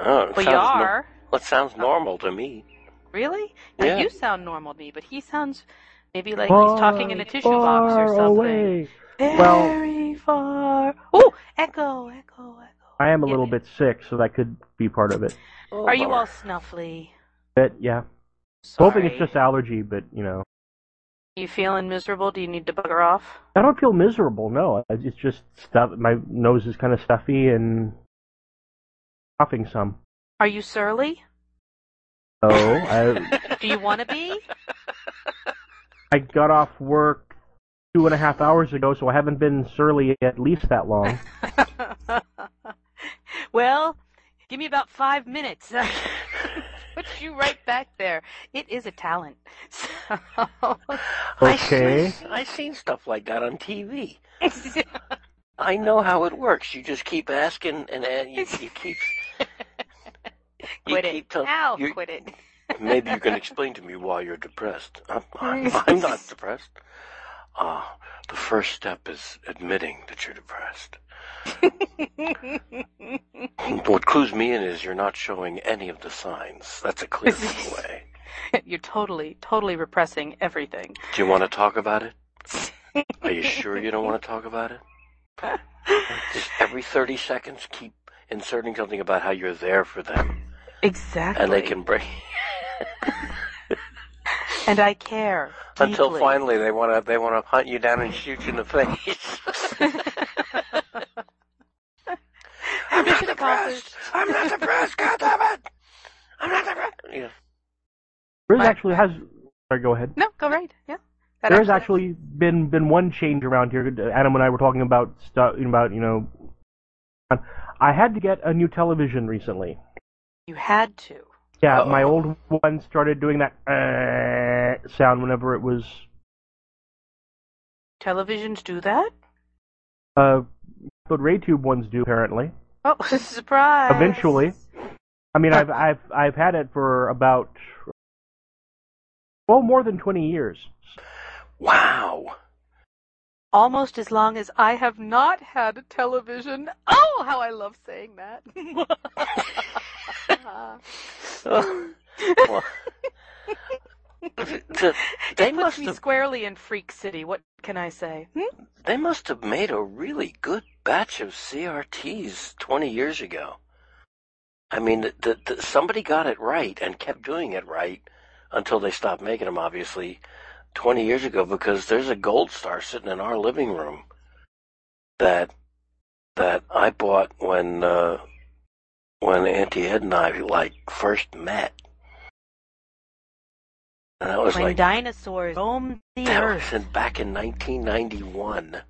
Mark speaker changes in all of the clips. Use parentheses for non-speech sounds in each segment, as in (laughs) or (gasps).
Speaker 1: Oh, it
Speaker 2: But you
Speaker 1: sounds no-
Speaker 2: are
Speaker 1: well, it sounds normal to me.
Speaker 2: really. Now
Speaker 1: Yeah.
Speaker 2: you sound normal to me, but he sounds maybe like he's talking in a tissue box or something. Very
Speaker 3: Well-
Speaker 2: far. Oh, echo, echo, echo.
Speaker 3: I am a
Speaker 2: Yeah.
Speaker 3: little bit sick, so that could be part of it.
Speaker 2: Are you all snuffly?
Speaker 3: But yeah,
Speaker 2: Sorry.
Speaker 3: hoping it's just allergy. But you know,
Speaker 2: You feeling miserable? Do you need to bugger off?
Speaker 3: I don't feel miserable. No, I- it's just stuff. My nose is kind of stuffy and coughing some.
Speaker 2: Are you surly? (laughs)
Speaker 3: So I
Speaker 2: Do you want to be?
Speaker 3: I got off work two and a half hours ago, so I haven't been surly at least that long.
Speaker 2: (laughs) well, give me about five minutes. (laughs) Put you right back there. It is a talent. (laughs) So,
Speaker 1: (laughs)
Speaker 3: Okay.
Speaker 1: I've seen stuff like that on TV. I know how it works. You just keep asking, and, and you, you keep. you
Speaker 2: (laughs) quit
Speaker 1: keep
Speaker 2: it.
Speaker 1: tell-
Speaker 2: now
Speaker 1: you-
Speaker 2: quit it. (laughs)
Speaker 1: Maybe you can explain to me why you're depressed. I'm,
Speaker 2: (laughs)
Speaker 1: I'm, I'm not depressed. Ah, the first step is admitting that you're
Speaker 2: (laughs)
Speaker 1: depressed. what clues me in is you're not showing any of the signs. That's a clear giveaway.
Speaker 2: You're totally, totally repressing
Speaker 1: (laughs)
Speaker 2: everything.
Speaker 1: Do you want to talk about it? Are you sure you don't want to talk about (laughs) it? Just every 30 seconds, keep inserting something about how you're there for them,
Speaker 2: Exactly.
Speaker 1: and they can break (laughs)
Speaker 2: And I care.
Speaker 1: until
Speaker 2: deeply. (laughs)
Speaker 1: finally (laughs) they want to they want to hunt you down and shoot you in the face. I'm not
Speaker 2: Mission accomplished.
Speaker 1: depressed. (laughs) I'm not depressed. God damn it! I'm not depressed. Yeah.
Speaker 3: There
Speaker 2: Right.
Speaker 3: actually has. Sorry, go ahead.
Speaker 2: No, go right. Yeah. That
Speaker 3: There's actually been been one change around here. Adam and I were talking about stuff about you know. I had to get a new television recently.
Speaker 2: You had to.
Speaker 3: Yeah,
Speaker 1: Uh-oh.
Speaker 3: my old one started doing that uh, sound whenever it was.
Speaker 2: Televisions do that?
Speaker 3: Uh, but RayTube ones do apparently.
Speaker 2: Oh, (laughs) surprise.
Speaker 3: Eventually. I mean, I've I've I've had it for about well more than twenty years.
Speaker 1: (laughs) Wow.
Speaker 2: almost as long as I have not had a television. Oh, how I love saying that. (laughs) Uh-huh.
Speaker 1: Well, (laughs) they
Speaker 2: it
Speaker 1: must
Speaker 2: puts me
Speaker 1: have
Speaker 2: squarely in Freak City. What can I say? Hmm?
Speaker 1: they must have made a really good batch of CRTs 20 years ago. I mean, the, the, the, somebody got it right and kept doing it right until they stopped making them, obviously, 20 years ago, because there's a gold star sitting in our living room that that I bought when uh, when Auntie Ed and I like first met. And that was
Speaker 2: When
Speaker 1: like
Speaker 2: dinosaurs roamed the
Speaker 1: that was
Speaker 2: earth.
Speaker 1: in, back in 1991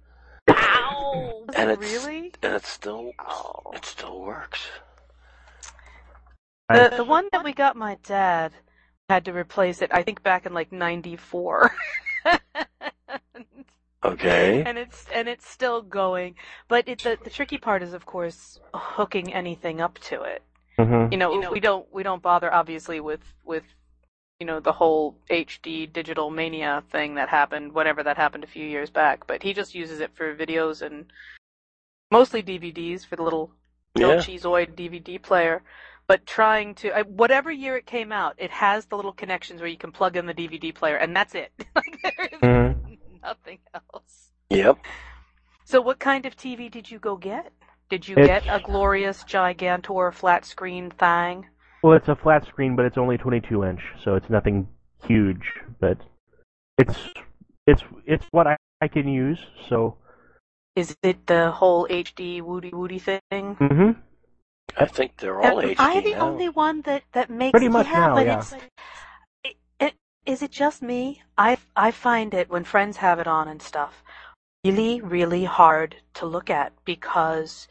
Speaker 2: Wow!
Speaker 1: And it's-
Speaker 2: really?
Speaker 1: and it still
Speaker 2: Oh.
Speaker 1: it still works.
Speaker 2: The the one that we got my dad had to replace it. I think back in like (laughs) '94.
Speaker 4: Okay.
Speaker 2: and it's and it's still going. But it, the the tricky part is, of course, hooking anything up to it.
Speaker 3: Mhm.
Speaker 2: You know, we don't we don't bother obviously with with you know the whole HD digital mania thing that happened whenever that happened a few years back. But he just uses it for videos and mostly DVDs for the little
Speaker 4: Yeah.
Speaker 2: Dolcezoid DVD player. But trying to I- whatever year it came out, it has the little connections where you can plug in the DVD player, and that's it. (laughs) like there is
Speaker 3: Mhm.
Speaker 2: nothing else.
Speaker 4: Yep.
Speaker 2: So, what kind of TV did you go get? Did you
Speaker 3: It's-
Speaker 2: get a glorious Gigantor flat screen thing?
Speaker 3: Well, it's a flat screen, but it's only 22 inch, so it's nothing huge, but it's it's it's what I, I can use. So,
Speaker 2: Is it the whole HD woody woody thing?
Speaker 3: hmm
Speaker 4: I think they're all
Speaker 2: Am
Speaker 4: HD
Speaker 2: I the
Speaker 4: now.
Speaker 2: only one that that makes
Speaker 3: Pretty much
Speaker 2: yeah,
Speaker 3: now,
Speaker 2: but
Speaker 3: yeah.
Speaker 2: It's, it, it, is it just me? I I find it when friends have it on and stuff really really hard to look at because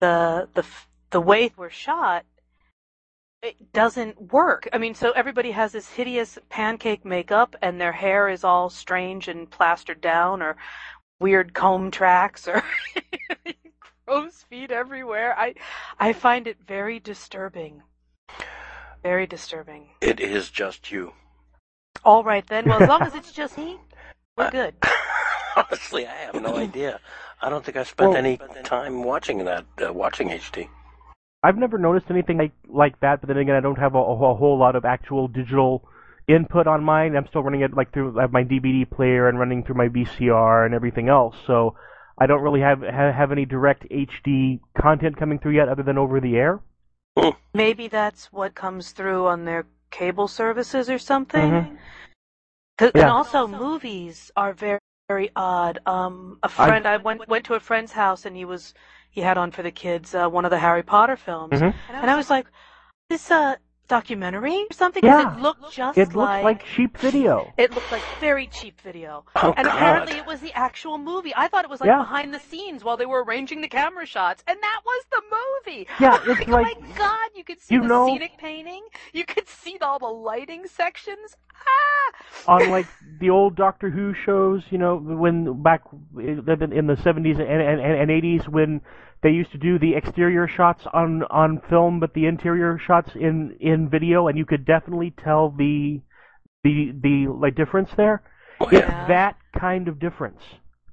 Speaker 2: the the f- the way we're shot it doesn't work. I mean, so everybody has this hideous pancake makeup and their hair is all strange and plastered down or weird comb tracks or (laughs) crow's feet everywhere. I I find it very disturbing. Very disturbing.
Speaker 4: It is just you. (laughs)
Speaker 2: All right then. Well, as long as it's
Speaker 3: (laughs)
Speaker 2: just he, we're
Speaker 4: Uh,
Speaker 2: good.
Speaker 4: Honestly, I have no idea. I don't think I spent
Speaker 3: Well-
Speaker 4: any time watching that, uh, watching HD.
Speaker 3: I've never noticed anything like like that. But then again, I don't have a, a whole lot of actual digital input on mine. I'm still running it like through like, my DVD player and running through my VCR and everything else. So, I don't really have have, have any direct HD content coming through yet, other than over the air.
Speaker 2: Maybe that's what comes through on their cable services or something.
Speaker 3: Mhm.
Speaker 2: 'Cause-
Speaker 3: Yeah.
Speaker 2: And also, movies are very, very odd. Um, a friend, I, went went to a friend's house, and he was he had on for the kids uh, one of the Harry Potter films,
Speaker 3: Mhm.
Speaker 2: and I was like, "This uh, documentary or something?" 'Cause
Speaker 3: Yeah.
Speaker 2: it looked just
Speaker 3: It looks like cheap video.
Speaker 2: it looked like very cheap video.
Speaker 4: Oh,
Speaker 2: and
Speaker 4: God.
Speaker 2: apparently it was the actual movie. I thought it was like
Speaker 3: Yeah.
Speaker 2: behind the scenes while they were arranging the camera shots, and that was the movie. (laughs) Oh,
Speaker 3: Yeah, it's like-
Speaker 2: my God, you could see
Speaker 3: you
Speaker 2: the
Speaker 3: know-
Speaker 2: scenic painting, you could see all the lighting sections. Ah,
Speaker 3: on like the old Doctor Who shows, you know, when back in in the 70s and, and, and 80s when they used to do the exterior shots on on film but the interior shots in in video and you could definitely tell the the the like difference there.
Speaker 4: Oh,
Speaker 3: It's
Speaker 4: yeah.
Speaker 3: that kind of difference.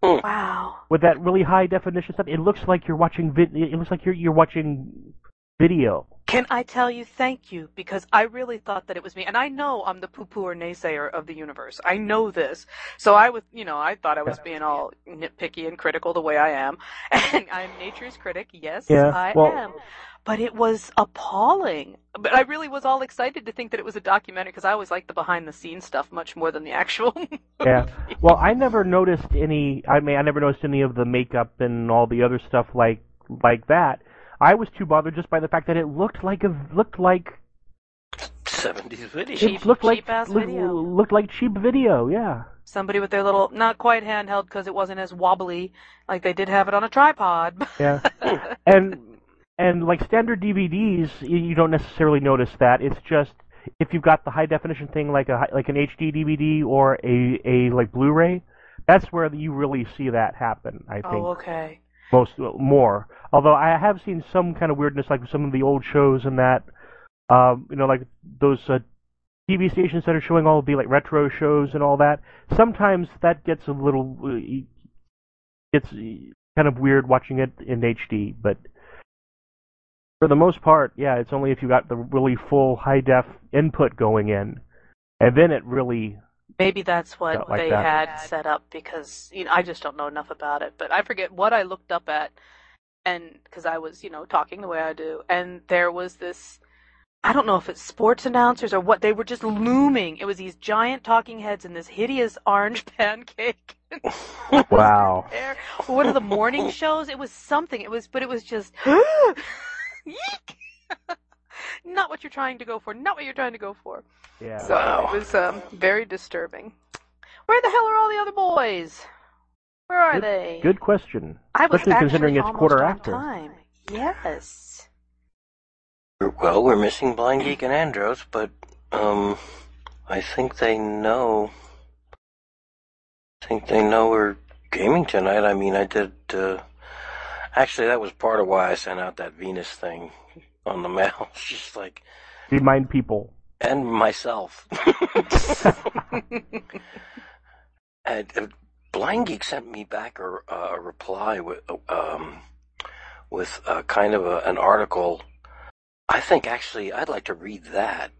Speaker 2: wow.
Speaker 3: With that really high definition stuff, it looks like you're watching vid- it looks like you're you're watching video.
Speaker 2: Can I tell you thank you? Because I really thought that it was me. And I know I'm the poo poo or naysayer of the universe. I know this. So I was, you know, I thought I was being all nitpicky and critical the way I am. (laughs) And I'm nature's critic. Yes,
Speaker 3: Yeah,
Speaker 2: I
Speaker 3: well-
Speaker 2: am. But it was appalling. But I really was all excited to think that it was a documentary because I always like the behind the scenes stuff much more than the actual. (laughs)
Speaker 3: Yeah. Well, I never noticed any. I mean, I never noticed any of the makeup and all the other stuff like like that. I was too bothered just by the fact that it looked like a looked like
Speaker 4: 70s video.
Speaker 2: Cheap-
Speaker 3: it looked like
Speaker 2: cheap-ass
Speaker 3: loo-
Speaker 2: video.
Speaker 3: looked like cheap video. Yeah.
Speaker 2: Somebody with their little, not quite handheld because it wasn't as wobbly. Like they did have it on a (laughs) tripod.
Speaker 3: Yeah. and and like standard DVDs, you, you don't necessarily notice that. It's just if you've got the high definition thing like a hi- like an HD DVD or a a like Blu-ray, that's where you really see that happen. I think.
Speaker 2: oh, okay.
Speaker 3: most more. Although I have seen some kind of weirdness, like with some of the old shows and that, um, you know, like those uh, TV stations that are showing all the like retro shows and all that. Sometimes that gets a little uh, gets e, kind of weird watching it in HD, but for the most part, yeah, it's only if you got the really full high def input going in, and then it really
Speaker 2: Maybe that's what
Speaker 3: Not like
Speaker 2: they
Speaker 3: that.
Speaker 2: had set up because you know I just don't know enough about it, but I forget what I looked up at, and because I was you know talking the way I do, and there was this I don't know if it's sports announcers or what they were just looming. It was these giant talking heads and this hideous (laughs) orange pancake.
Speaker 3: wow.
Speaker 2: there. One of the morning
Speaker 3: (laughs)
Speaker 2: shows. It was something. It was, but it was
Speaker 3: (gasps)
Speaker 2: just (laughs) Yeek! (laughs) not what you're trying to go for. Not what you're trying to go for.
Speaker 3: Yeah.
Speaker 2: So
Speaker 4: Wow.
Speaker 2: it was um, very disturbing. Where the hell are all the other boys? Where are
Speaker 3: Good-
Speaker 2: they?
Speaker 3: Good question.
Speaker 2: I was
Speaker 3: Especially
Speaker 2: actually
Speaker 3: considering it's
Speaker 2: almost
Speaker 3: quarter
Speaker 2: on
Speaker 3: after.
Speaker 2: Time. Yes.
Speaker 4: Well, we're missing Blind Geek and Andros, but um, I think they know. I think they know we're gaming tonight. I mean, I did. Uh, actually, that was part of why I sent out that Venus thing on the (laughs) mail. It's just like
Speaker 3: Remind people.
Speaker 4: and myself. (laughs) and uh, Blind Geek sent me back a, a reply with um, with uh kind of a, an article. I think actually I'd like to read that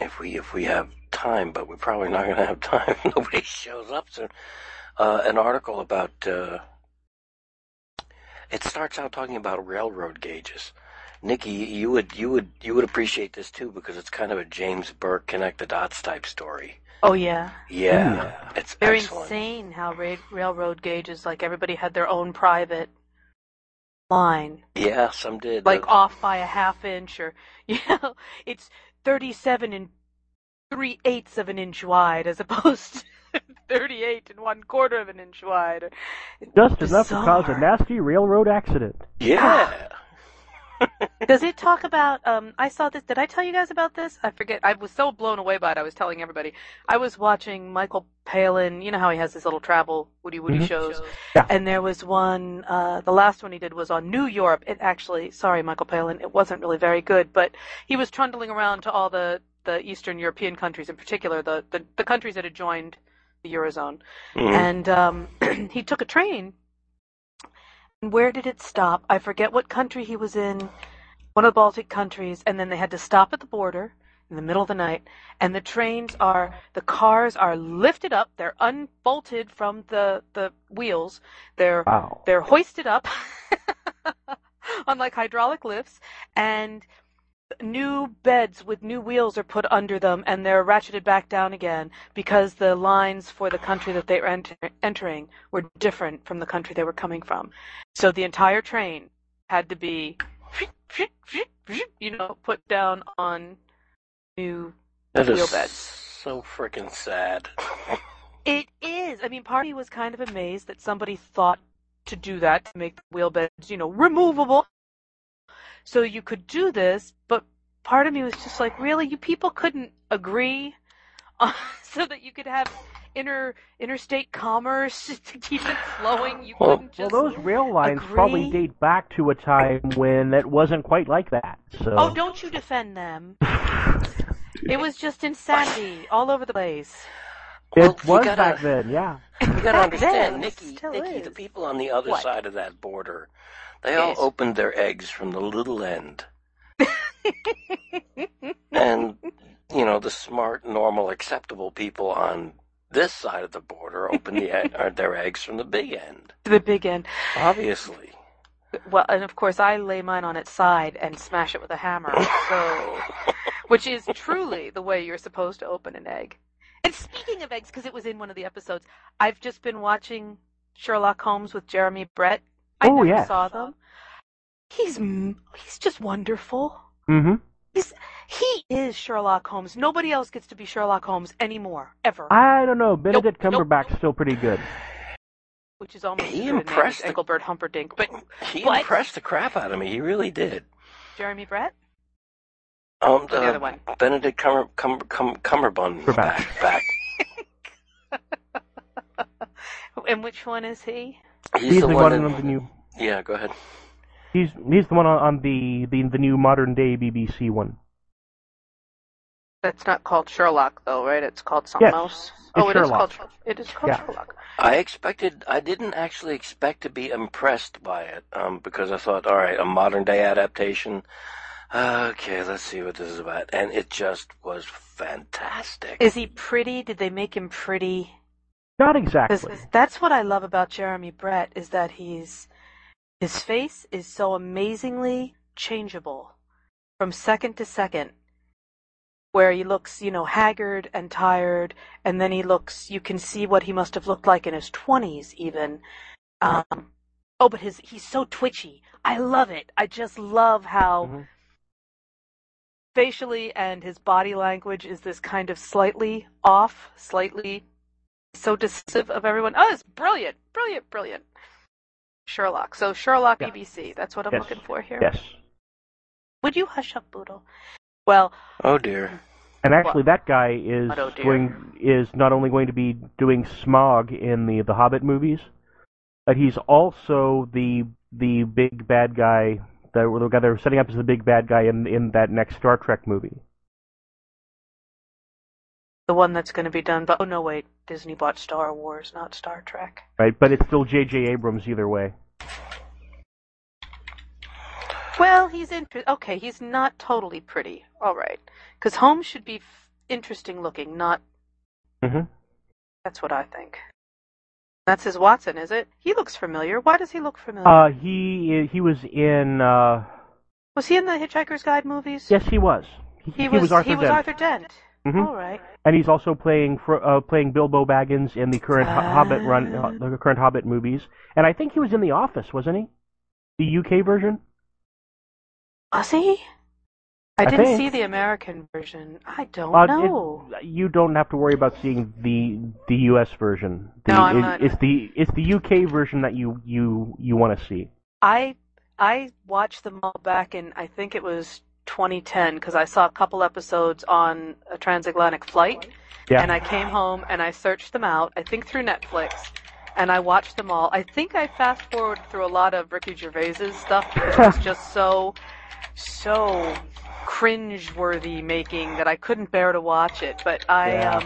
Speaker 4: if we if we have time, but we're probably not going to have time. (laughs) Nobody shows up soon. Uh, an article about uh, it starts out talking about railroad gauges. Nikki, you would you would you would appreciate this too because it's kind of a James Burke connect the dots type story.
Speaker 2: Oh yeah,
Speaker 4: Yeah, it's
Speaker 2: very
Speaker 4: excellent.
Speaker 2: insane how ra- railroad gauges like everybody had their own private line,
Speaker 4: Yeah, some did.
Speaker 2: like
Speaker 4: The-
Speaker 2: off by a half inch or (laughs) you know, it's thirty-seven and three eighths of an inch wide as opposed to (laughs) thirty-eight and one quarter of an inch wide.
Speaker 3: Just enough to cause a
Speaker 2: Bizarre.
Speaker 3: nasty railroad accident.
Speaker 4: yeah,
Speaker 2: Does it talk about? Um, I saw this. Did I tell you guys about this? I forget. I was so blown away by it. I was telling everybody. I was watching Michael Palin. You know how he has his little travel woody woody
Speaker 3: Mhm.
Speaker 2: shows.
Speaker 3: Yeah.
Speaker 2: And there was one. Uh, the last one he did was on New Europe. It actually, sorry, Michael Palin, it wasn't really very good. But he was trundling around to all the the Eastern European countries, in particular the the, the countries that had joined the eurozone.
Speaker 4: Mhm.
Speaker 2: And um, (clears throat) he took a train. And Where did it stop? I forget what country he was in, one of the Baltic countries, and then they had to stop at the border in the middle of the night. And the trains are, the cars are lifted up, they're unbolted from the, the wheels, they're
Speaker 3: Wow.
Speaker 2: they're hoisted up (laughs) on like hydraulic lifts and new beds with new wheels are put under them and they're ratcheted back down again because the lines for the country that they were enter- entering were different from the country they were coming from so the entire train had to be you know put down on new
Speaker 4: that
Speaker 2: Real
Speaker 4: is
Speaker 2: bad.
Speaker 4: so freaking sad.
Speaker 2: It is. I mean, Party was kind of amazed that somebody thought to do that to make the wheel beds, you know, removable. So you could do this, but part of me was just like, really, you people couldn't agree (laughs) on, so that you could have inter interstate commerce (laughs) to keep it flowing. You
Speaker 4: Well-
Speaker 2: couldn't
Speaker 3: Well,
Speaker 2: just.
Speaker 3: those rail lines
Speaker 2: agree.
Speaker 3: probably date back to a time when it wasn't quite like that. So
Speaker 2: (laughs) oh, don't you defend
Speaker 3: (laughs)
Speaker 2: them? It was just insanity all over the place.
Speaker 4: Well,
Speaker 3: it
Speaker 4: you
Speaker 3: was
Speaker 4: gotta-
Speaker 3: back then, yeah.
Speaker 4: You got to
Speaker 2: Back
Speaker 4: understand,
Speaker 2: then,
Speaker 4: Nikki.
Speaker 2: still
Speaker 4: Nikki,
Speaker 2: is.
Speaker 4: the people on the other
Speaker 2: What?
Speaker 4: side of that border, they all
Speaker 2: Yes.
Speaker 4: opened their eggs from the
Speaker 2: (laughs)
Speaker 4: little end. and you know the smart, normal, acceptable people on this side of the border opened
Speaker 2: (laughs)
Speaker 4: the e- or their eggs from the big end.
Speaker 2: The big end.
Speaker 4: Obviously,
Speaker 2: Well, and of course, I lay mine on its side and smash it with a hammer. So, which is truly the way you're supposed to open an egg. And speaking of eggs, because it was in one of the episodes, I've just been watching Sherlock Holmes with Jeremy Brett. I
Speaker 3: Oh,
Speaker 2: never
Speaker 3: yes.
Speaker 2: saw them. He's m- he's just wonderful.
Speaker 3: Mm-hmm.
Speaker 2: He is Sherlock Holmes. Nobody else gets to be Sherlock Holmes anymore, ever.
Speaker 3: I don't know. Benedict
Speaker 2: nope,
Speaker 3: Cumberbatch's still pretty good.
Speaker 2: which is almost
Speaker 4: He
Speaker 2: as good a name
Speaker 4: impressed
Speaker 2: as
Speaker 4: the-
Speaker 2: Engelbert Humperdinck. But
Speaker 4: he
Speaker 2: What?
Speaker 4: impressed the crap out of me. He really did.
Speaker 2: Jeremy Brett, (laughs)
Speaker 4: Um,
Speaker 2: the other one.
Speaker 4: Benedict Cumber, Cumber, Cum Cumberbund
Speaker 3: Cumberbatch.
Speaker 4: back back.
Speaker 2: and which one is he?
Speaker 4: He's,
Speaker 3: the, one,
Speaker 4: that-
Speaker 3: on the new.
Speaker 4: Yeah, go ahead.
Speaker 3: He's he's the one on, on the, the the new modern day BBC one.
Speaker 2: That's not called Sherlock, though, right? It's called something
Speaker 3: Yes.
Speaker 2: else.
Speaker 3: It's
Speaker 2: oh, it is
Speaker 3: Sherlock.
Speaker 2: called. It is called
Speaker 3: Yeah.
Speaker 2: Sherlock.
Speaker 4: I expected. I didn't actually expect to be impressed by it um, because I thought, all right, a modern day adaptation. Okay, let's see what this is about, and it just was fantastic.
Speaker 2: Is he pretty? Did they make him pretty?
Speaker 3: Not
Speaker 2: 'Cause
Speaker 3: exactly.
Speaker 2: that's what I love about Jeremy Brett is that he's his face is so amazingly changeable from second to second. Where he looks, you know, haggard and tired, and then he looks, you can see what he must have looked like in his 20s, even. Um, oh, but his, he's so twitchy. I love it. I just love how
Speaker 3: Mhm.
Speaker 2: facially and his body language is this kind of slightly off, slightly so decisive of everyone. Oh, it's brilliant, brilliant, brilliant. Sherlock. So Sherlock
Speaker 3: Yeah.
Speaker 2: BBC. That's what I'm
Speaker 3: Yes.
Speaker 2: looking for here.
Speaker 3: Yes.
Speaker 2: Would you hush up, Boodle? Well,
Speaker 4: Oh dear.
Speaker 3: And actually, that guy is
Speaker 2: But oh dear.
Speaker 3: going is not only going to be doing Smog in the the Hobbit movies, but he's also the the big bad guy that the guy they're setting up as the big bad guy in in that next Star Trek movie.
Speaker 2: the one that's going to be done, but oh no, wait, Disney bought Star Wars, not Star Trek.
Speaker 3: Right, but it's still J.J. Abrams either way.
Speaker 2: Well, he's inter- okay. He's not totally pretty. All right, because Holmes should be f- interesting looking. Not
Speaker 3: Mm-hmm.
Speaker 2: that's what I think. That's his Watson, is it? He looks familiar. Why does he look familiar?
Speaker 3: Uh, he he was in. Uh,
Speaker 2: was he in the Hitchhiker's Guide movies?
Speaker 3: yes, he was.
Speaker 2: he was.
Speaker 3: Arthur
Speaker 2: he was
Speaker 3: Dent.
Speaker 2: Arthur Dent.
Speaker 3: Mhm.
Speaker 2: All right.
Speaker 3: and he's also playing Fro- uh, playing Bilbo Baggins in the current Ho- Hobbit run,
Speaker 2: Ah.
Speaker 3: uh, the current Hobbit movies. And I think he was in The Office, wasn't he? The UK version.
Speaker 2: Was he? I,
Speaker 3: I
Speaker 2: didn't
Speaker 3: think.
Speaker 2: see the American version. I don't
Speaker 3: Uh,
Speaker 2: know.
Speaker 3: it- you don't have to worry about seeing the the US version. The,
Speaker 2: No, I'm
Speaker 3: it-
Speaker 2: not.
Speaker 3: It's the it's the UK version that you you you want to see.
Speaker 2: I I watched them all back in I think it was 2010 because I saw a couple episodes on a transatlantic flight,
Speaker 3: Yeah.
Speaker 2: and I came home and I searched them out. I think through Netflix. And I watched them all. I think I fast forward through a lot of Ricky Gervais's stuff because
Speaker 3: (laughs)
Speaker 2: it was just so, so cringe-worthy making that I couldn't bear to watch it. But I,
Speaker 3: Yeah.
Speaker 2: um,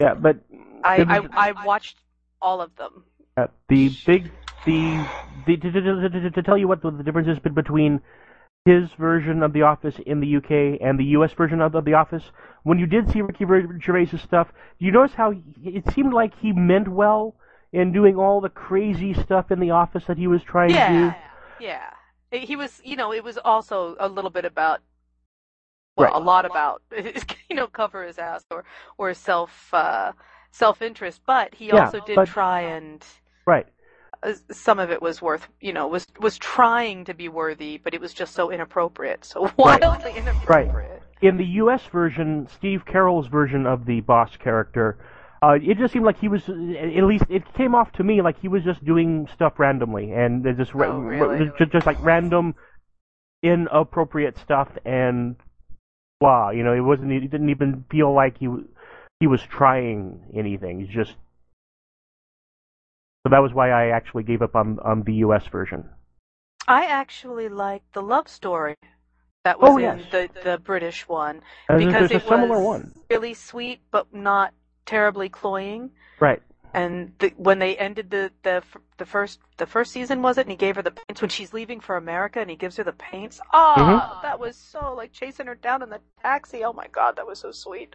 Speaker 3: yeah, but
Speaker 2: I,
Speaker 3: Did we-
Speaker 2: I, I watched all of them.
Speaker 3: Uh, the big the, the to, to, to, to, to tell you what the, the difference is be- between his version of the office in the UK and the US version of, of the office. When you did see Ricky Gerv- Gervais's stuff, you notice how he, it seemed like he meant well in doing all the crazy stuff in the office that he was trying to
Speaker 2: yeah,
Speaker 3: do.
Speaker 2: yeah. He he was, you know, it was also a little bit about, well, a
Speaker 3: Right.
Speaker 2: lot about, (laughs) you know, cover his ass or or self uh, self interest. But he
Speaker 3: Yeah,
Speaker 2: also did
Speaker 3: but-
Speaker 2: try and
Speaker 3: Right.
Speaker 2: uh, some of it was worth, you know, was was trying to be worthy, but it was just so inappropriate, so (laughs) wildly inappropriate.
Speaker 3: in the U.S. version, Steve Carroll's version of the boss character, uh, it just seemed like he was, at least it came off to me like he was just doing stuff randomly and just ra-
Speaker 2: Oh, really?
Speaker 3: ra- just, just like random, inappropriate stuff and blah. You know, it wasn't. It didn't even feel like he w- he was trying anything. He's just so that was why I actually gave up on on the U.S. version.
Speaker 2: I actually liked the love story that was
Speaker 3: Oh,
Speaker 2: in
Speaker 3: yes.
Speaker 2: the the British one
Speaker 3: And there's-
Speaker 2: because
Speaker 3: there's a
Speaker 2: it
Speaker 3: similar
Speaker 2: was
Speaker 3: one.
Speaker 2: really sweet but not terribly cloying.
Speaker 3: Right.
Speaker 2: And the, when they ended the, the f- the first the first season was it, and he gave her the paints when she's leaving for America, and he gives her the paints. Ah, that was so like chasing her down in the taxi. Oh my god, that was so sweet.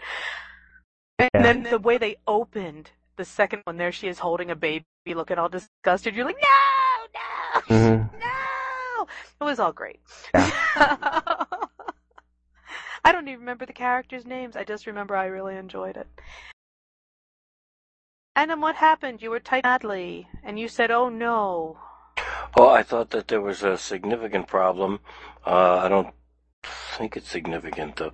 Speaker 2: And
Speaker 3: Yeah.
Speaker 2: then the way they opened the second one, there she is holding a baby, looking all disgusted. You're like, no, no,
Speaker 3: Mhm.
Speaker 2: no. It was all great.
Speaker 3: Yeah.
Speaker 2: (laughs) I don't even remember the characters' names. I just remember I really enjoyed it. And then what happened? You were typing badly, and you said, "Oh no."
Speaker 4: Well, I thought that there was a significant problem. Uh, I don't think it's significant though.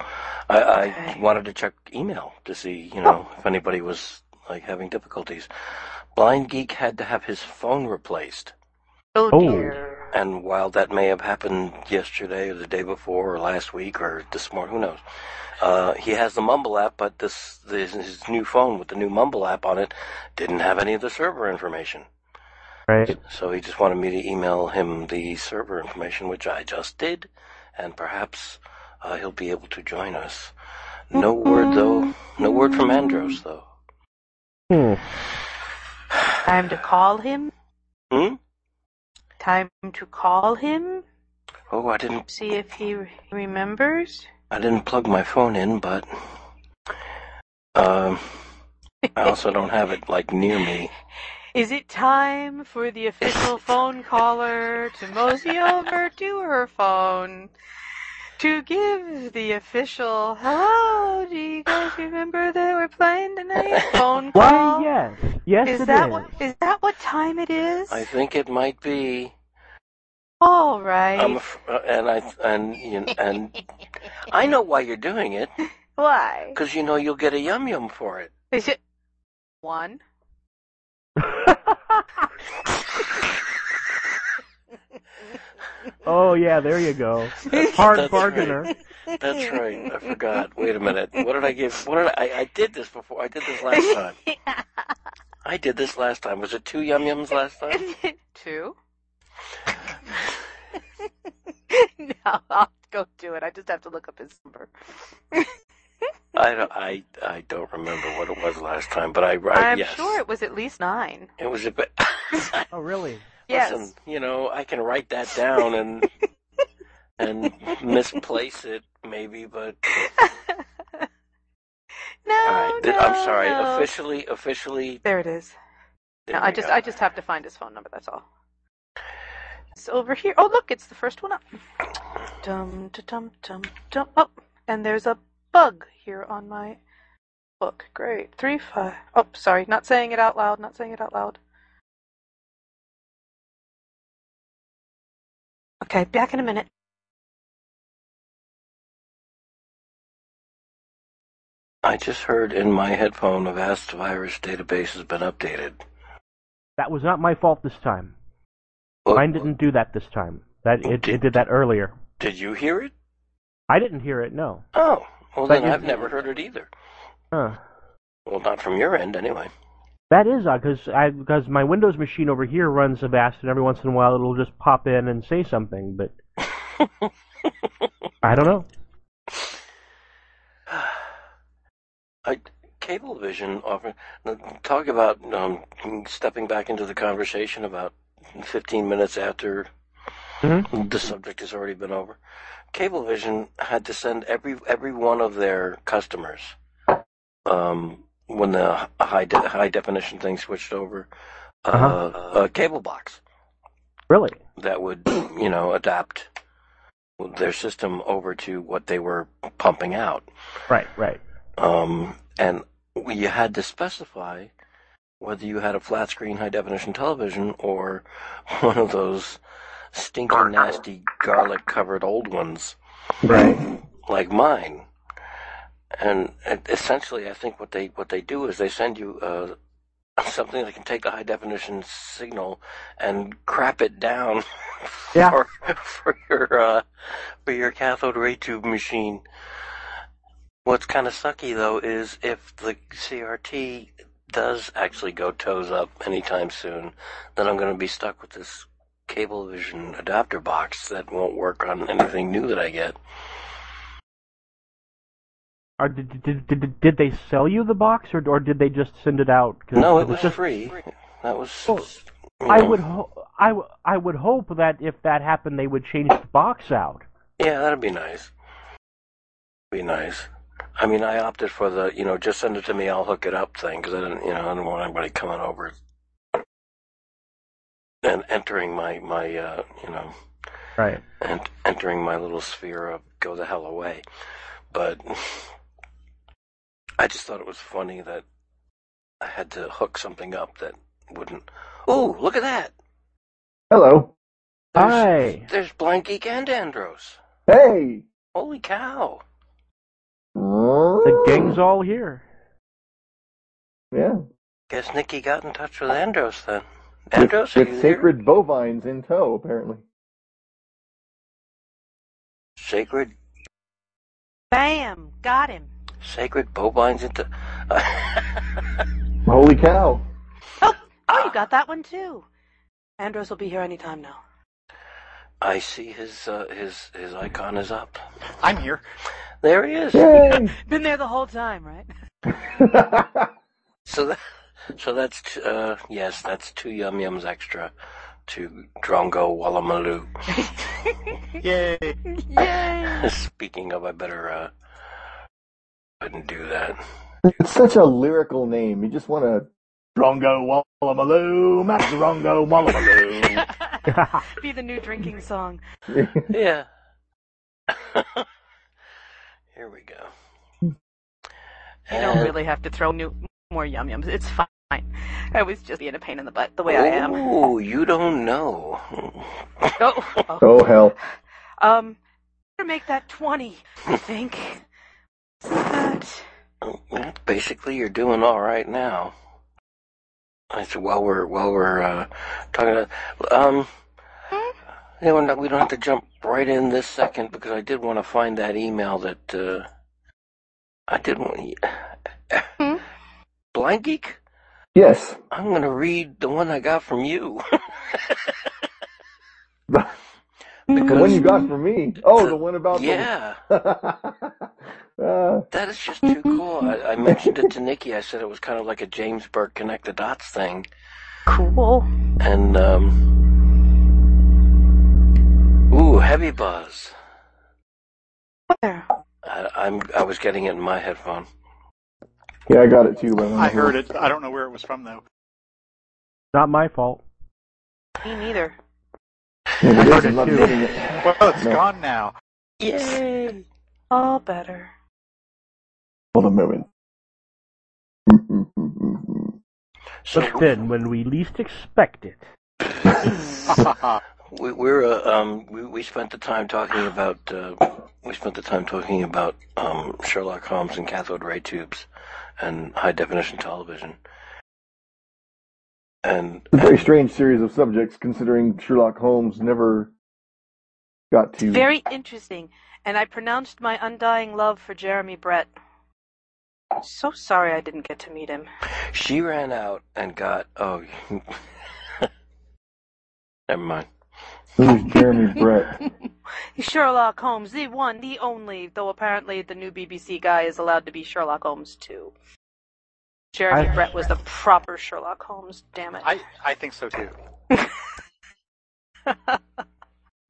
Speaker 4: I, I
Speaker 2: Okay.
Speaker 4: wanted to check email to see, you know, if anybody was like having difficulties. Blind Geek had to have his phone replaced.
Speaker 2: Oh,
Speaker 3: Oh.
Speaker 2: dear.
Speaker 4: And while that may have happened yesterday or the day before or last week or this morning, who knows? Uh, he has the Mumble app, but this, this his new phone with the new Mumble app on it didn't have any of the server information.
Speaker 3: Right.
Speaker 4: So he just wanted me to email him the server information, which I just did, and perhaps uh, he'll be able to join us. No word though. No word from Andros though.
Speaker 3: Hmm.
Speaker 2: Time to call him.
Speaker 4: Hmm.
Speaker 2: Time to call him.
Speaker 4: Oh, I didn't.
Speaker 2: See if he re- remembers.
Speaker 4: I didn't plug my phone in, but um, I also don't have it like near me.
Speaker 2: Is it time for the (laughs) official phone caller to mosey over to her phone to give the official hello? Do you guys remember that we're playing tonight? (laughs) Phone call.
Speaker 3: Why? Yes. Yes. it
Speaker 2: Is that
Speaker 3: is.
Speaker 2: what is that what time it is?
Speaker 4: I think it might be.
Speaker 2: All right.
Speaker 4: I'm af- uh, and I and you and I know why you're doing it
Speaker 2: Why?
Speaker 4: because you know you'll get a yum yum for
Speaker 2: (laughs)
Speaker 4: it.
Speaker 2: Is it one?
Speaker 3: Oh yeah, there you go. Hard
Speaker 4: (laughs) That's
Speaker 3: bargainer.
Speaker 4: right. That's right. I forgot. Wait a minute. What did I give? What did I? I, I did this before. I did this
Speaker 2: (laughs)
Speaker 4: last time. I did this last time. Was it two yum yums last time?
Speaker 2: Two. (laughs) no, I'll go do it. I just have to look up his number.
Speaker 4: I don't, I, I don't remember what it was last time, but I, I
Speaker 2: I'm
Speaker 4: yes,
Speaker 2: sure it was at least nine.
Speaker 4: it was a bit. (laughs)
Speaker 3: Oh really?
Speaker 2: Yes. (laughs)
Speaker 4: Listen, you know, I can write that down and and misplace it maybe, but
Speaker 2: No,
Speaker 4: all right. Th- I'm
Speaker 2: Oh, no,
Speaker 4: sorry.
Speaker 2: no.
Speaker 4: Officially, officially.
Speaker 2: There it is.
Speaker 4: there
Speaker 2: no, I
Speaker 4: we
Speaker 2: just
Speaker 4: go.
Speaker 2: I just have to find his phone number. That's all. It's over here. Oh, look, it's the first one up. Dum da, dum dum dum. Oh, and there's a bug here on my book. Great. Three five. Oh, sorry. Not saying it out loud. Not saying it out loud. Okay, back in a minute.
Speaker 4: I just heard in my headphone a vast virus database has been updated.
Speaker 3: That was not my fault this time.
Speaker 4: What-
Speaker 3: Mine didn't do that this time. That it, it did that earlier.
Speaker 4: Did you hear it?
Speaker 3: I didn't hear it. No.
Speaker 4: Oh, well
Speaker 3: But
Speaker 4: then
Speaker 3: you-
Speaker 4: I've never heard it either.
Speaker 3: Huh.
Speaker 4: Well, not from your end anyway.
Speaker 3: That is odd because I because my Windows machine over here runs Avast, and every once in a while it'll just pop in and say something,
Speaker 4: (laughs)
Speaker 3: but I don't know.
Speaker 4: I, Cablevision offer talk about um, stepping back into the conversation about 15 minutes after the subject has already been over. Cablevision had to send every every one of their customers um, when the high de- high definition thing switched over uh, a cable box
Speaker 3: Really?
Speaker 4: that would (clears throat) you know adapt their system over to what they were pumping out.
Speaker 3: Right. Right.
Speaker 4: Um, and you had to specify whether you had a flat screen high definition television or (laughs) one of those stinking nasty garlic covered old ones
Speaker 3: Right.
Speaker 4: like mine. And and essentially, I think what they what they do is they send you uh, something that can take the high definition signal and crap it down (laughs)
Speaker 3: Yeah.
Speaker 4: for for your uh, for your cathode ray tube machine. What's kind of sucky though is if the CRT does actually go toes up anytime soon, then I'm going to be stuck with this Cablevision adapter box that won't work on anything new that I get.
Speaker 3: Or did, did, did, did they sell you the box, or or did they just send it out? 'Cause
Speaker 4: No, it
Speaker 3: it's
Speaker 4: was
Speaker 3: just-
Speaker 4: free. That was.
Speaker 3: Well,
Speaker 4: you
Speaker 3: I
Speaker 4: know,
Speaker 3: would ho- I, w- I would hope that if that happened, they would change the box out.
Speaker 4: Yeah, that'd be nice. Be nice. I mean, I opted for the you know just send it to me, I'll hook it up thing because I didn't you know I didn't want anybody coming over and entering my my uh, you know
Speaker 3: Right.
Speaker 4: and entering my little sphere of go the hell away. But I just thought it was funny that I had to hook something up that wouldn't. Oh, look at that!
Speaker 5: Hello.
Speaker 4: There's-
Speaker 3: Hi.
Speaker 4: There's Blind Geek and Andros.
Speaker 5: Hey.
Speaker 4: Holy cow!
Speaker 3: The
Speaker 5: The
Speaker 3: gang's all here.
Speaker 5: Yeah.
Speaker 4: Guess Nikki got in touch with Andros then.
Speaker 5: With,
Speaker 4: Andros, are
Speaker 5: with
Speaker 4: you here?
Speaker 5: sacred bovines in tow, apparently.
Speaker 4: sacred,
Speaker 2: Bam! Got him.
Speaker 4: sacred bovines into. (laughs)
Speaker 5: Holy cow.
Speaker 2: Oh, oh, you got that one too. Andros will be here any time now.
Speaker 4: I see his uh, his his icon is up.
Speaker 6: I'm here.
Speaker 4: There he is.
Speaker 5: Yay.
Speaker 2: Been there the whole time, (laughs) right?
Speaker 4: So that, so that's t- uh, yes, that's two yum yums extra to Drongo Wallamaloo.
Speaker 6: Yay.
Speaker 2: Yay!
Speaker 4: (laughs) Speaking of, I better uh, I didn't do that.
Speaker 5: (laughs) it's such a lyrical name. You just want to. Drongo Wallamaloo, Max Drongo Wallamaloo.
Speaker 2: Be the new drinking song.
Speaker 4: Yeah. (laughs) Here we go.
Speaker 2: You don't really have to throw new more yum yums. It's fine. I was just being a pain in the butt the way I am.
Speaker 4: Oh, you don't know.
Speaker 2: Oh, oh.
Speaker 5: oh, hell.
Speaker 2: um, better make that twenty. I think. That-
Speaker 4: Basically, you're doing all right now. I said, while we're while we're uh, talking about, um, Yeah, we're not, we don't have to jump right in this second because I did want to find that email that uh, I did want.
Speaker 7: Hmm?
Speaker 4: Blind Geek,
Speaker 5: Yes.
Speaker 4: I'm going to read the one I got from you.
Speaker 5: The one you got from me. Oh, the one about (laughs)
Speaker 4: yeah,
Speaker 5: the. uh,
Speaker 4: that is just too cool. I, I mentioned it to Nikki. I said it was kind of like a James Burke Connect the Dots thing.
Speaker 2: Cool.
Speaker 4: And, um. Ooh, Heavy Buzz.
Speaker 2: Where?
Speaker 4: I, I'm, I was getting it in my headphone.
Speaker 5: yeah, I got it too. But I'm
Speaker 6: I heard it. I don't know where it was from though.
Speaker 3: Not my fault.
Speaker 2: Me neither.
Speaker 5: Yeah, but this is
Speaker 3: it
Speaker 5: not
Speaker 3: too.
Speaker 5: getting it.
Speaker 6: Well, it's
Speaker 5: No.
Speaker 6: gone now.
Speaker 4: Yay!
Speaker 2: All better.
Speaker 5: Hold a moment.
Speaker 4: So
Speaker 3: But then, when we least expect it,
Speaker 4: we, we're uh, um we, we spent the time talking about uh, we spent the time talking about um, Sherlock Holmes and cathode ray tubes and high definition television. And
Speaker 5: It's a very strange series of subjects, considering Sherlock Holmes never got to.
Speaker 2: Very interesting. And I pronounced my undying love for Jeremy Brett. So sorry I didn't get to meet him.
Speaker 4: she ran out and got oh (laughs) never mind.
Speaker 5: Who's
Speaker 2: (laughs)
Speaker 5: Jeremy Brett?
Speaker 2: Sherlock Holmes, the one, the only, though apparently the new BBC guy is allowed to be Sherlock Holmes too. Jeremy
Speaker 3: I-
Speaker 2: Brett was the proper Sherlock Holmes, damn it.
Speaker 6: I I think so
Speaker 2: (laughs)
Speaker 6: too.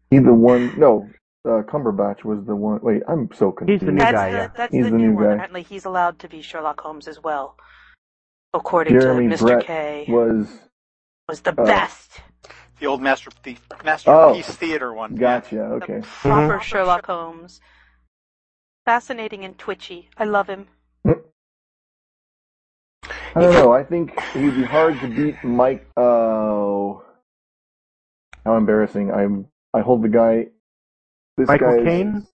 Speaker 5: He the one? No, uh, Cumberbatch was the one. Wait, I'm so
Speaker 3: he's
Speaker 5: confused.
Speaker 3: the new
Speaker 2: that's
Speaker 3: guy.
Speaker 2: the,
Speaker 3: yeah.
Speaker 2: that's
Speaker 5: He's
Speaker 2: the,
Speaker 5: the
Speaker 2: new,
Speaker 5: new
Speaker 2: one.
Speaker 5: guy.
Speaker 2: Apparently he's allowed to be Sherlock Holmes as well. According
Speaker 5: Jeremy
Speaker 2: to Mr.
Speaker 5: Brett
Speaker 2: K
Speaker 5: was.
Speaker 2: was the
Speaker 5: uh,
Speaker 2: best.
Speaker 6: The old master the masterpiece theater one.
Speaker 5: Gotcha.
Speaker 2: The
Speaker 5: Okay.
Speaker 2: proper Sherlock Holmes. Fascinating and twitchy. I love him.
Speaker 5: I don't know. I think he'd be hard to beat Mike. Oh, how embarrassing! I'm. I hold the guy. This
Speaker 3: Michael
Speaker 5: guy's-
Speaker 3: Caine.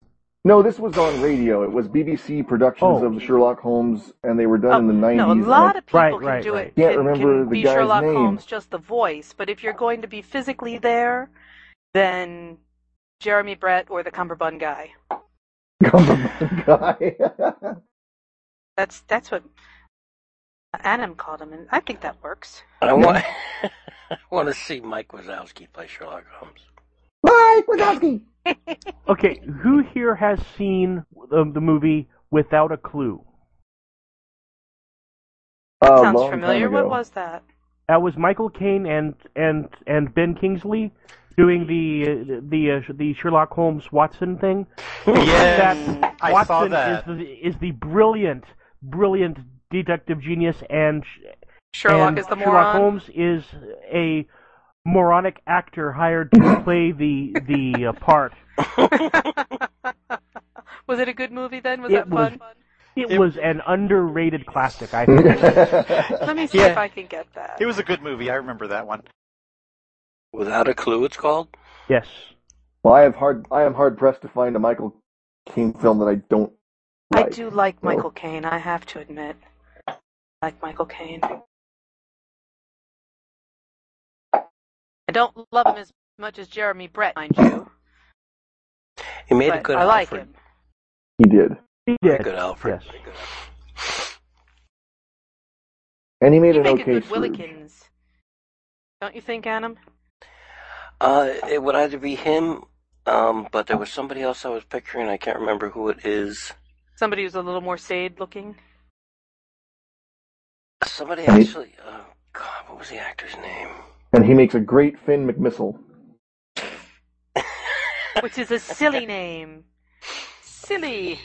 Speaker 5: No, this was on radio. It was BBC productions
Speaker 3: Oh.
Speaker 5: of the Sherlock Holmes, and they were done in the
Speaker 2: Oh,
Speaker 5: nineties.
Speaker 2: No, a lot
Speaker 5: (laughs)
Speaker 2: of people
Speaker 3: Right,
Speaker 2: can
Speaker 3: right,
Speaker 2: do
Speaker 3: right.
Speaker 2: it.
Speaker 5: Can't
Speaker 2: can,
Speaker 5: remember
Speaker 2: can
Speaker 5: the
Speaker 2: be
Speaker 5: guy's
Speaker 2: Sherlock
Speaker 5: name.
Speaker 2: Holmes, just the voice. But if you're going to be physically there, then Jeremy Brett or the Cumberbund guy.
Speaker 5: guy. (laughs)
Speaker 2: That's that's what Adam called him, and I think that works.
Speaker 4: I want (laughs) I want to see Mike Wazowski play Sherlock Holmes.
Speaker 5: Mike Wazowski.
Speaker 3: Okay, who here has seen the, the movie Without a Clue?
Speaker 5: Uh,
Speaker 2: Sounds
Speaker 5: long time
Speaker 2: familiar. What
Speaker 5: ago. (laughs)
Speaker 2: was that?
Speaker 3: That was Michael Caine and and and Ben Kingsley doing the uh, the uh, the Sherlock Holmes Watson thing.
Speaker 6: Yes,
Speaker 3: That
Speaker 6: I
Speaker 3: Watson
Speaker 6: saw that.
Speaker 3: is the, is the brilliant brilliant detective genius and
Speaker 2: Sherlock
Speaker 3: and
Speaker 2: is the
Speaker 3: Sherlock
Speaker 2: moron.
Speaker 3: Holmes is a moronic actor hired to play the the uh, part.
Speaker 2: (laughs) was it a good movie then? Was that
Speaker 3: It
Speaker 2: fun?
Speaker 3: It,
Speaker 6: It-
Speaker 3: was an underrated classic, I think.
Speaker 5: (laughs)
Speaker 2: Let me see
Speaker 6: Yeah.
Speaker 2: if I can get that.
Speaker 6: It was a good movie. I remember that one.
Speaker 4: Without a clue, it's called.
Speaker 3: yes.
Speaker 5: well, I have hard. I am hard pressed to find a Michael Caine film that I don't.
Speaker 2: I
Speaker 5: Like.
Speaker 2: do like
Speaker 5: No.
Speaker 2: Michael Caine. I have to admit, I like Michael Caine. I don't love him as much as Jeremy Brett, mind you,
Speaker 4: He made a
Speaker 2: but
Speaker 4: good
Speaker 2: I like
Speaker 4: Alfred.
Speaker 2: him.
Speaker 5: He did,
Speaker 3: He
Speaker 4: Made
Speaker 3: did.
Speaker 4: a good Alfred.
Speaker 3: Yes.
Speaker 5: and he made
Speaker 2: He'd
Speaker 5: an
Speaker 2: make
Speaker 5: okay.
Speaker 2: a good
Speaker 5: Scrooge.
Speaker 2: Willikins, don't you think, Adam?
Speaker 4: Uh, it would either be him, um, but there was somebody else I was picturing. I can't remember who it is.
Speaker 2: Somebody who's a little more sad looking.
Speaker 4: Somebody
Speaker 5: Right.
Speaker 4: actually. Oh God, what was the actor's name?
Speaker 5: and he makes a great Finn McMissile. (laughs)
Speaker 2: which is a silly name. Silly.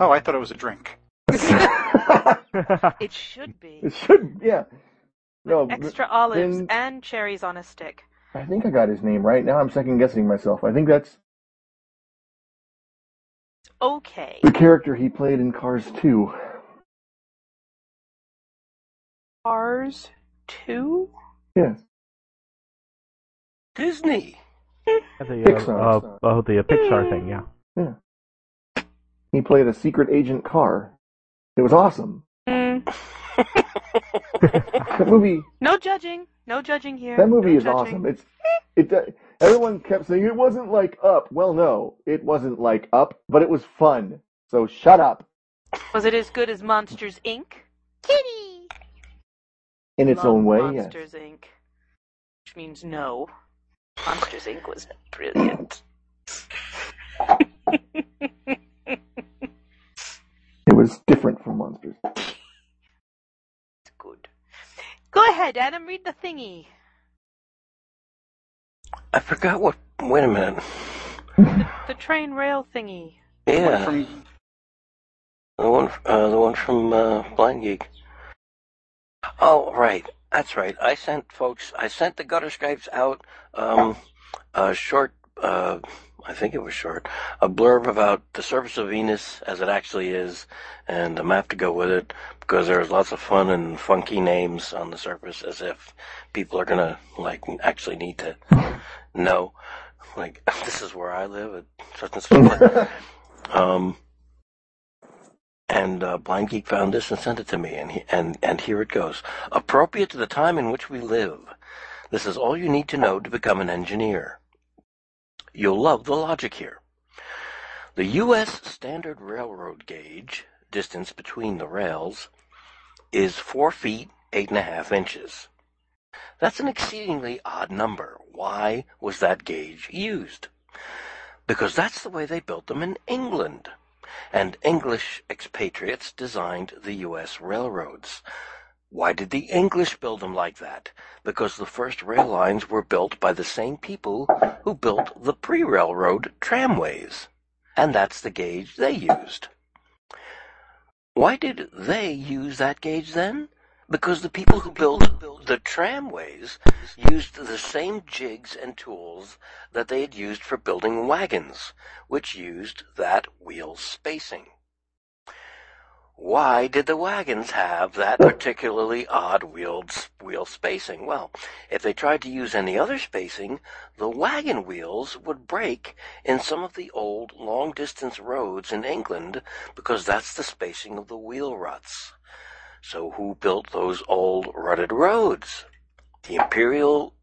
Speaker 6: Oh, I thought it was a drink.
Speaker 2: It should be.
Speaker 5: It should, yeah. No,
Speaker 2: Extra olives
Speaker 5: uh, then-
Speaker 2: and cherries on a stick.
Speaker 5: I think I got his name right. Now I'm second guessing myself. I think that's
Speaker 2: Okay.
Speaker 5: the character he played in Cars 2.
Speaker 2: Cars 2?
Speaker 5: Yeah.
Speaker 4: Disney.
Speaker 3: The, uh,
Speaker 5: Pixar.
Speaker 3: uh, oh, the uh, Pixar thing,
Speaker 4: (laughs)
Speaker 3: yeah.
Speaker 5: He played a secret agent car. It was awesome.
Speaker 2: Mm,
Speaker 5: That movie
Speaker 2: no judging. No judging here.
Speaker 5: that movie
Speaker 2: No
Speaker 5: is
Speaker 2: judging.
Speaker 5: awesome. It's it uh, Everyone kept saying it wasn't like up. Well, no, it wasn't like up, but it was fun. So shut up.
Speaker 2: Was it as good as Monsters Inc?
Speaker 7: Kitty!
Speaker 5: In its
Speaker 2: Love
Speaker 5: own way, yes.
Speaker 2: Monsters Inc. Which means no. Monsters Inc. was (laughs) brilliant.
Speaker 5: It was different from monsters.
Speaker 2: It's good. Go ahead, Adam. Read the thingy.
Speaker 4: I forgot what. Wait a minute.
Speaker 2: The train rail thingy.
Speaker 6: The one
Speaker 4: Yeah,
Speaker 6: from-
Speaker 4: the one, uh, the one from uh, Blind Geek. Oh, right. That's right. I sent folks. I sent the gutter skypes out. Um, a short. Uh, I think it was short. A blurb about the surface of Venus as it actually is, and a map to go with it, because there's lots of fun and funky names on the surface, as if people are gonna like actually need to know. Like (laughs) this is where I live at such and such. a place. Um, and uh, Blind Geek found this and sent it to me, and, he, and and here it goes. Appropriate to the time in which we live. This is all you need to know to become an engineer. You'll love the logic here. The U.S. standard railroad gauge distance between the rails is four feet eight and a half inches. That's an exceedingly odd number. Why was that gauge used? because that's the way they built them in England. And English expatriates designed the U.S. railroads. Why did the English build them like that? Because the first rail lines were built by the same people who built the pre railroad tramways. And that's the gauge they used. Why did they use that gauge then? Because the people who built the tramways used the same jigs and tools that they had used for building wagons, which used that wheel spacing. Why did the wagons have that particularly odd wheeled s- wheel spacing? Well, if they tried to use any other spacing, the wagon wheels would break in some of the old long distance roads in England because that's the spacing of the wheel ruts. So who built those old rutted roads? The imperial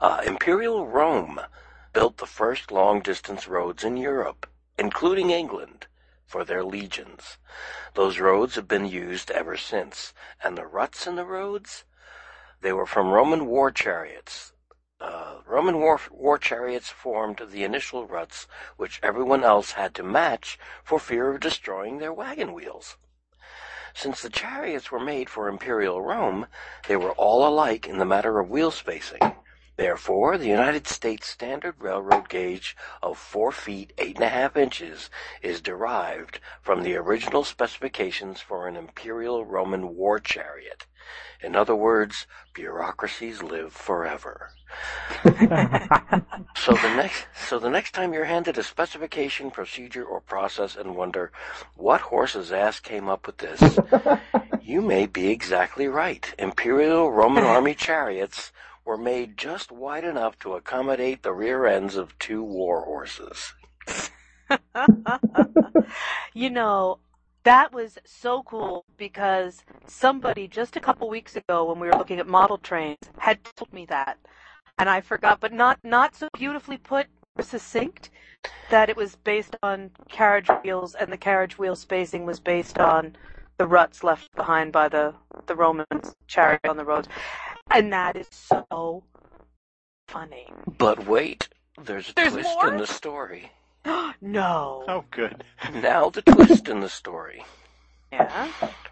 Speaker 4: uh, imperial Rome built the first long distance roads in Europe, including England, for their legions. Those roads have been used ever since, and the ruts in the roads, they were from Roman war chariots. Uh, Roman war, war chariots formed the initial ruts, which everyone else had to match for fear of destroying their wagon wheels. Since the chariots were made for imperial Rome, they were all alike in the matter of wheel spacing. Therefore, the United States standard railroad gauge of four feet eight and a half inches is derived from the original specifications for an imperial Roman war chariot. In other words, bureaucracies live forever. So the next, so the next time you're handed a specification, procedure, or process, and wonder what horse's ass came up with this, you may be exactly right. Imperial Roman army chariots were made just wide enough to accommodate the rear ends of two war horses.
Speaker 2: (laughs) you know, that was so cool because somebody just a couple weeks ago when we were looking at model trains had told me that. And I forgot, but not not so beautifully put or succinct that it was based on carriage wheels and the carriage wheel spacing was based on the ruts left behind by the, the Romans chariot on the roads. And that is so funny. (gasps)
Speaker 4: But wait, there's a
Speaker 2: There's
Speaker 4: twist
Speaker 2: more?
Speaker 4: in the story.
Speaker 2: no.
Speaker 6: Oh, good.
Speaker 4: Now the twist in the story.
Speaker 2: Yeah.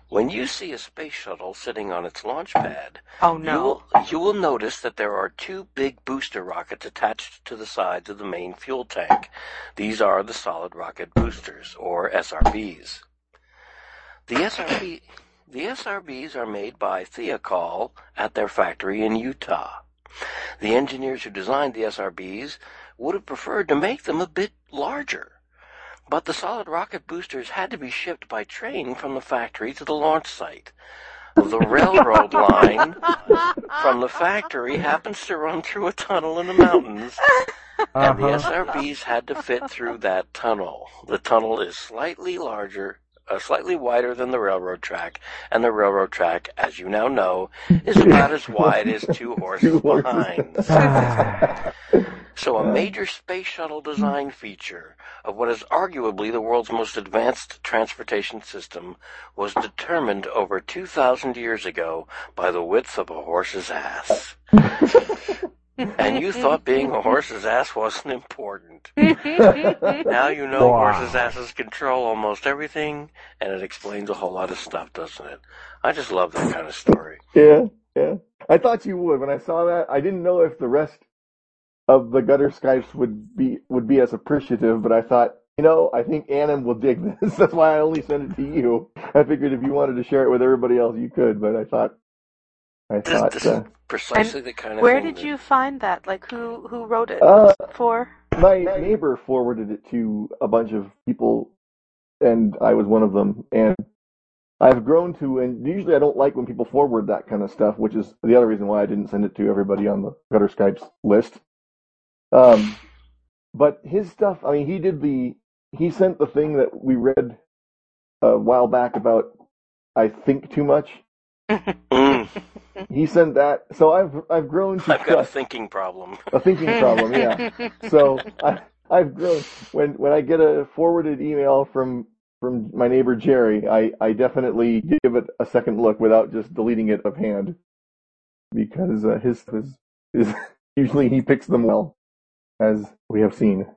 Speaker 4: When you see a space shuttle sitting on its launch pad,
Speaker 2: Oh
Speaker 4: You (laughs)
Speaker 2: no.
Speaker 4: will, you will notice that there are two big booster rockets attached to the sides of the main fuel tank. These are the solid rocket boosters, or SRBs. The SRB, the SRBs are made by Theocol at their factory in Utah. The engineers who designed the SRBs would have preferred to make them a bit larger. But the solid rocket boosters had to be shipped by train from the factory to the launch site.
Speaker 2: (laughs)
Speaker 4: The railroad line from the factory happens to run through a tunnel in the mountains, and the
Speaker 3: Uh-huh.
Speaker 4: SRBs had to fit through that tunnel. The tunnel is slightly larger, uh, slightly wider than the railroad track, and the railroad track, as you now know, is about as wide as two horses Ah.
Speaker 5: horses.
Speaker 3: Uh-huh.
Speaker 4: behind. So, a
Speaker 5: Yeah.
Speaker 4: major space shuttle design feature of what is arguably the world's most advanced transportation system was determined over 2,000 years ago by the width of a horse's ass. and you thought being a horse's ass wasn't important. Now you know
Speaker 3: Wow.
Speaker 4: horses' asses control almost everything, and it explains a whole lot of stuff, doesn't it? I just love that kind of story.
Speaker 5: Yeah, yeah. I thought you would. When I saw that, I didn't know if the rest of the gutter skypes would be would be as appreciative, but I thought, you know, I think Anim will dig (laughs) this. That's why I only sent it to you. I figured if you wanted to share it with everybody else, you could, but I thought, I
Speaker 4: This,
Speaker 5: thought,
Speaker 4: this
Speaker 5: uh,
Speaker 4: is precisely the kind of
Speaker 2: Where
Speaker 4: thing
Speaker 2: did
Speaker 4: that-
Speaker 2: you find that? Like, who who wrote it
Speaker 5: Uh,
Speaker 2: for?
Speaker 5: my neighbor forwarded it to a bunch of people, and I was one of them. And I've grown to, and usually I don't like when people forward that kind of stuff, which is the other reason why I didn't send it to everybody on the Gutter Skypes list. Um, but his stuff, I mean, he did the, he sent the thing that we read a while back about I think too much.
Speaker 4: Mm,
Speaker 5: He sent that, so I've I've grown to
Speaker 4: I've got a
Speaker 5: trust
Speaker 4: thinking problem. (laughs)
Speaker 5: a thinking problem. Yeah. so I, I've grown. When when I get a forwarded email from from my neighbor Jerry, I, I definitely give it a second look without just deleting it of hand, because uh, his, his is (laughs) usually he picks them well, as we have seen.
Speaker 2: (laughs)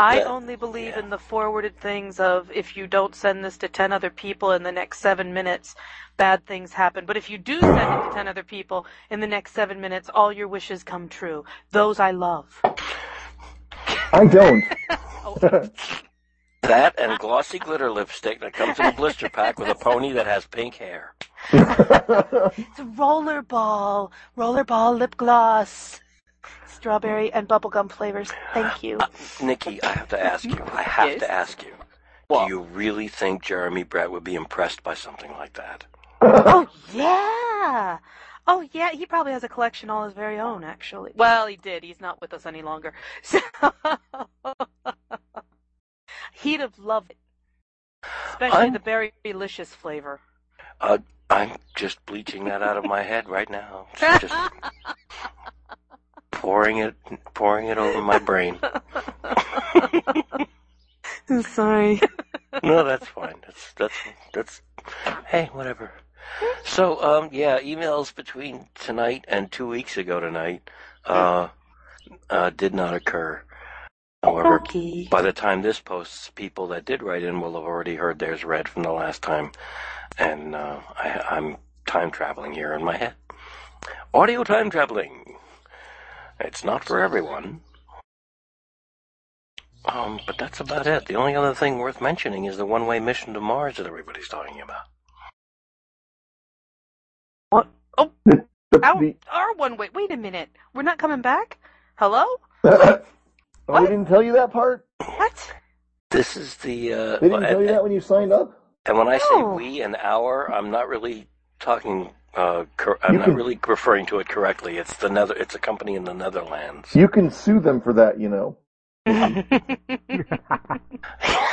Speaker 2: I
Speaker 4: Yeah.
Speaker 2: only believe
Speaker 4: Yeah.
Speaker 2: in the forwarded things of if you don't send this to 10 other people in the next seven minutes, bad things happen. But if you do send it to 10 other people in the next seven minutes, all your wishes come true. Those I love.
Speaker 5: I don't.
Speaker 4: That and glossy glitter lipstick that comes in a blister pack with a pony that has pink hair.
Speaker 2: It's rollerball, rollerball lip gloss, strawberry and bubblegum flavors. Thank you.
Speaker 4: Nikki, I have to ask you. I have
Speaker 2: Yes.
Speaker 4: to ask you.
Speaker 2: What?
Speaker 4: Do you really think Jeremy Brett would be impressed by something like that?
Speaker 2: Oh, yeah. Oh, yeah. He probably has a collection all his very own, actually. Well, he did. He's not with us any longer. (laughs) So he'd have loved it. Especially
Speaker 4: I'm-
Speaker 2: the berry delicious flavor.
Speaker 4: Uh, I'm just bleaching that out of my head right now.
Speaker 2: (laughs)
Speaker 4: Just, just pouring it, pouring it over my brain.
Speaker 2: I'm (laughs) sorry.
Speaker 4: No, that's fine. That's that's that's. Hey, whatever. So, um, yeah, emails between tonight and two weeks ago tonight, uh, uh, did not occur. However,
Speaker 2: Okay.
Speaker 4: by the time this posts, people that did write in will have already heard theirs read from the last time, and uh, I, I'm time traveling here in my head. Audio time traveling. It's not for everyone. Um, but that's about it. The only other thing worth mentioning is the one-way mission to Mars that everybody's talking about.
Speaker 2: What? Oh,
Speaker 5: The-
Speaker 2: out,
Speaker 5: the- (laughs)
Speaker 2: our one way. Wait a minute. We're not coming back? Hello?
Speaker 5: oh, they didn't tell you that part.
Speaker 2: What?
Speaker 4: This is the. Uh,
Speaker 5: They didn't tell you that when you signed up.
Speaker 4: And when I say
Speaker 2: No.
Speaker 4: we and our, I'm not really talking. Uh, cor- I'm
Speaker 5: You
Speaker 4: not
Speaker 5: can-
Speaker 4: really referring to it correctly. It's the nether. It's a company in the Netherlands.
Speaker 5: You can sue them for that, you know.
Speaker 4: (laughs)
Speaker 5: (laughs)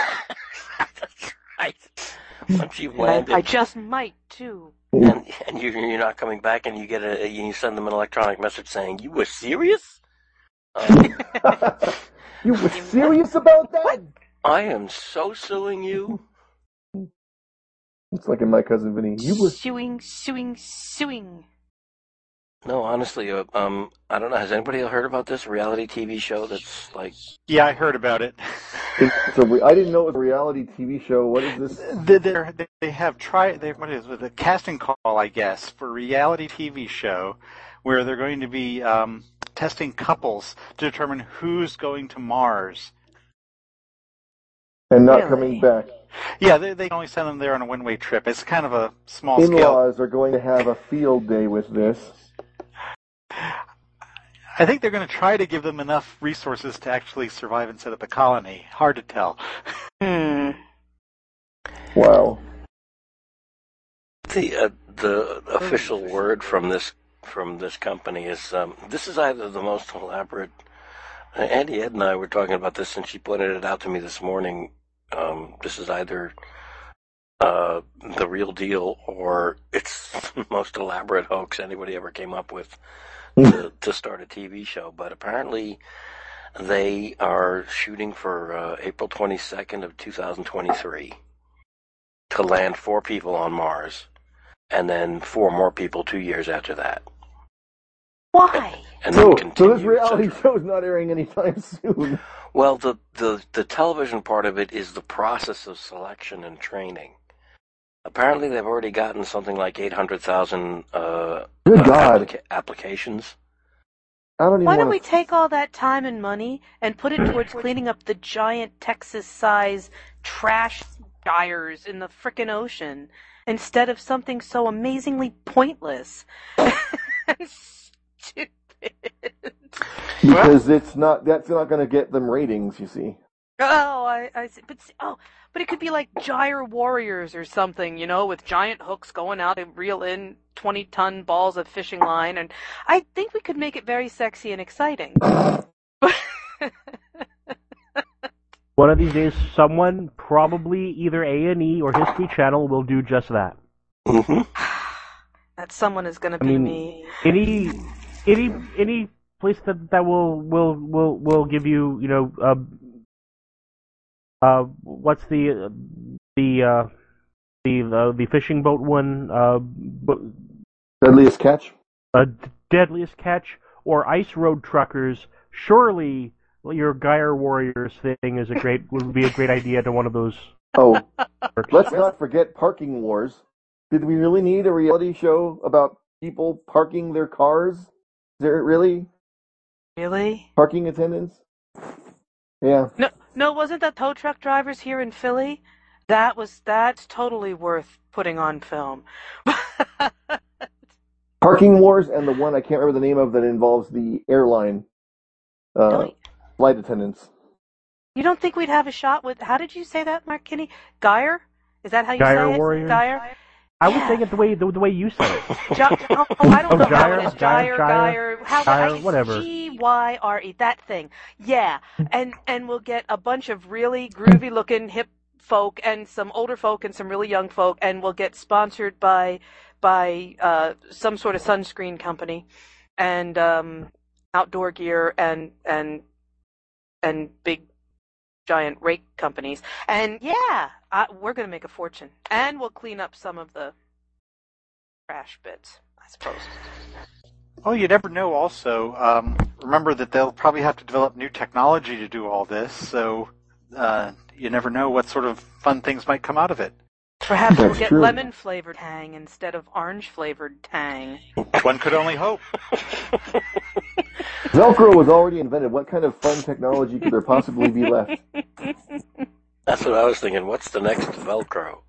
Speaker 4: That's right. Once you've
Speaker 2: I,
Speaker 4: landed,
Speaker 2: I just might, too.
Speaker 4: and, and you, you're not coming back, and you get a, you send them an electronic message saying you were serious. Um,
Speaker 5: you were serious about that?
Speaker 4: I am so suing you.
Speaker 5: It's like in my cousin Vinny. You were
Speaker 2: Suing, suing, suing.
Speaker 4: No, honestly, uh, um, I don't know. Has anybody heard about this reality TV show that's like
Speaker 6: Yeah, I heard about it.
Speaker 5: It's a re- I didn't know it was a reality TV show. What is this?
Speaker 6: They- (laughs) they're- they they have tried. They what is it? A casting call, I guess, for a reality TV show, where they're going to be um, testing couples to determine who's going to Mars.
Speaker 5: And not
Speaker 2: Really?
Speaker 5: coming back.
Speaker 6: Yeah, they, they can only send them there on a one-way trip. It's kind of a small
Speaker 5: In
Speaker 6: scale.
Speaker 5: laws are going to have a field day with this.
Speaker 6: I think they're going to try to give them enough resources to actually survive and set up a colony. Hard to tell.
Speaker 2: Hmm.
Speaker 5: Wow.
Speaker 4: the uh, the official word from this from this company is um, this is either the most elaborate. uh, Andy Ed and I were talking about this, and she pointed it out to me this morning. Um, this is either uh, the real deal or it's (laughs) the most elaborate hoax anybody ever came up with to, to start a TV show. But apparently, They are shooting for uh, April 22nd of 2023 to land four people on Mars, and then four more people two years after that,
Speaker 2: Why?
Speaker 4: and then
Speaker 5: So, so
Speaker 4: continue.
Speaker 5: this reality
Speaker 4: etc.
Speaker 5: show's not airing anytime (laughs) soon.
Speaker 4: Well, the, the the television part of it is the process of selection and training. Apparently, they've already gotten something like 800,000 uh,
Speaker 5: Good
Speaker 4: uh,
Speaker 5: God.
Speaker 4: applica- applications.
Speaker 5: I don't even
Speaker 2: Why don't
Speaker 5: want
Speaker 2: we
Speaker 5: to.
Speaker 2: take all that time and money and put it towards cleaning up the giant Texas size trash gyres in the frickin' ocean instead of something so amazingly pointless (laughs) and stupid?
Speaker 5: Because it's not, that's not going to get them ratings, you see.
Speaker 2: Oh, I, I see. But see- oh, but it could be like gyre warriors or something, you know, with giant hooks going out and reel in twenty-ton balls of fishing line, and I think we could make it very sexy and exciting. (laughs)
Speaker 3: One of these days, someone, probably either A and E or History Channel, will do just that.
Speaker 4: hmm
Speaker 5: Mm-hmm.
Speaker 2: That someone is going to
Speaker 3: I
Speaker 2: be
Speaker 3: mean,
Speaker 2: me.
Speaker 3: any any any place that that will will will will give you you know uh, uh what's the uh, the uh the uh, the fishing boat one uh, bo-
Speaker 5: Deadliest catch?
Speaker 3: uh deadliest catch or ice road truckers surely your gyre warriors thing is a great would be a great idea to one of those
Speaker 2: (laughs)
Speaker 5: Oh,
Speaker 3: works.
Speaker 5: let's not forget parking wars. Did we really need a reality show about people parking their cars? Is there really
Speaker 2: Really?
Speaker 5: parking attendants? Yeah.
Speaker 2: No, no, wasn't that tow truck drivers here in Philly? That was that's totally worth putting on film. (laughs)
Speaker 3: Uh,
Speaker 5: Parking Wars and the one I can't remember the name of that involves the airline uh,
Speaker 2: Don't
Speaker 5: flight attendants.
Speaker 2: you don't think we'd have a shot with? How did you say that, Mark Kinney? Geyer? Is that how you
Speaker 3: Gyre
Speaker 2: say it? (laughs)
Speaker 3: warriors?
Speaker 2: Geyer?
Speaker 3: I was saying it the way the, the way you said it.
Speaker 2: Gi- oh, oh, I don't
Speaker 3: Oh,
Speaker 2: know how
Speaker 3: gyre,
Speaker 2: it is. Gyre,
Speaker 3: gyre, gyre,
Speaker 2: gyre, how
Speaker 3: gyre,
Speaker 2: I-
Speaker 3: whatever.
Speaker 2: G-Y-R-E, E, that thing. Yeah, and and we'll get a bunch of really groovy looking hip folk and some older folk and some really young folk, and we'll get sponsored by by uh, some sort of sunscreen company and um, outdoor gear and and and big giant rake companies. And yeah, I, we're gonna make a fortune, and we'll clean up some of the trash bits, I suppose.
Speaker 6: Well, you never know. Also, um, remember that they'll probably have to develop new technology to do all this. So uh, you never know what sort of fun things might come out of it.
Speaker 2: Perhaps we'll
Speaker 5: That's
Speaker 2: get
Speaker 5: true.
Speaker 2: lemon flavored tang instead of orange flavored tang.
Speaker 6: One could only hope.
Speaker 5: Velcro was already invented. What kind of fun technology could there possibly be
Speaker 2: (laughs)
Speaker 5: left?
Speaker 4: That's what I was thinking. What's the next
Speaker 5: (laughs)
Speaker 4: Velcro?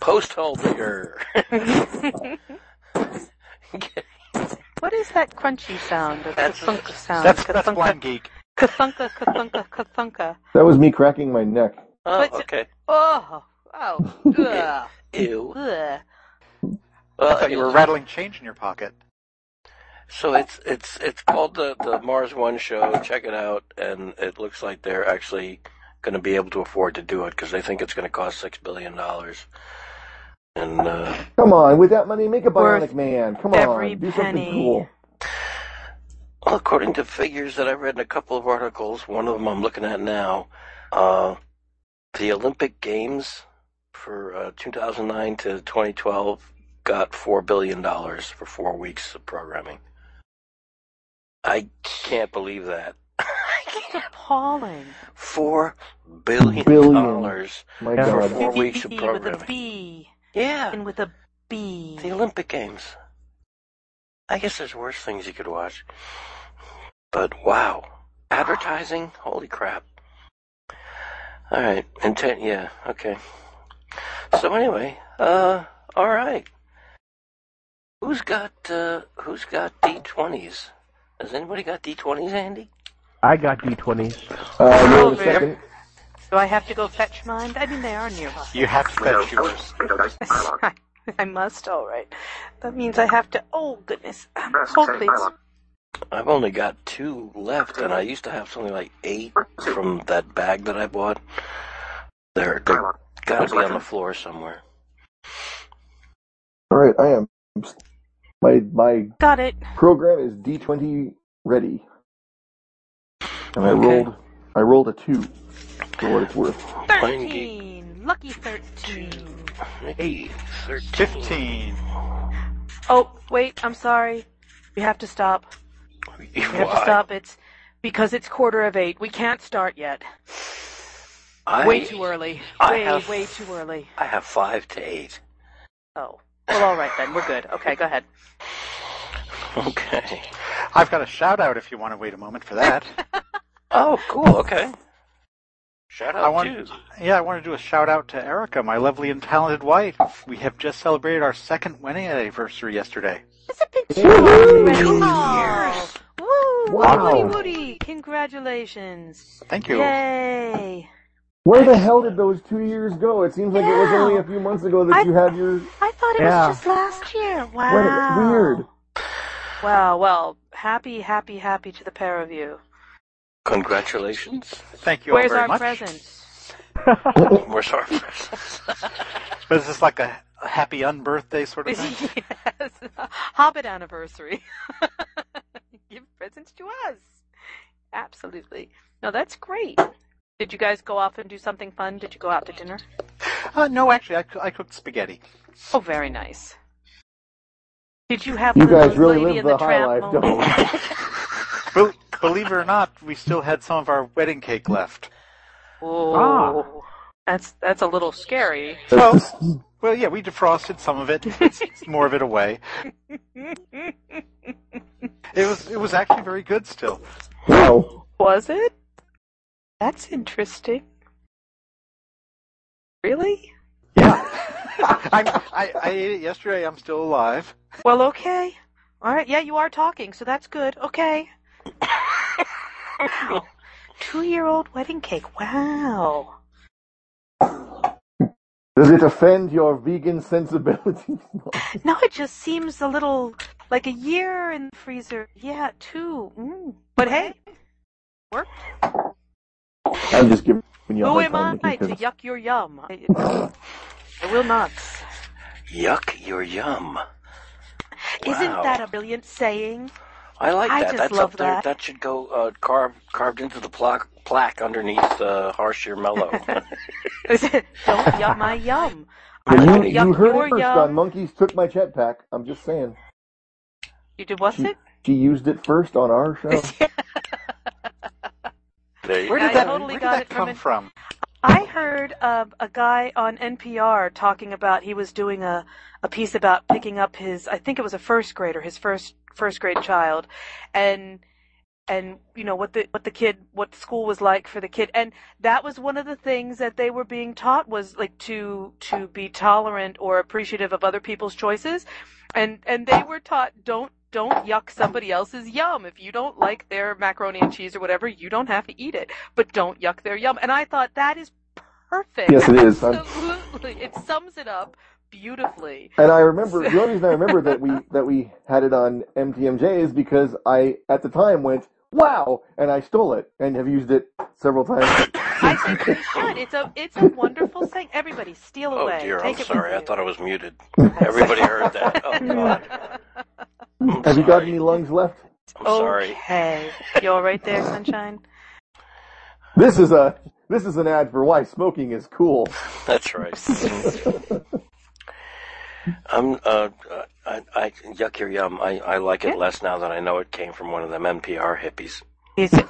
Speaker 4: Post hole digger. (laughs)
Speaker 2: What is that crunchy sound? A
Speaker 4: That's-
Speaker 2: kathunka sound.
Speaker 6: That's that's
Speaker 2: kathunka,
Speaker 6: blind geek.
Speaker 2: kathunka, kathunka, kathunka.
Speaker 5: That was me cracking my neck.
Speaker 4: oh,
Speaker 2: But-
Speaker 4: okay.
Speaker 2: Oh, oh, ugh,
Speaker 4: Ew.
Speaker 2: ugh.
Speaker 6: I
Speaker 4: Well,
Speaker 6: thought you were rattling change in your pocket.
Speaker 4: So it's it's it's called the the Mars One show. Check it out, and it looks like they're actually going to be able to afford to do it because they think it's going to cost six billion dollars. And uh,
Speaker 5: Come on, with that money, make a
Speaker 2: Worth
Speaker 5: bionic man. Come
Speaker 2: every
Speaker 5: on, do something
Speaker 2: penny.
Speaker 5: cool.
Speaker 4: well, according to figures that I read in a couple of articles, one of them I'm looking at now, uh, the Olympic Games for uh, 2009 to 2012 got four billion dollars for four weeks of programming. I can't believe that.
Speaker 2: It's appalling.
Speaker 4: Four billion
Speaker 5: Billion.
Speaker 4: dollars
Speaker 5: My
Speaker 3: Yeah.
Speaker 4: for
Speaker 5: God.
Speaker 4: four weeks of
Speaker 2: B with a
Speaker 4: programming.
Speaker 2: B
Speaker 4: Yeah,
Speaker 2: and with a B.
Speaker 4: the Olympic Games. I guess there's worse things you could watch, but wow, advertising! Holy crap! All right, intent. Yeah, okay. So anyway, uh, all right. Who's got uh, who's got D20s? Has anybody got D20s, Andy?
Speaker 3: I got D20s.
Speaker 5: Uh, wait
Speaker 2: Oh,
Speaker 5: a second.
Speaker 2: Do I have to go fetch mine? I mean, they are nearby.
Speaker 6: You have to fetch yours.
Speaker 2: I, (laughs) I must, all right. That means I have to. Oh, goodness. Um, Hold, please.
Speaker 4: I've only got two left, and I used to have something like eight from that bag that I bought. They're, they're gotta be on the floor somewhere.
Speaker 5: All right, I am. My my
Speaker 2: Got it.
Speaker 5: program is D20 ready. and I
Speaker 4: Okay.
Speaker 5: rolled I rolled a two for what it's worth.
Speaker 4: Playing geek.
Speaker 2: Thirteen, lucky thirteen.
Speaker 4: Mickey, 13.
Speaker 6: 15.
Speaker 2: Oh wait, I'm sorry. We have to stop. We have to
Speaker 4: Why?
Speaker 2: stop. It's because it's quarter of eight. We can't start yet.
Speaker 4: I,
Speaker 2: way too early.
Speaker 4: I
Speaker 2: way,
Speaker 4: have-
Speaker 2: way too early.
Speaker 4: I have five to eight.
Speaker 2: Oh. Well, all right then. We're good. Okay, go ahead.
Speaker 4: Okay.
Speaker 6: I've got a shout out if you want to wait a moment for that.
Speaker 4: Oh, cool. Okay. Shout out
Speaker 6: I want-
Speaker 4: to
Speaker 6: yeah, I want to do a shout out to Erica, my lovely and talented wife. We have just celebrated our second wedding anniversary yesterday.
Speaker 2: It's a big
Speaker 5: Woo!
Speaker 2: Oh. Woo!
Speaker 5: Wow.
Speaker 2: Woody Woody! Congratulations!
Speaker 6: Thank you.
Speaker 2: Yay!
Speaker 5: Where the hell did those two years go? It seems like it was
Speaker 2: Yeah.
Speaker 5: only a few months ago that
Speaker 2: I-
Speaker 5: you had your.
Speaker 2: I thought it
Speaker 3: Yeah.
Speaker 2: was just last year. Wow. (laughs)
Speaker 5: What weird.
Speaker 2: Wow, well, happy, happy, happy to the pair of you.
Speaker 4: congratulations.
Speaker 6: Thank you
Speaker 2: Where's
Speaker 6: all very
Speaker 2: our
Speaker 6: much.
Speaker 2: presents?
Speaker 4: Where's our
Speaker 2: (laughs)
Speaker 4: presents?
Speaker 6: But is this like a, a happy unbirthday sort of thing?
Speaker 2: yes. (laughs) Hobbit anniversary. (laughs) Give presents to us. Absolutely. No, that's great. Did you guys go off and do something fun? Did you go out to dinner?
Speaker 6: Uh, no, actually, I, coo- I cooked spaghetti.
Speaker 2: Oh, very nice. Did you have
Speaker 5: You
Speaker 2: the
Speaker 5: guys really
Speaker 2: lady in
Speaker 5: live the high
Speaker 2: tramp
Speaker 5: life, don't
Speaker 2: moment?
Speaker 5: you?
Speaker 6: Bel believe it or not, we still had some of our wedding cake left.
Speaker 2: (laughs) Oh, that's that's a little scary. (laughs)
Speaker 6: Well, well, yeah, we defrosted some of it, It's more of it away. It was it was actually very good still.
Speaker 5: Wow.
Speaker 2: Was it? That's interesting. Really?
Speaker 5: (laughs)
Speaker 6: Yeah, I'm, I I ate it yesterday. I'm still alive.
Speaker 2: Well, okay. All right. Yeah, you are talking, so that's good.
Speaker 5: (laughs)
Speaker 2: Okay. wow. Two-year-old wedding cake. Wow.
Speaker 5: Does it offend your vegan sensibilities? (laughs)
Speaker 2: Now it just seems a little like a year in the freezer. Yeah, two. Mm. But hey, work.
Speaker 5: I'm just giving you a
Speaker 2: Who
Speaker 5: hard
Speaker 2: am
Speaker 5: time,
Speaker 2: I
Speaker 5: Nikki,
Speaker 2: to
Speaker 5: 'cause-
Speaker 2: yuck your yum?
Speaker 5: (laughs)
Speaker 2: I, I will not.
Speaker 4: Yuck, you're yum.
Speaker 2: Isn't that a brilliant saying? (laughs)
Speaker 4: I like
Speaker 2: I
Speaker 4: that.
Speaker 2: just
Speaker 4: That's
Speaker 2: love
Speaker 4: up there.
Speaker 2: that.
Speaker 4: That, should go uh, carved carved into the plaque plaque underneath uh, Harsher
Speaker 2: (laughs)
Speaker 4: Mellow.
Speaker 2: Don't yuck my yum. I
Speaker 5: Yeah,
Speaker 2: won't
Speaker 5: you,
Speaker 2: yuck
Speaker 5: you heard
Speaker 2: your
Speaker 5: it first
Speaker 2: yum.
Speaker 5: on Monkeys Took My Chet Pack. I'm just saying.
Speaker 2: You did what's it?
Speaker 5: She used it first on our
Speaker 2: (laughs)
Speaker 5: show.
Speaker 4: There you
Speaker 6: Where
Speaker 4: go.
Speaker 6: did
Speaker 2: I
Speaker 6: that
Speaker 2: totally
Speaker 6: where
Speaker 2: got
Speaker 6: did that
Speaker 2: it from
Speaker 6: come
Speaker 2: an-
Speaker 6: from?
Speaker 2: I heard uh, a guy on NPR talking about he was doing a, a piece about picking up his I think it was a first grader, his first first grade child, and and you know what the what the kid what school was like for the kid, and that was one of the things that they were being taught was like to to be tolerant or appreciative of other people's choices, and and they were taught don't. Don't yuck somebody else's yum. If you don't like their macaroni and cheese or whatever, you don't have to eat it. But don't yuck their yum. And I thought that is perfect.
Speaker 5: Yes, it is. I'm-
Speaker 2: Absolutely. It sums it up beautifully.
Speaker 5: And I remember the only reason I remember that we that we had it on MTMJ is because I at the time went wow and I stole it and have used it several times.
Speaker 2: I think you should. It's a it's a wonderful thing. Everybody steal
Speaker 4: Oh
Speaker 2: away.
Speaker 4: dear,
Speaker 2: Take
Speaker 4: I'm
Speaker 2: it
Speaker 4: sorry. I
Speaker 2: With
Speaker 4: thought I
Speaker 2: (laughs)
Speaker 4: was muted. (laughs) Everybody heard that. Oh God. I'm
Speaker 5: Have you got
Speaker 4: sorry.
Speaker 5: any lungs left?
Speaker 4: I'm
Speaker 2: you. (laughs)
Speaker 4: sorry.
Speaker 2: Okay. You all right there, sunshine?
Speaker 5: This is a this is an ad for why smoking is cool.
Speaker 4: That's right. I'm uh, uh, I, I yuck your yum. I, I like it
Speaker 2: Yeah.
Speaker 4: less now that I know it came from one of them NPR
Speaker 2: (laughs)
Speaker 4: hippies. (laughs)
Speaker 2: Is
Speaker 5: (laughs)
Speaker 2: it?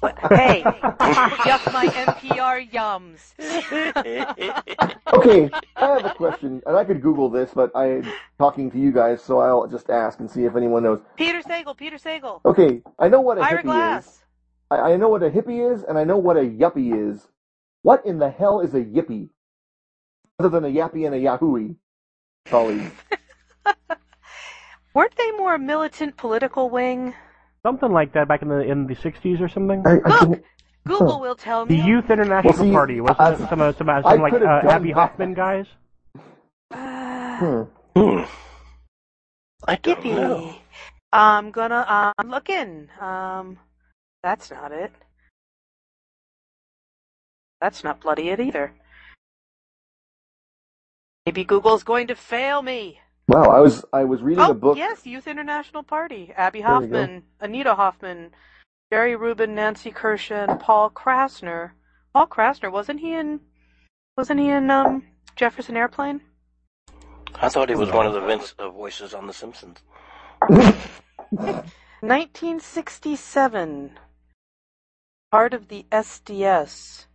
Speaker 2: What? Hey, yuck my NPR yums.
Speaker 4: Hmm.
Speaker 5: Okay, I have a question and I could Google this, but I'm talking to you guys, so I'll just ask and see if anyone knows.
Speaker 2: Peter Sagal, Peter Sagal.
Speaker 5: Okay, I know Oh, what a
Speaker 2: Ira
Speaker 5: hippie is.
Speaker 2: Glass.
Speaker 5: I, I know what a hippie is, and I know what a yuppie is. What in the hell is a yippie? Other than a yappy and a yahooey colleague.
Speaker 2: Weren't they more a militant political wing?
Speaker 3: Something like that back in the in the 60s or something.
Speaker 5: I, I,
Speaker 2: Look,
Speaker 5: think-
Speaker 2: Google will tell
Speaker 3: The
Speaker 2: me.
Speaker 3: Youth International
Speaker 5: Well, see,
Speaker 3: Party wasn't
Speaker 5: I-
Speaker 3: it some uh, some, uh,
Speaker 5: I
Speaker 3: some like
Speaker 5: could've
Speaker 3: uh,
Speaker 5: done
Speaker 3: Abby
Speaker 5: that.
Speaker 3: Hoffman guys?
Speaker 5: hmm.
Speaker 4: Hmm. I don't know.
Speaker 2: Yippee. I'm gonna, uh, I'm looking. Um, that's not it. That's not bloody it either. Maybe Google's going to fail me.
Speaker 5: Wow, I was I was reading
Speaker 2: oh,
Speaker 5: a book.
Speaker 2: yes, Youth International Party. Abby
Speaker 5: There we go.
Speaker 2: Hoffman, Anita Hoffman, Jerry Rubin, Nancy Kershon, Paul Krasner. Paul Krasner wasn't he in? Wasn't he in um, Jefferson Airplane?
Speaker 4: I thought he was one of the Vince, uh, voices on The Simpsons.
Speaker 2: 1967. Part of the SDS,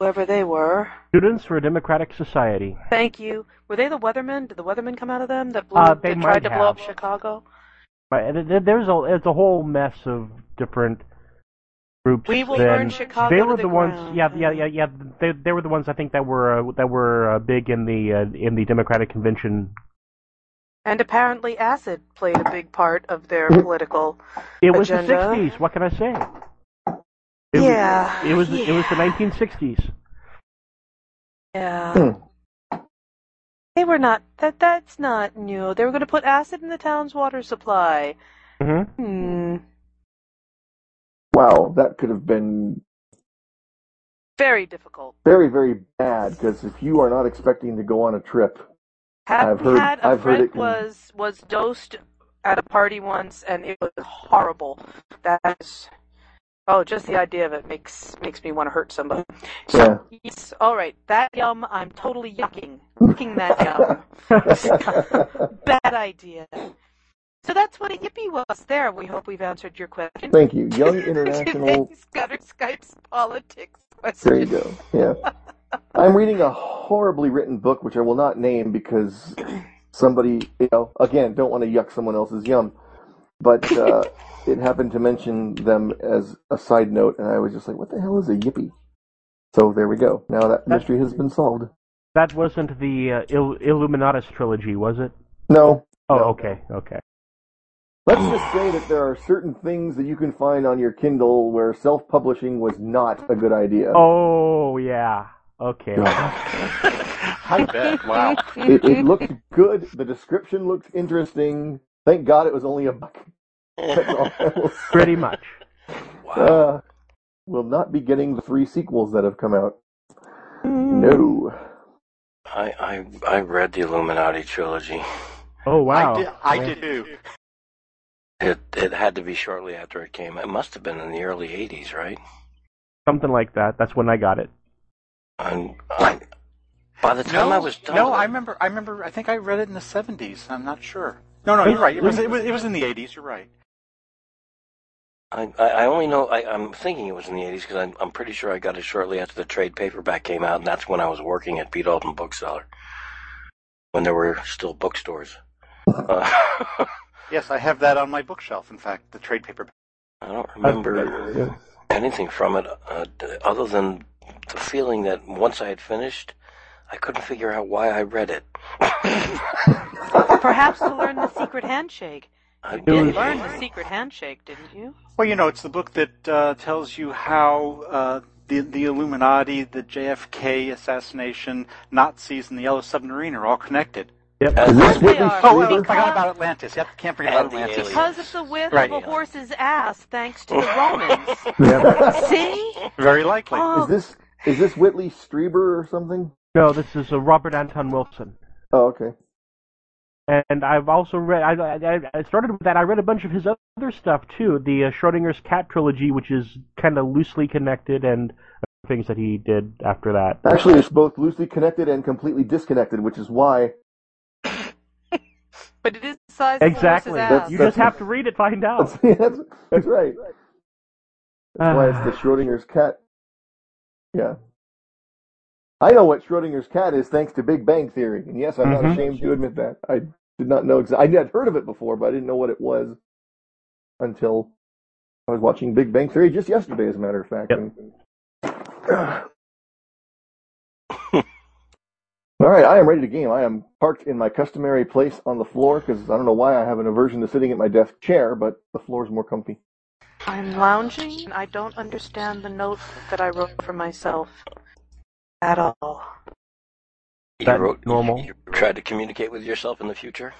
Speaker 2: whoever they were.
Speaker 3: Students for a Democratic Society.
Speaker 2: Thank you. Were they the Weathermen? Did the Weathermen come out of them that blew?
Speaker 3: Uh, they
Speaker 2: that
Speaker 3: might
Speaker 2: tried to blow up
Speaker 3: have.
Speaker 2: Chicago.
Speaker 3: Right, and th- uh, there's a it's a whole mess of different groups.
Speaker 2: We will
Speaker 3: then.
Speaker 2: burn Chicago
Speaker 3: They
Speaker 2: to
Speaker 3: were
Speaker 2: the
Speaker 3: the ones.
Speaker 2: ground.
Speaker 3: Yeah, yeah, yeah, yeah. They they were the ones I think that were uh, that were uh, big in the uh, in the Democratic convention.
Speaker 2: And apparently, acid played a big part of their political.
Speaker 3: It was
Speaker 2: Agenda.
Speaker 3: the 60s. What can I say? It
Speaker 2: Yeah,
Speaker 3: Was, it was it was the
Speaker 2: yeah.
Speaker 3: 1960s.
Speaker 2: Yeah.
Speaker 3: Hmm.
Speaker 2: They were not. That that's not new. They were going to put acid in the town's water supply.
Speaker 3: Mm-hmm.
Speaker 2: Hmm.
Speaker 5: Wow, that could have been
Speaker 2: Very difficult.
Speaker 5: very, very bad because if you are not expecting to go on a trip,
Speaker 2: Had,
Speaker 5: I've heard-
Speaker 2: had a
Speaker 5: I've heard
Speaker 2: friend
Speaker 5: it can-
Speaker 2: was was dosed at a party once, and it was horrible. That's oh, just the idea of it makes makes me want to hurt somebody.
Speaker 5: (laughs)
Speaker 2: So, yes, all right, that yum. I'm totally yucking, yucking that yum.
Speaker 5: (laughs)
Speaker 2: Bad idea. So that's what a yippee was. There, we hope we've answered your question.
Speaker 5: (laughs) Thank you. Young International.
Speaker 2: (laughs) Today's Gutter Skype's politics question.
Speaker 5: There you go. Yeah. I'm reading a horribly written book, which I will not name because somebody, you know, again, don't want to yuck someone else's yum. But (laughs) uh, it happened to mention them as a side note, and I was just like, what the hell is a yippie? So there we go. Now that mystery has been solved.
Speaker 3: That wasn't the uh, Ill- Illuminatus trilogy, was it?
Speaker 5: No.
Speaker 3: Oh,
Speaker 5: No.
Speaker 3: okay, okay.
Speaker 5: Let's just say that there are certain things that you can find on your Kindle where self publishing was not a good idea.
Speaker 3: Oh, yeah. Okay.
Speaker 2: (laughs)
Speaker 6: I bet. Wow.
Speaker 5: It, it looked good. The description looked interesting. Thank God it was only a (laughs) buck. That's all I will say.
Speaker 3: Pretty much.
Speaker 4: Wow.
Speaker 5: Uh, will not be getting the three sequels that have come out. No.
Speaker 4: I, I I read the Illuminati trilogy.
Speaker 3: Oh, wow.
Speaker 6: I, did, I did too.
Speaker 4: It it had to be shortly after it came. It must have been in the early '80s, right?
Speaker 3: Something like that. That's when I got it.
Speaker 4: And I, by the time
Speaker 6: No,
Speaker 4: I was done,
Speaker 6: no,
Speaker 4: with it-
Speaker 6: I remember. I remember. I think I read it in the seventies. I'm not sure. No, no, you're right. It was. It was, it was in the eighties. You're right.
Speaker 4: I, I I only know I, I'm thinking it was in the 80s because I'm, I'm pretty sure I got it shortly after the trade paperback came out, and that's when I was working at Pete Alton Bookseller when there were still bookstores. Uh, (laughs)
Speaker 6: Yes, I have that on my bookshelf. In fact, the trade paper.
Speaker 4: I don't remember anything from it uh, d- other than the feeling that once I had finished, I couldn't figure out why I read it. (laughs)
Speaker 2: Perhaps to learn the secret handshake.
Speaker 4: I,
Speaker 3: It
Speaker 2: You
Speaker 3: was-
Speaker 2: learned the secret handshake, didn't you?
Speaker 6: Well, you know, it's the book that uh, tells you how uh, the the Illuminati, the JFK assassination, Nazis, and the Yellow Submarine are all connected.
Speaker 3: Yep.
Speaker 4: and,
Speaker 5: This
Speaker 2: They
Speaker 5: Whitney
Speaker 2: are.
Speaker 6: Oh, well, I
Speaker 5: Strieber?
Speaker 6: forgot about Atlantis. Yep, can't forget about
Speaker 4: And the
Speaker 6: Atlantis.
Speaker 4: alien.
Speaker 2: Because of the width
Speaker 6: Right.
Speaker 2: of a horse's ass, thanks to the Romans. See?
Speaker 6: Very likely.
Speaker 5: Is
Speaker 2: Oh,
Speaker 5: this is this Whitley Strieber or something?
Speaker 3: No, this is uh, Robert Anton Wilson.
Speaker 5: Oh, okay.
Speaker 3: And I've also read. I, I, I started with that. I read a bunch of his other stuff too. The uh, Schrodinger's Cat trilogy, which is kind of loosely connected, and things that he did after that.
Speaker 5: Actually, it's both loosely connected and completely disconnected, which is why
Speaker 2: but it is the size
Speaker 3: Exactly.
Speaker 2: of a horse's ass.
Speaker 3: You just have to read it, find out.
Speaker 5: that's, (laughs) that's, that's right. That's why it's the
Speaker 3: Ah.
Speaker 5: Schrodinger's cat. Yeah. I know what Schrodinger's cat is thanks to Big Bang Theory. And yes, I'm
Speaker 3: Mhm.
Speaker 5: not ashamed to admit that. I did not know exactly. I had heard of it before, but I didn't know what it was until I was watching Big Bang Theory just yesterday, as a matter of fact.
Speaker 3: Yep.
Speaker 5: And- (sighs) All right, I am ready to game. I am parked in my customary place on the floor because I don't know why I have an aversion to sitting at my desk chair, but the floor is more comfy.
Speaker 2: I'm lounging, and I don't understand the note that I wrote for myself at all.
Speaker 4: you
Speaker 3: That
Speaker 4: wrote,
Speaker 3: normal?
Speaker 4: You tried to communicate with yourself in the future.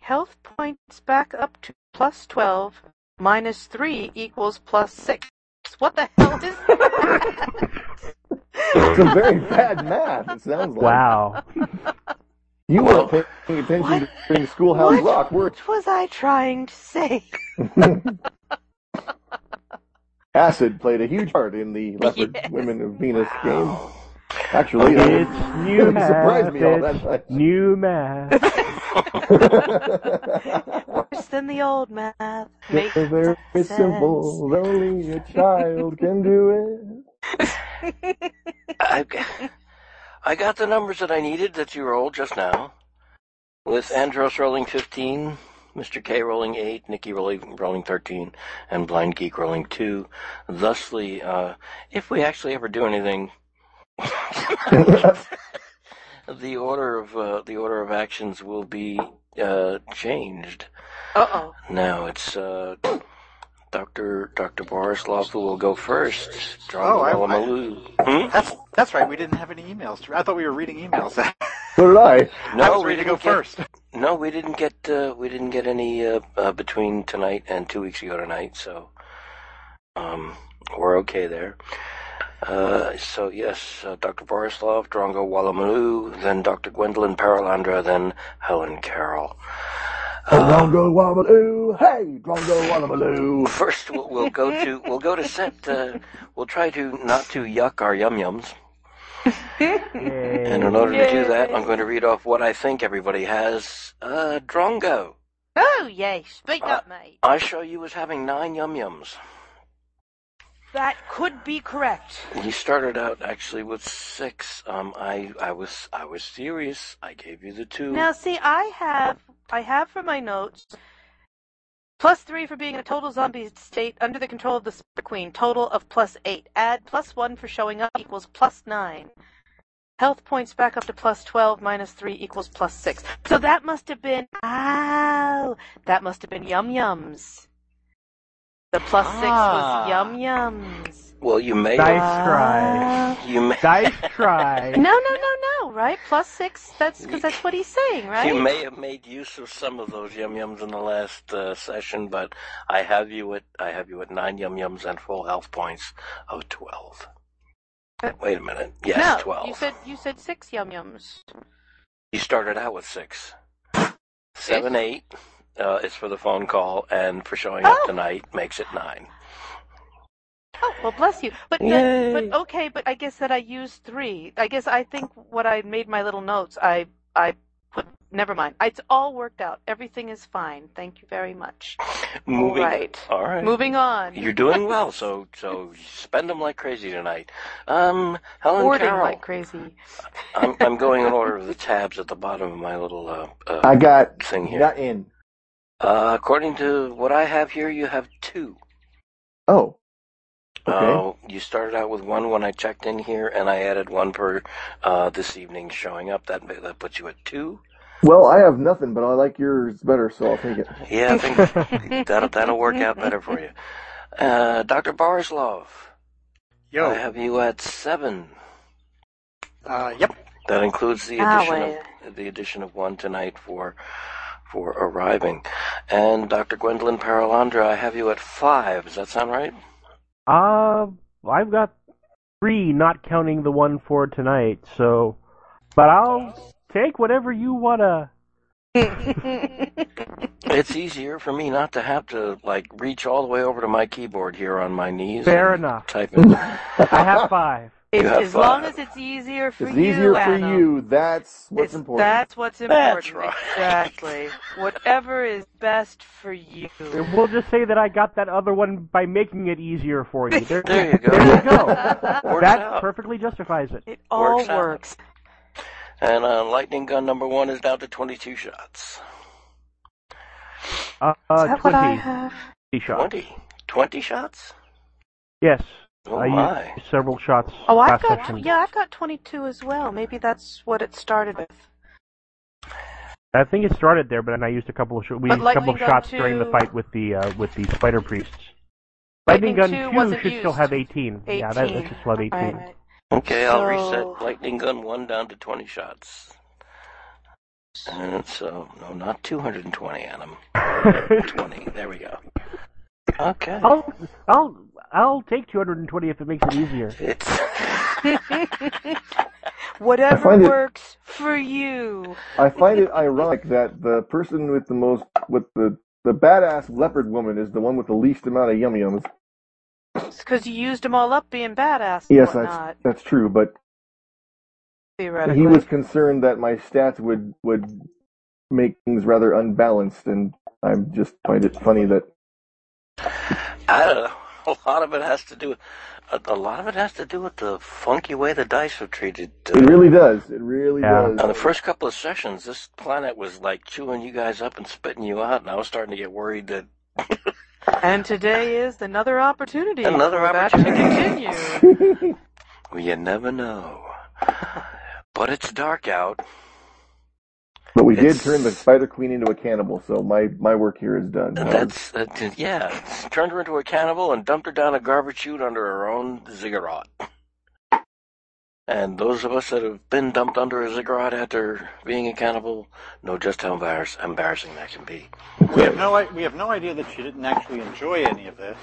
Speaker 2: Health points back up to plus 12, minus 3 equals plus 6. What the hell is that?
Speaker 5: Some very bad math, it sounds
Speaker 3: (sighs)
Speaker 5: like.
Speaker 3: Wow.
Speaker 5: You weren't paying attention
Speaker 2: What?
Speaker 5: to during Schoolhouse
Speaker 2: What?
Speaker 5: Rock, were
Speaker 2: What was I trying to say?
Speaker 5: Acid played a huge part in
Speaker 2: (laughs)
Speaker 5: the Leopard
Speaker 2: Yes.
Speaker 5: Women of Venus game.
Speaker 4: Wow.
Speaker 5: Actually,
Speaker 3: It's
Speaker 5: (laughs) it
Speaker 3: new
Speaker 5: surprised
Speaker 3: math.
Speaker 5: me all that
Speaker 3: It's new math.
Speaker 5: (laughs) time.
Speaker 2: Worse than the old math. Makes
Speaker 5: It's very
Speaker 2: sense.
Speaker 5: simple. Only a child can do it.
Speaker 4: I, I got the numbers that I needed that you rolled just now. With Andros rolling 15, Mr. K rolling 8, Nikki rolling, rolling 13, and Blind Geek rolling 2. Thusly, uh, if we actually ever do anything,
Speaker 2: (laughs)
Speaker 4: the order of uh, the order of actions will be uh, changed.
Speaker 2: Uh-oh.
Speaker 4: Now it's uh, Dr. Dr. Borislav who will go first.
Speaker 6: Oh, I-
Speaker 4: John hmm?
Speaker 6: That's that's right. We didn't have any emails. To, I thought we were reading emails. (laughs)
Speaker 5: So did I.
Speaker 6: I
Speaker 4: No,
Speaker 6: was
Speaker 4: we
Speaker 6: ready to go
Speaker 4: didn't get-
Speaker 6: first.
Speaker 4: No, we didn't get uh, we didn't get any uh, uh, between tonight and two weeks ago tonight, so um, we're okay there. Uh, so yes, uh, Dr. Borislav, Drongo Walamalu, then Dr. Gwendolyn Paralandra, then Helen Carroll. (laughs)
Speaker 5: Drongo Wabaloo, hey, Drongo Wabaloo.
Speaker 4: First, we'll, we'll go to we'll go to set. Uh, we'll try to not to yuck our yum yums. And in
Speaker 3: Yay.
Speaker 4: order to do that,
Speaker 2: Yay.
Speaker 4: I'm going to read off what I think everybody has. Uh, Drongo,
Speaker 7: Oh, yay. Speak
Speaker 4: Uh,
Speaker 7: up, mate.
Speaker 4: I show you as having nine yum yums.
Speaker 7: That could be correct.
Speaker 4: You started out actually with six. Um, I I was I was serious. I gave you the two.
Speaker 2: Now, see, I have I have for my notes plus three for being in a total zombie state under the control of the Spider Queen. Total of plus eight. Add plus one for showing up equals plus nine. Health points back up to plus twelve minus three equals plus six. So that must have been oh, that must have been yum yums. The plus six
Speaker 6: Ah.
Speaker 2: was yum yums. Ah.
Speaker 4: Well, you may
Speaker 3: Nice
Speaker 4: have,
Speaker 3: try.
Speaker 4: you may
Speaker 3: Dice try.
Speaker 2: No, no, no, no, right? Plus six. That's because that's what he's saying, right?
Speaker 4: you may have made use of some of those yum yums in the last uh, session, but I have you at I have you at nine yum yums and full health points of twelve.
Speaker 2: Uh,
Speaker 4: Wait a minute. Yes,
Speaker 2: no,
Speaker 4: twelve.
Speaker 2: you said you said six yum yums.
Speaker 4: You started out with six, seven, eight. Uh, is for the phone call and for showing up
Speaker 2: Oh.
Speaker 4: tonight makes it nine.
Speaker 2: Oh well, bless you. But
Speaker 4: Yay.
Speaker 2: the, but okay, but I guess that I used three. I guess I think what I made my little notes. I I put. Never mind. It's all worked out. Everything is fine. Thank you very much.
Speaker 4: Moving.
Speaker 2: right.
Speaker 4: All right.
Speaker 2: Moving on.
Speaker 4: You're doing well, so so spend them like crazy tonight. Um, Helen
Speaker 2: Hoarding
Speaker 4: Carroll.
Speaker 2: like crazy.
Speaker 4: I'm I'm going in order of the tabs at the bottom of my little uh, uh
Speaker 5: I got
Speaker 4: thing here.
Speaker 5: not in.
Speaker 4: Uh, according to what I have here, you have two.
Speaker 5: Oh,
Speaker 2: Oh.
Speaker 4: Uh, you started out with one when I checked in here, and I added one per uh, this evening showing up. That ma- that puts you at two.
Speaker 5: well, I have nothing, but I like yours better, so I'll take it.
Speaker 4: Yeah, I think that'll that'll work out better for you. Uh, Doctor Barislov, I
Speaker 6: Yo.
Speaker 4: have you at seven.
Speaker 6: Uh, yep.
Speaker 4: That includes the
Speaker 2: Ah,
Speaker 4: addition
Speaker 2: well.
Speaker 4: of the addition of one tonight for for arriving. And Dr. Gwendolyn Paralandra, I have you at five. Does that sound right?
Speaker 3: Uh, I've got three, not counting the one for tonight. So, but I'll take whatever you wanna.
Speaker 4: It's easier for me not to have to like reach all the way over to my keyboard here on my knees.
Speaker 3: Fair
Speaker 4: and
Speaker 3: enough. (laughs)
Speaker 4: Type in.
Speaker 3: I
Speaker 4: (laughs)
Speaker 3: have five.
Speaker 2: It's,
Speaker 4: have
Speaker 2: as long
Speaker 4: five.
Speaker 2: as it's easier for
Speaker 5: It's
Speaker 2: you.
Speaker 5: easier for
Speaker 2: Adam.
Speaker 5: you. That's what's
Speaker 2: It's-
Speaker 5: important.
Speaker 2: That's what's important.
Speaker 4: That's right.
Speaker 2: Exactly. Whatever is best for you.
Speaker 3: We'll just say that I got that other one by making it easier for you. There,
Speaker 4: There you go.
Speaker 3: there you go.
Speaker 4: Works
Speaker 3: That
Speaker 4: out.
Speaker 3: perfectly justifies it.
Speaker 2: It all
Speaker 4: Works out.
Speaker 2: works.
Speaker 4: And uh, lightning gun number one is down to twenty-two shots.
Speaker 3: Uh, uh,
Speaker 2: Is that what I
Speaker 3: 20
Speaker 2: have?
Speaker 3: shots.
Speaker 4: 20? 20 shots?
Speaker 3: Yes.
Speaker 4: Oh
Speaker 3: I
Speaker 4: my!
Speaker 3: used several shots
Speaker 2: Oh, I've
Speaker 3: last
Speaker 2: got
Speaker 3: session.
Speaker 2: yeah, I've got 22 as well. Maybe that's what it started with.
Speaker 3: I think it started there, but then I used a couple of sh- we
Speaker 2: But
Speaker 3: used a couple
Speaker 2: Lightning
Speaker 3: of
Speaker 2: Gun
Speaker 3: shots during the
Speaker 2: 2
Speaker 3: fight with the uh, with the spider priests.
Speaker 2: Lightning
Speaker 3: Gun
Speaker 2: Two wasn't
Speaker 3: should still
Speaker 2: used.
Speaker 3: have 18. Yeah, that, that should still have 18.
Speaker 2: Right, right. (laughs)
Speaker 4: Okay, I'll
Speaker 2: So-
Speaker 4: reset lightning gun one down to twenty shots. And so no, not two hundred and twenty on them. 20. There we go. Okay.
Speaker 3: I'll I'll I'll take 220 if it makes it easier.
Speaker 4: It's (laughs)
Speaker 5: I
Speaker 2: Whatever
Speaker 5: find it-
Speaker 2: works for you.
Speaker 5: I find it ironic that the person with the most, with the the badass leopard woman, is the one with the least amount of yum yums.
Speaker 2: because you used them all up being badass and
Speaker 5: Yes,
Speaker 2: whatnot.
Speaker 5: that's, that's true, but
Speaker 2: Theoretically,
Speaker 5: he was concerned that my stats would would make things rather unbalanced, and I just find it funny that
Speaker 4: I don't know. A lot of it has to do. A, a lot of it has to do with the funky way the dice were treated. uh,
Speaker 5: it really does. It really
Speaker 3: Yeah.
Speaker 5: does.
Speaker 4: On the first couple of sessions, this planet was like chewing you guys up and spitting you out, and I was starting to get worried that
Speaker 2: and today is another opportunity.
Speaker 4: Another
Speaker 2: for
Speaker 4: opportunity.
Speaker 2: That to
Speaker 4: (laughs)
Speaker 2: continue.
Speaker 4: well, you never know. But it's dark out.
Speaker 5: But we did
Speaker 4: It's-
Speaker 5: turn the Spider Queen into a cannibal, so my my work here is done.
Speaker 4: And that's uh, t- yeah. Turned her into a cannibal and dumped her down a garbage chute under her own ziggurat. And those of us that have been dumped under a ziggurat after being a cannibal know just how embarrass- embarrassing that can be.
Speaker 6: We have no i- we have no idea that you didn't actually enjoy any of this.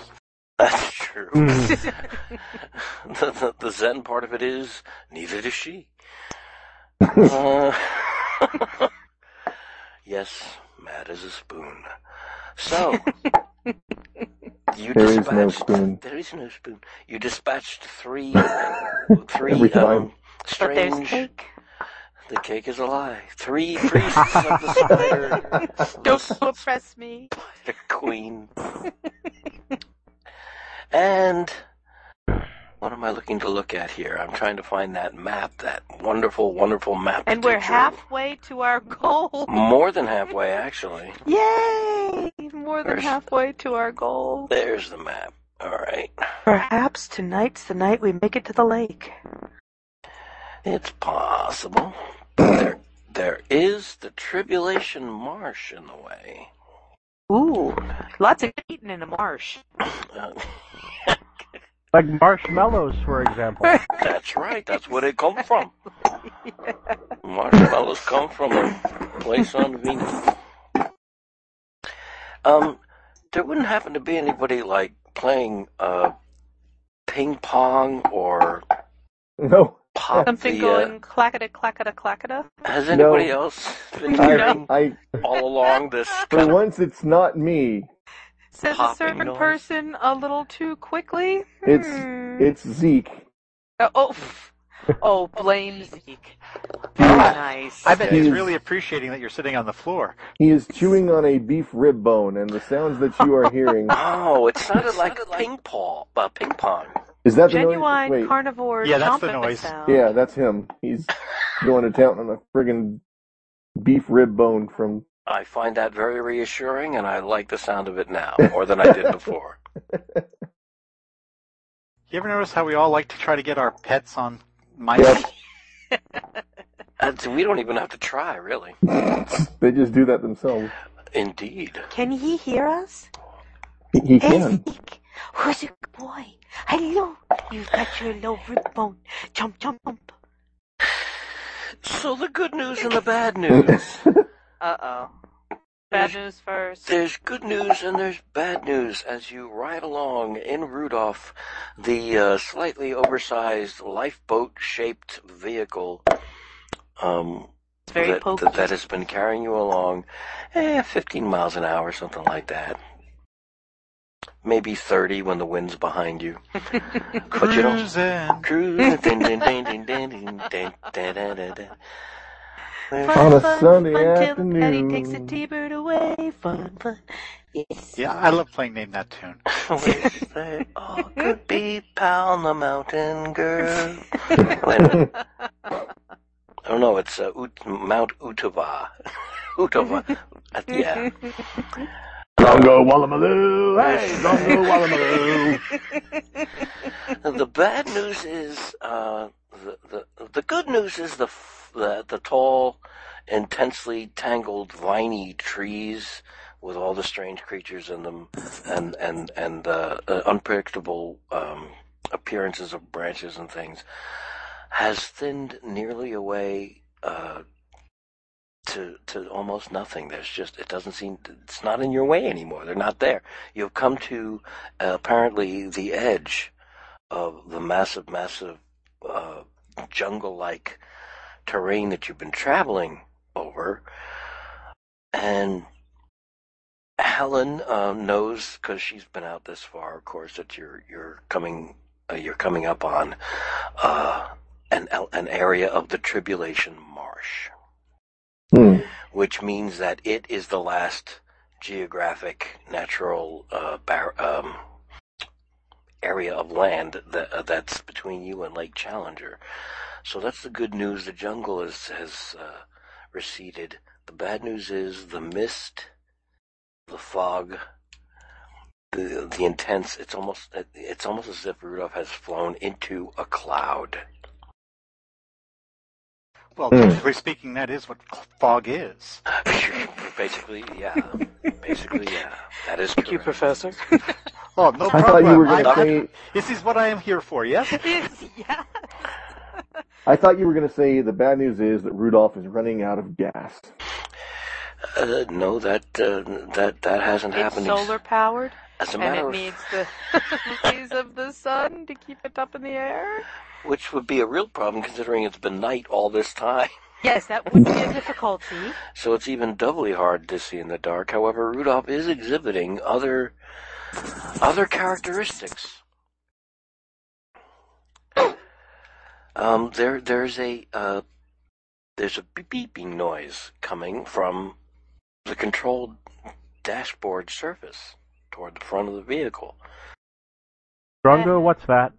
Speaker 4: That's true.
Speaker 3: Hmm.
Speaker 4: (laughs) the, the, the Zen part of it is neither does she. Uh, (laughs) yes, Matt is a spoon. So you
Speaker 5: There is
Speaker 4: dispatched.
Speaker 5: no spoon.
Speaker 4: There is no spoon. You dispatched
Speaker 5: (laughs)
Speaker 4: three,
Speaker 5: Every
Speaker 4: three
Speaker 5: time.
Speaker 4: um,
Speaker 2: but there's
Speaker 4: strange.
Speaker 2: cake.
Speaker 4: The cake is a lie. Three priests of the spider.
Speaker 2: (laughs) Don't
Speaker 4: the
Speaker 2: oppress me.
Speaker 4: the queen. and what am I looking to look at here? I'm trying to find that map, that wonderful, wonderful map.
Speaker 2: And we're
Speaker 4: picture.
Speaker 2: halfway to our goal. (laughs)
Speaker 4: More than halfway, actually.
Speaker 2: Yay! More than
Speaker 4: There's-
Speaker 2: halfway to our goal.
Speaker 4: There's the map. All right.
Speaker 2: Perhaps tonight's the night we make it to the lake.
Speaker 4: It's possible. There, there is the Tribulation Marsh in the way.
Speaker 2: Ooh, lots of eating in the marsh.
Speaker 4: Uh,
Speaker 3: Like marshmallows, for
Speaker 2: (laughs)
Speaker 3: example.
Speaker 4: that's right. That's where they come from. Marshmallows come from a place on Venus. Um, there wouldn't happen to be anybody like playing uh, ping pong or
Speaker 5: (laughs)
Speaker 4: (laughs)
Speaker 5: No,
Speaker 4: pop.
Speaker 2: Something
Speaker 4: the,
Speaker 6: uh,
Speaker 2: going clackada, clackada, clackada.
Speaker 4: Uh, has anybody
Speaker 5: No.
Speaker 4: else been
Speaker 5: I,
Speaker 4: hearing
Speaker 5: I
Speaker 4: all along this?
Speaker 5: for
Speaker 4: kind of-
Speaker 5: once it's not me.
Speaker 2: Says a
Speaker 4: Popping
Speaker 2: certain
Speaker 4: noise.
Speaker 2: person a little too quickly.
Speaker 5: It's
Speaker 2: Hmm.
Speaker 5: it's Zeke.
Speaker 2: Uh, oh, (laughs) pff. oh, blame Zeke. Very
Speaker 6: Ah.
Speaker 2: nice.
Speaker 6: I bet
Speaker 5: Yes.
Speaker 6: he's really appreciating that you're sitting on the floor.
Speaker 5: He is chewing on a beef rib bone, and the sounds that you are hearing
Speaker 4: oh, it sounded like ping pong. Uh, ping pong.
Speaker 5: is that the
Speaker 2: Genuine
Speaker 5: noise? Wait,
Speaker 2: carnivore
Speaker 6: Yeah, that's the
Speaker 2: chomping
Speaker 6: noise.
Speaker 2: sound.
Speaker 5: yeah, that's him. He's going to town on a friggin' beef rib bone from (laughs)
Speaker 4: I find that very reassuring, and I like the sound of it now more than I did
Speaker 5: (laughs)
Speaker 4: before.
Speaker 6: You ever notice how we all like to try to get our pets on my
Speaker 5: Yep.
Speaker 4: That's, we don't even have to try, really.
Speaker 5: they just do that themselves.
Speaker 4: Indeed.
Speaker 2: Can he hear us?
Speaker 5: He, he
Speaker 7: Hey,
Speaker 5: can.
Speaker 7: Zeke. Who's a good boy? Hello. You've got your low rib bone. Chomp, chomp, chomp.
Speaker 4: So the good news and the bad
Speaker 5: (laughs)
Speaker 4: news.
Speaker 2: Uh oh. Bad news first.
Speaker 4: there's good news and there's bad news as you ride along in Rudolph, the uh, slightly oversized lifeboat-shaped vehicle um,
Speaker 2: It's very
Speaker 4: that,
Speaker 2: pokey.
Speaker 4: that that has been carrying you along, eh, 15 miles an hour, something like that. Maybe 30 when the wind's behind you. but you don't
Speaker 6: cruising.
Speaker 4: cruise. dun, dun, dun, dun, dun, dun, dun, dun, dun, dun, dun. There's-
Speaker 5: On a
Speaker 7: fun,
Speaker 5: Sunday
Speaker 7: fun
Speaker 5: afternoon.
Speaker 7: till Eddie takes a T-bird away. Fun, fun. (laughs) Yes.
Speaker 6: Yeah, I love playing Name That Tune.
Speaker 4: Wish they all oh, could be pal the mountain girl. Wait a minute. I don't know. It's uh, Ut- Mount (laughs) Utava. Utava. Uh, yeah.
Speaker 5: Dongo Wallamaloo! Hey, Dongo Wallamaloo!
Speaker 4: (laughs) The bad news is uh, the, the the good news is the f- the, the tall, intensely tangled viney trees with all the strange creatures in them, and and and uh, uh, unpredictable um, appearances of branches and things, has thinned nearly away. Uh, to, to almost nothing. There's just it doesn't seem it's not in your way anymore. They're not there. You've come to uh, apparently the edge of the massive, massive uh, jungle-like terrain that you've been traveling over, and Helen um, knows because she's been out this far, of course, that you're you're coming uh, you're coming up on uh, an el- an area of the Tribulation Marsh,
Speaker 5: Hmm.
Speaker 4: which means that it is the last geographic natural uh, bar- um, area of land that uh, that's between you and Lake Challenger. So that's the good news. The jungle is, has uh, receded. The bad news is the mist, the fog, the the intense. It's almost it's almost as if Rudolph has flown into a cloud. (laughs)
Speaker 6: Well,
Speaker 5: Hmm.
Speaker 6: technically speaking, that is what cl- fog is.
Speaker 4: basically, yeah. Basically, yeah. That is
Speaker 2: Thank you,
Speaker 4: correct.
Speaker 2: Professor.
Speaker 6: Well, Oh, no
Speaker 5: I thought
Speaker 6: problem.
Speaker 5: you were going to
Speaker 6: I'm-
Speaker 5: say.
Speaker 6: This is what I am here for. Yes.
Speaker 7: yeah.
Speaker 5: I thought you were going to say the bad news is that Rudolph is running out of gas.
Speaker 4: Uh, no, that uh, that that hasn't
Speaker 2: It's
Speaker 4: happened.
Speaker 2: solar powered,
Speaker 4: As a
Speaker 2: and
Speaker 4: matter
Speaker 2: it
Speaker 4: of
Speaker 2: needs
Speaker 4: (laughs)
Speaker 2: the rays of the sun to keep it up in the air.
Speaker 4: which would be a real problem considering it's been night all this time. (laughs)
Speaker 2: Yes, that would be a difficulty.
Speaker 4: So it's even doubly hard to see in the dark. However, Rudolph is exhibiting other other characteristics. Um, there there's a uh, there's a beep beeping noise coming from the controlled dashboard surface toward the front of the vehicle.
Speaker 3: Drongo, what's that?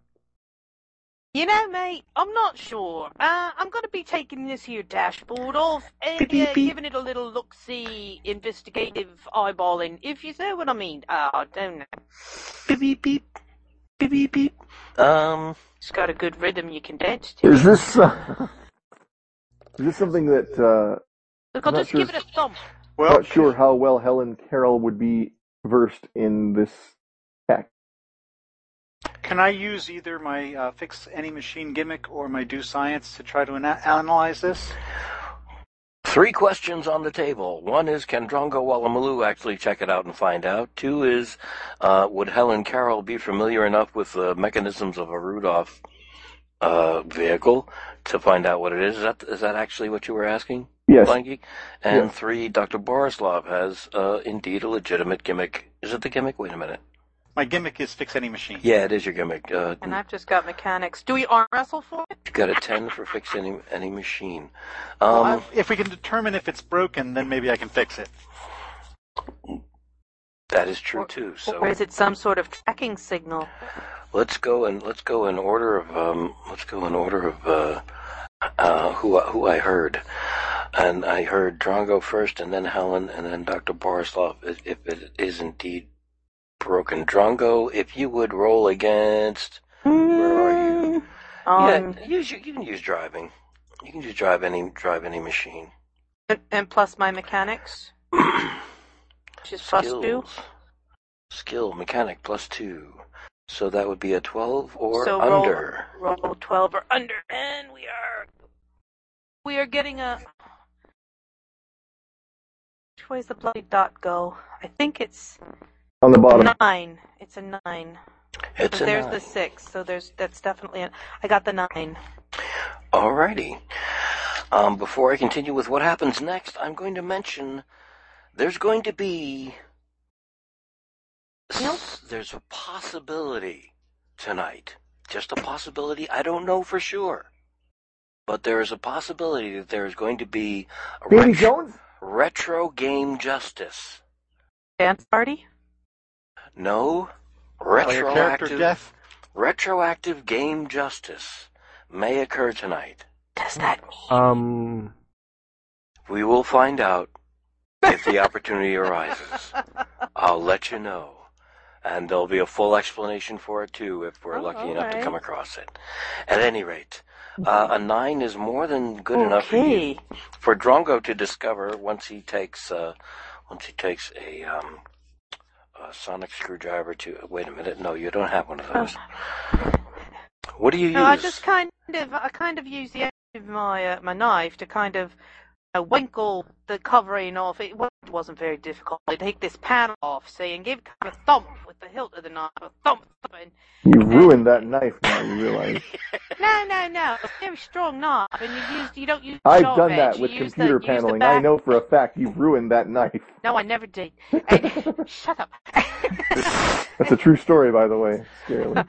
Speaker 7: You know, mate, I'm not sure. Uh, I'm going to be taking this here dashboard off and
Speaker 4: Beep,
Speaker 7: uh,
Speaker 4: beep.
Speaker 7: giving it a little look-see, investigative eyeballing, if you know what I mean. Uh, I don't know.
Speaker 4: Beep beep beep beep beep beep. Um,
Speaker 7: It's got a good rhythm you can dance to.
Speaker 5: Is this uh, (laughs) is this something that uh,
Speaker 7: Look, I'll
Speaker 5: not
Speaker 7: just
Speaker 5: sure
Speaker 7: give it a thump.
Speaker 5: I'm
Speaker 6: Well,
Speaker 5: not sure how well Helen Carroll would be versed in this tech?
Speaker 6: can I use either my uh, fix any machine gimmick or my do science to try to ana- analyze this?
Speaker 4: Three questions on the table. One is, can Drongo Wallamalu actually check it out and find out? Two is, uh, would Helen Carroll be familiar enough with the mechanisms of a Rudolph uh, vehicle to find out what it is? Is that, is that actually what you were asking,
Speaker 5: Yes.
Speaker 4: Blind Geek? And
Speaker 5: Yeah.
Speaker 4: three, Dr. Borislav has uh, indeed a legitimate gimmick. Is it the gimmick? Wait a minute.
Speaker 6: My gimmick is fix any machine.
Speaker 4: Yeah, it is your gimmick. Uh,
Speaker 2: And I've just got mechanics. Do we arm wrestle for it?
Speaker 4: you got a 10 for fixing any, any machine.
Speaker 6: Well,
Speaker 4: Um,
Speaker 6: I- if we can determine if it's broken, then maybe I can fix it.
Speaker 4: that is true
Speaker 2: Or-
Speaker 4: too. So
Speaker 2: Or is it some sort of tracking signal?
Speaker 4: Let's go and let's go in order of um, let's go in order of uh, uh, who I- who I heard, and I heard Drongo first, and then Helen, and then Doctor Borislav. If if it is indeed broken, Drongo, if you would roll against, where are you?
Speaker 2: Um,
Speaker 4: Mm. yeah, use your, you can use driving. You can just drive any drive any machine.
Speaker 2: and, and plus my
Speaker 4: (clears throat)
Speaker 2: mechanics, which is plus two.
Speaker 4: Skills, skill mechanic plus two, so that would be a twelve or
Speaker 2: So roll-
Speaker 4: under.
Speaker 2: Roll 12 or under, and we are. We are getting a. Which way's the bloody dot go? I think it's
Speaker 5: On the bottom.
Speaker 2: nine. It's a nine.
Speaker 4: It's
Speaker 2: So
Speaker 4: a
Speaker 2: there's
Speaker 4: nine.
Speaker 2: the six. So there's that's definitely. An, I got the nine.
Speaker 4: Alrighty. Um, before I continue with what happens next, I'm going to mention there's going to be s- there's a possibility tonight. Just a possibility. I don't know for sure, but there is a possibility that there is going to be a
Speaker 5: Davy
Speaker 4: ret-
Speaker 5: Jones?
Speaker 4: retro game justice.
Speaker 2: Dance party.
Speaker 4: No
Speaker 6: Oh, your character
Speaker 4: retroactive
Speaker 6: death.
Speaker 4: retroactive game justice may occur tonight.
Speaker 2: Does that mean
Speaker 3: Um,
Speaker 4: We will find out if the opportunity arises. I'll let you know. And there'll be a full explanation for it too if we're
Speaker 2: Oh,
Speaker 4: lucky enough to
Speaker 2: alright.
Speaker 4: come across it. At any rate, uh, a nine is more than good enough for you.
Speaker 2: Okay.
Speaker 4: For Drongo to discover once he takes uh, once he takes a, um, a sonic screwdriver to wait a minute, no, you don't have one of those. What do you
Speaker 2: Oh. No, I
Speaker 4: use?
Speaker 2: just kind of I kind of use the end of my uh, my knife to kind of uh, winkle the covering off. It wa- wasn't very difficult. I take this panel off, see, and give kind of a thump with with the hilt of the knife, a thump, thumping.
Speaker 5: You ruined that knife now,
Speaker 2: (laughs)
Speaker 5: you realize.
Speaker 2: No, no, no. It's a very strong knife, and you use you don't use. the
Speaker 5: I've
Speaker 2: sharp
Speaker 5: done that
Speaker 2: edge,
Speaker 5: with
Speaker 2: you use
Speaker 5: computer
Speaker 2: the, use the
Speaker 5: paneling. I
Speaker 2: back-
Speaker 5: know for a fact you've ruined that knife.
Speaker 2: No, I never
Speaker 5: (laughs)
Speaker 2: did. And- (laughs) shut up.
Speaker 5: That's a true story, by the way.
Speaker 2: (laughs)
Speaker 5: Scarily.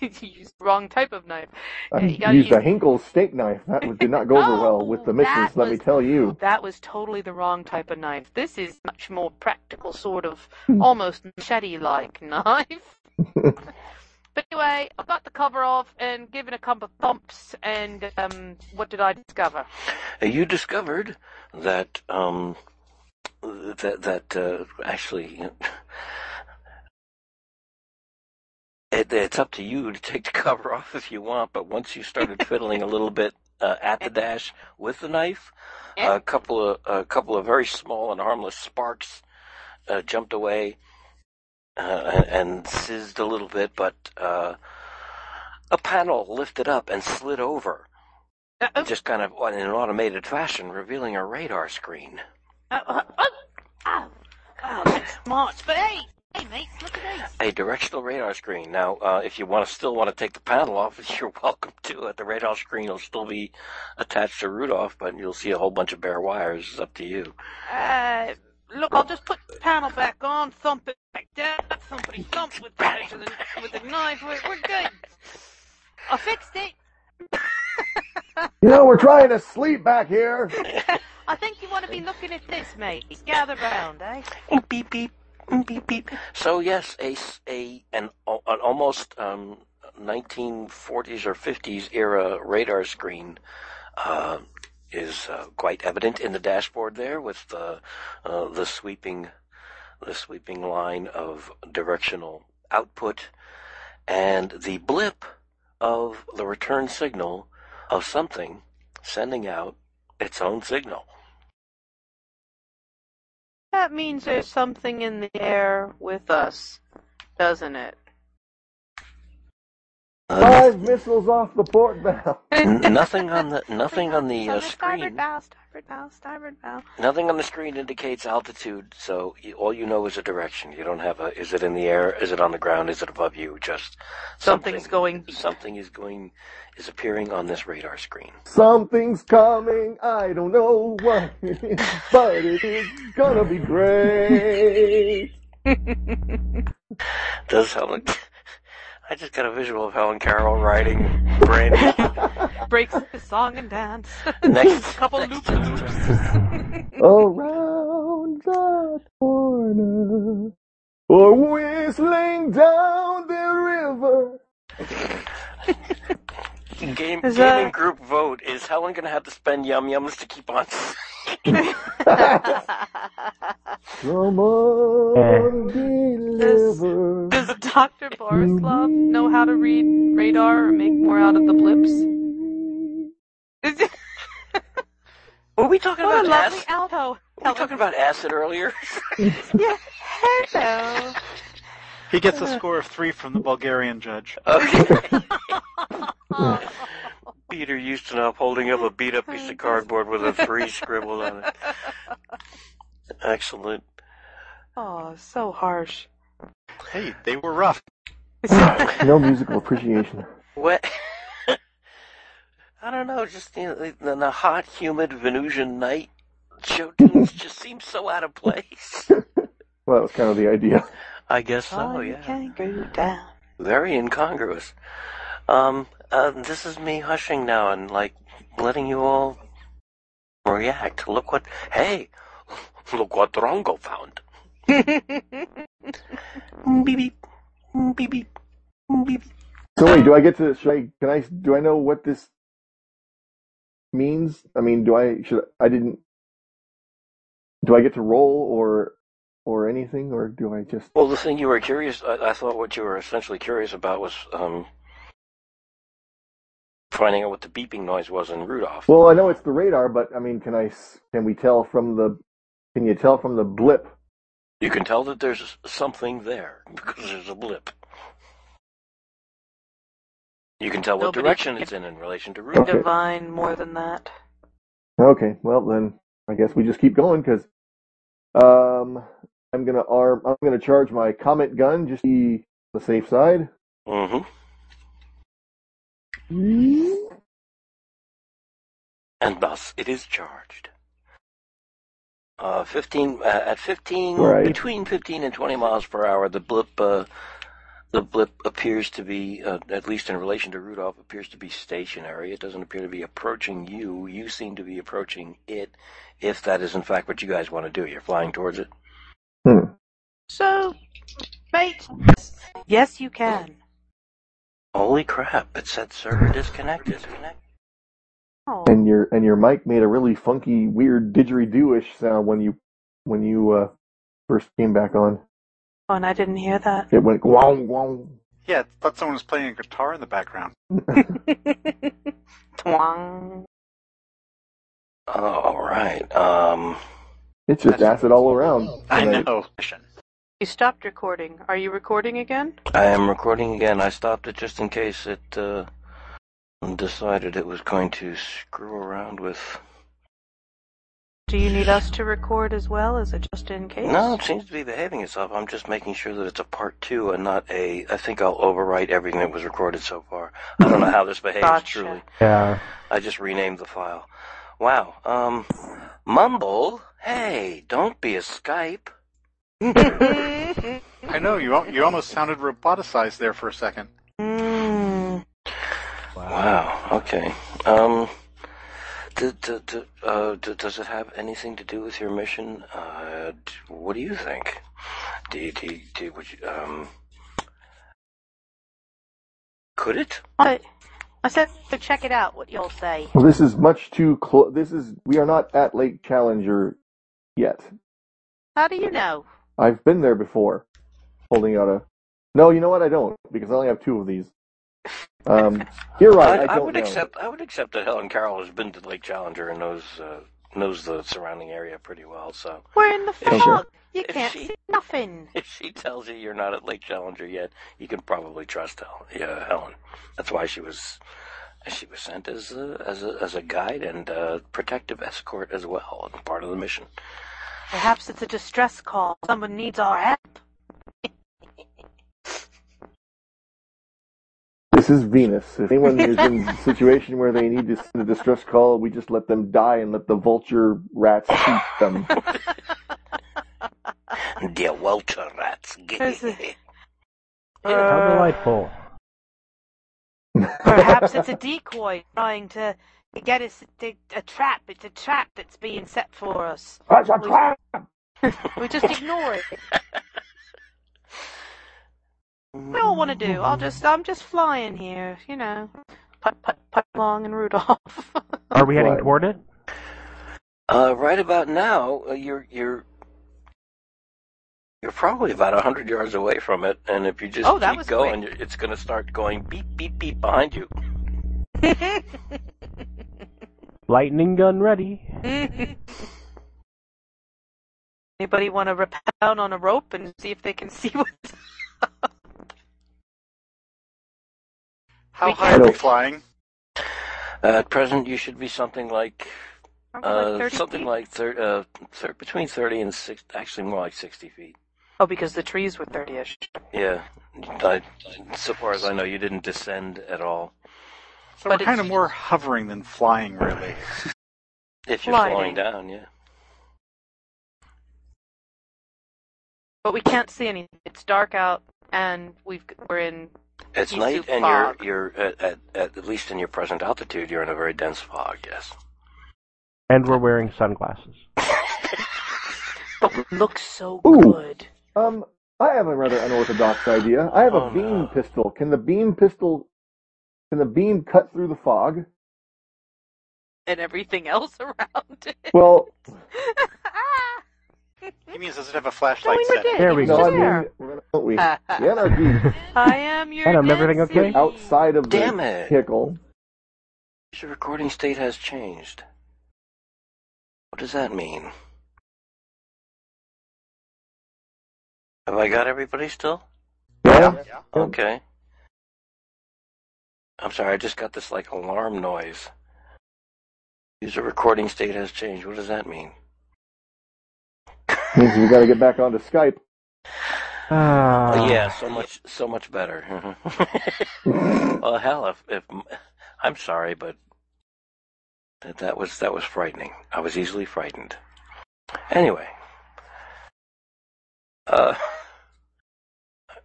Speaker 2: Did you use the wrong type of knife?
Speaker 5: I
Speaker 2: You gotta
Speaker 5: used
Speaker 2: use-
Speaker 5: a Hinkle steak knife. That was- did not
Speaker 2: (laughs)
Speaker 5: go over well with the
Speaker 2: Oh,
Speaker 5: missions,
Speaker 2: that
Speaker 5: let me
Speaker 2: was- (laughs)
Speaker 5: tell you.
Speaker 2: That was totally the wrong type of knife. This is much more practical, sort of almost machete-like (laughs) knife. but anyway, I got the cover off and given a couple of thumps, and um, what did I discover?
Speaker 4: Uh, you discovered that um, that that uh, actually (laughs) it, it's up to you to take the (laughs) cover off if you want. But once you started fiddling a little bit uh, at the dash with the knife,
Speaker 2: Yeah.
Speaker 4: a couple of a couple of very small and harmless sparks uh, jumped away uh, and, and sizzed a little bit, but. Uh, a panel lifted up and slid over,
Speaker 2: Uh, oh,
Speaker 4: just kind of in an automated fashion, revealing a radar screen.
Speaker 2: uh, uh, oh, oh, oh, that's smart. But hey, hey, mate, look at these.
Speaker 4: a directional radar screen. Now, uh, if you want to still want to take the panel off, (laughs) you're welcome to it. The radar screen will still be attached to Rudolph, but you'll see a whole bunch of bare wires. It's up to you.
Speaker 2: Uh, look, I'll just put the panel back on, thump it back down, thumpity thump with the edge of the, with the knife. We're, we're good. I fixed it.
Speaker 5: You know, we're trying to sleep back here.
Speaker 2: I think you want to be looking at this, mate. Gather round, eh?
Speaker 4: Beep beep beep beep. So yes, a s- a- an al- an almost um, 1940s or 50s era radar screen. Uh, is uh, quite evident in the dashboard there with the uh, the sweeping the sweeping line of directional output and the blip of the return signal of something sending out its own signal.
Speaker 2: That means there's something in the air with us, doesn't it?
Speaker 4: Uh,
Speaker 5: Five missiles off the port bow.
Speaker 4: n- nothing on the nothing on the uh,
Speaker 2: starboard
Speaker 4: screen.
Speaker 2: bow, starboard bow, starboard bow.
Speaker 4: Nothing on the screen indicates altitude, so you, all you know is a direction. You don't have a. Is it in the air? Is it on the ground? Is it above you? Just something,
Speaker 2: Something's going beep.
Speaker 4: Something is going is appearing on this radar screen.
Speaker 5: Something's coming, I don't know what (laughs) it is, but it is gonna be great.
Speaker 4: Does Helen? (laughs) I just got a visual of Helen Carroll riding Brandy
Speaker 2: (laughs) Breaks the song and (laughs) dance.
Speaker 4: next.
Speaker 2: Couple
Speaker 4: next
Speaker 2: loop
Speaker 4: to-
Speaker 5: Around that corner, or whistling down the river.
Speaker 4: Game,
Speaker 2: Is that-
Speaker 4: gaming group vote. Is Helen going to have to spend yum yums to keep on?
Speaker 5: Someone deliver.
Speaker 2: Does Dr. Borislav know how to read radar or make more out of the blips? Is it-
Speaker 4: Were we talking
Speaker 2: what a
Speaker 4: about
Speaker 2: lovely
Speaker 4: acid?
Speaker 2: alto.
Speaker 4: Were we talking about acid earlier?
Speaker 2: Yeah, hello.
Speaker 6: He gets
Speaker 4: Uh-huh.
Speaker 6: a score of three from the Bulgarian judge.
Speaker 4: Uh, Okay. Peter Houston up holding up a beat up piece of cardboard with a three scribbled on it. Excellent.
Speaker 2: Oh, so harsh.
Speaker 6: Hey, they were rough.
Speaker 5: No musical appreciation.
Speaker 4: What? (laughs) I don't know. Just you know, the, the, the hot, humid Venusian night show
Speaker 2: (laughs)
Speaker 4: tunes just seem so out of place.
Speaker 5: Well, that was kind of the idea.
Speaker 4: I guess so.
Speaker 2: Oh, you
Speaker 4: yeah.
Speaker 2: can go down.
Speaker 4: very incongruous. Um, uh, this is me hushing now and like letting you all react. Look what, hey, (laughs) look what Drongo found. beep beep, beep beep, beep.
Speaker 5: So wait, do I get to? Should I? Can I? Do I know what this means? I mean, do I? Should I didn't? Do I get to roll or or anything, or do I just?
Speaker 4: Well, the thing you were curious, I, I thought what you were essentially curious about was um, finding out what the beeping noise was in Rudolph.
Speaker 5: Well, I know it's the radar, but I mean, can I? s- Can we tell from the? Can you tell from the blip?
Speaker 4: you can tell that there's something there (laughs) because there's a blip. You can tell what
Speaker 2: Nobody-
Speaker 4: direction it's in in relation to Rudolph.
Speaker 5: Okay.
Speaker 2: Divine more than that.
Speaker 5: Okay, well then, I guess we just keep going because, um, I'm gonna arm. I'm gonna charge my comet gun just to be on the safe side.
Speaker 4: Mm-hmm. And thus it is charged. Uh, 15 uh, at 15
Speaker 5: Right.
Speaker 4: between 15 and 20 miles per hour. The blip uh, the blip appears to be uh, at least in relation to Rudolph appears to be stationary. It doesn't appear to be approaching you. You seem to be approaching it. If that is in fact what you guys want to do, you're flying towards it.
Speaker 7: So, mate,
Speaker 2: Yes, you can.
Speaker 4: Holy crap! It said server disconnected.
Speaker 2: Oh,
Speaker 5: And your and your mic made a really funky, weird didgeridoo-ish sound when you when you uh, first came back on.
Speaker 2: and I didn't hear
Speaker 5: (laughs)
Speaker 2: that.
Speaker 5: It went guong guong.
Speaker 6: Yeah, I thought someone was playing a guitar in the background.
Speaker 7: twang.
Speaker 4: Oh, all right. Um,
Speaker 5: It's just
Speaker 6: That's-
Speaker 5: acid all around.
Speaker 6: I
Speaker 5: tonight.
Speaker 6: know.
Speaker 2: You stopped recording. Are you recording again?
Speaker 4: I am recording again. I stopped it just in case it uh, decided it was going to screw around with.
Speaker 2: Do you need us to record as well? Is it just in case?
Speaker 4: No, it seems to be behaving itself. I'm just making sure that it's a part two and not a. I think I'll overwrite everything that was recorded so far. I don't know how this behaves
Speaker 2: Gotcha.
Speaker 4: truly.
Speaker 3: Yeah.
Speaker 4: I just renamed the file. Wow. Um, Mumble. Hey, don't be a Skype.
Speaker 6: I know. You al- you almost sounded roboticized there for a second.
Speaker 2: Mm,
Speaker 4: Wow. Okay. Um. d d d uh, d- does it have anything to do with your mission? Uh, d- what do you think? Do you, do you, do you- would you, um, could it?
Speaker 7: I, I said, so check it out, what y'all say.
Speaker 5: Well, this is much too close. This is we are not at Lake Challenger yet.
Speaker 7: How do you know?
Speaker 5: I've been there before, holding out a. No, you know what? I don't because I only have two of these. Um, you're right. I,
Speaker 4: I,
Speaker 5: don't
Speaker 4: would
Speaker 5: know.
Speaker 4: accept. I would accept that Helen Carroll has been to Lake Challenger and knows uh, knows the surrounding area pretty well. So
Speaker 7: We're in the
Speaker 4: Okay.
Speaker 7: fog. You
Speaker 4: If
Speaker 7: can't
Speaker 4: she-
Speaker 7: see nothing.
Speaker 4: (laughs) if she tells you you're not at Lake Challenger yet, you can probably trust Hel- yeah, Helen. That's why she was she was sent as a, as a as a guide and uh protective escort as well, and part of the mission.
Speaker 2: perhaps it's a distress call. Someone needs our help.
Speaker 5: This is Venus. If anyone is in
Speaker 4: (laughs)
Speaker 5: a situation where they need to send a distress call, we just let them die and let the vulture rats eat
Speaker 4: (laughs)
Speaker 5: them.
Speaker 4: Dear Walter Rats.
Speaker 2: Is
Speaker 4: (laughs)
Speaker 2: it-
Speaker 7: Uh,
Speaker 8: How
Speaker 2: Uh,
Speaker 8: delightful.
Speaker 2: Perhaps it's a decoy trying to get us to a trap. It's a trap that's being set for us. We just ignore it. We all want to do. I'll just, I'm just flying here, you know. Put, put, put along and Rudolph. (laughs)
Speaker 3: Are we heading
Speaker 5: Right.
Speaker 3: toward it?
Speaker 4: Uh, right about now, uh, you're you're you're probably about a hundred yards away from it, and if you just
Speaker 7: Oh, that
Speaker 4: keep
Speaker 7: was
Speaker 4: going, you- it's going to start going beep beep beep behind you.
Speaker 3: Lightning gun ready.
Speaker 2: Anybody want to rappel down on a rope and see if they can see what's
Speaker 6: How
Speaker 2: We
Speaker 6: high are
Speaker 5: can't-
Speaker 6: we flying?
Speaker 4: Uh, at present, you should be something like
Speaker 7: Aren't we like
Speaker 4: uh,
Speaker 7: 30
Speaker 4: something
Speaker 7: feet?
Speaker 4: like thir- uh, thir- between thirty and six, actually more like sixty feet.
Speaker 2: Oh, because the trees were 30-ish.
Speaker 4: Yeah, I, so far as I know, you didn't descend at all.
Speaker 6: So
Speaker 7: But
Speaker 6: we're kind of
Speaker 7: it's-
Speaker 6: more hovering than flying, really.
Speaker 7: (laughs)
Speaker 4: If you're
Speaker 2: Sliding.
Speaker 4: slowing down, yeah.
Speaker 7: But we can't see anything. It's dark out, and we've, we're in.
Speaker 4: It's
Speaker 7: You
Speaker 4: night,
Speaker 7: do
Speaker 4: and you're
Speaker 7: fog.
Speaker 4: you're at, at at least in your present altitude, you're in a very dense fog. Yes.
Speaker 3: And we're wearing sunglasses.
Speaker 2: But it looks so
Speaker 5: Ooh.
Speaker 2: good.
Speaker 5: Um, I have a rather unorthodox idea. I have
Speaker 4: Oh,
Speaker 5: a beam
Speaker 4: no.
Speaker 5: pistol. Can the beam pistol? Can the beam cut through the fog?
Speaker 7: And everything
Speaker 2: (laughs)
Speaker 7: else around it.
Speaker 5: Well,
Speaker 6: He means does it have a flashlight
Speaker 7: we
Speaker 6: set?
Speaker 7: did.
Speaker 3: There we
Speaker 5: no,
Speaker 3: go.
Speaker 5: I mean, we're not we?
Speaker 4: Uh,
Speaker 5: The anarchy
Speaker 2: I am your
Speaker 3: Adam, everything
Speaker 2: Nancy.
Speaker 3: okay?
Speaker 5: (laughs) outside of the
Speaker 4: Damn it.
Speaker 5: pickle.
Speaker 4: Your recording state has changed. What does that mean? Have I got everybody still?
Speaker 5: Yeah. Yeah.
Speaker 4: Okay. I'm sorry, I just got this like alarm noise. User recording state has changed. What does that mean?
Speaker 5: Means we got to get back onto Skype.
Speaker 3: Ah.
Speaker 4: Oh, yeah, so much, so much better. (laughs) well, hell, if, if I'm sorry, but that that was that was frightening. I was easily frightened. Anyway, uh,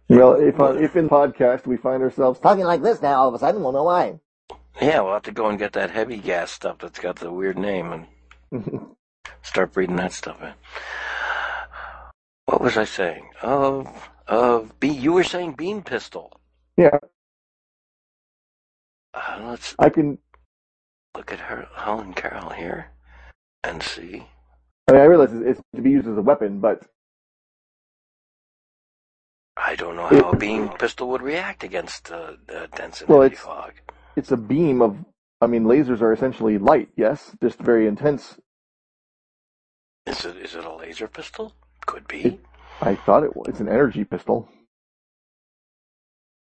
Speaker 5: Well, if on, if in podcast we find ourselves talking like this now, all of a sudden we'll know why. (laughs)
Speaker 4: yeah, we'll have to go and get that heavy gas stuff that's got the weird name and start breeding that stuff in. What was I saying? Of of be you were saying beam pistol.
Speaker 5: yeah,
Speaker 4: Uh, let's
Speaker 5: I can.
Speaker 4: look at her Helen Carroll here and see.
Speaker 5: I mean, I realize it's, it's to be used as a weapon, but
Speaker 4: I don't know how a beam pistol would react against uh, uh, density
Speaker 5: Well, it's-
Speaker 4: fog.
Speaker 5: it's a beam of. I mean, lasers are essentially light. Yes, just very intense.
Speaker 4: Is it is it a laser pistol? Could be.
Speaker 5: It- I thought it was. It's an energy pistol.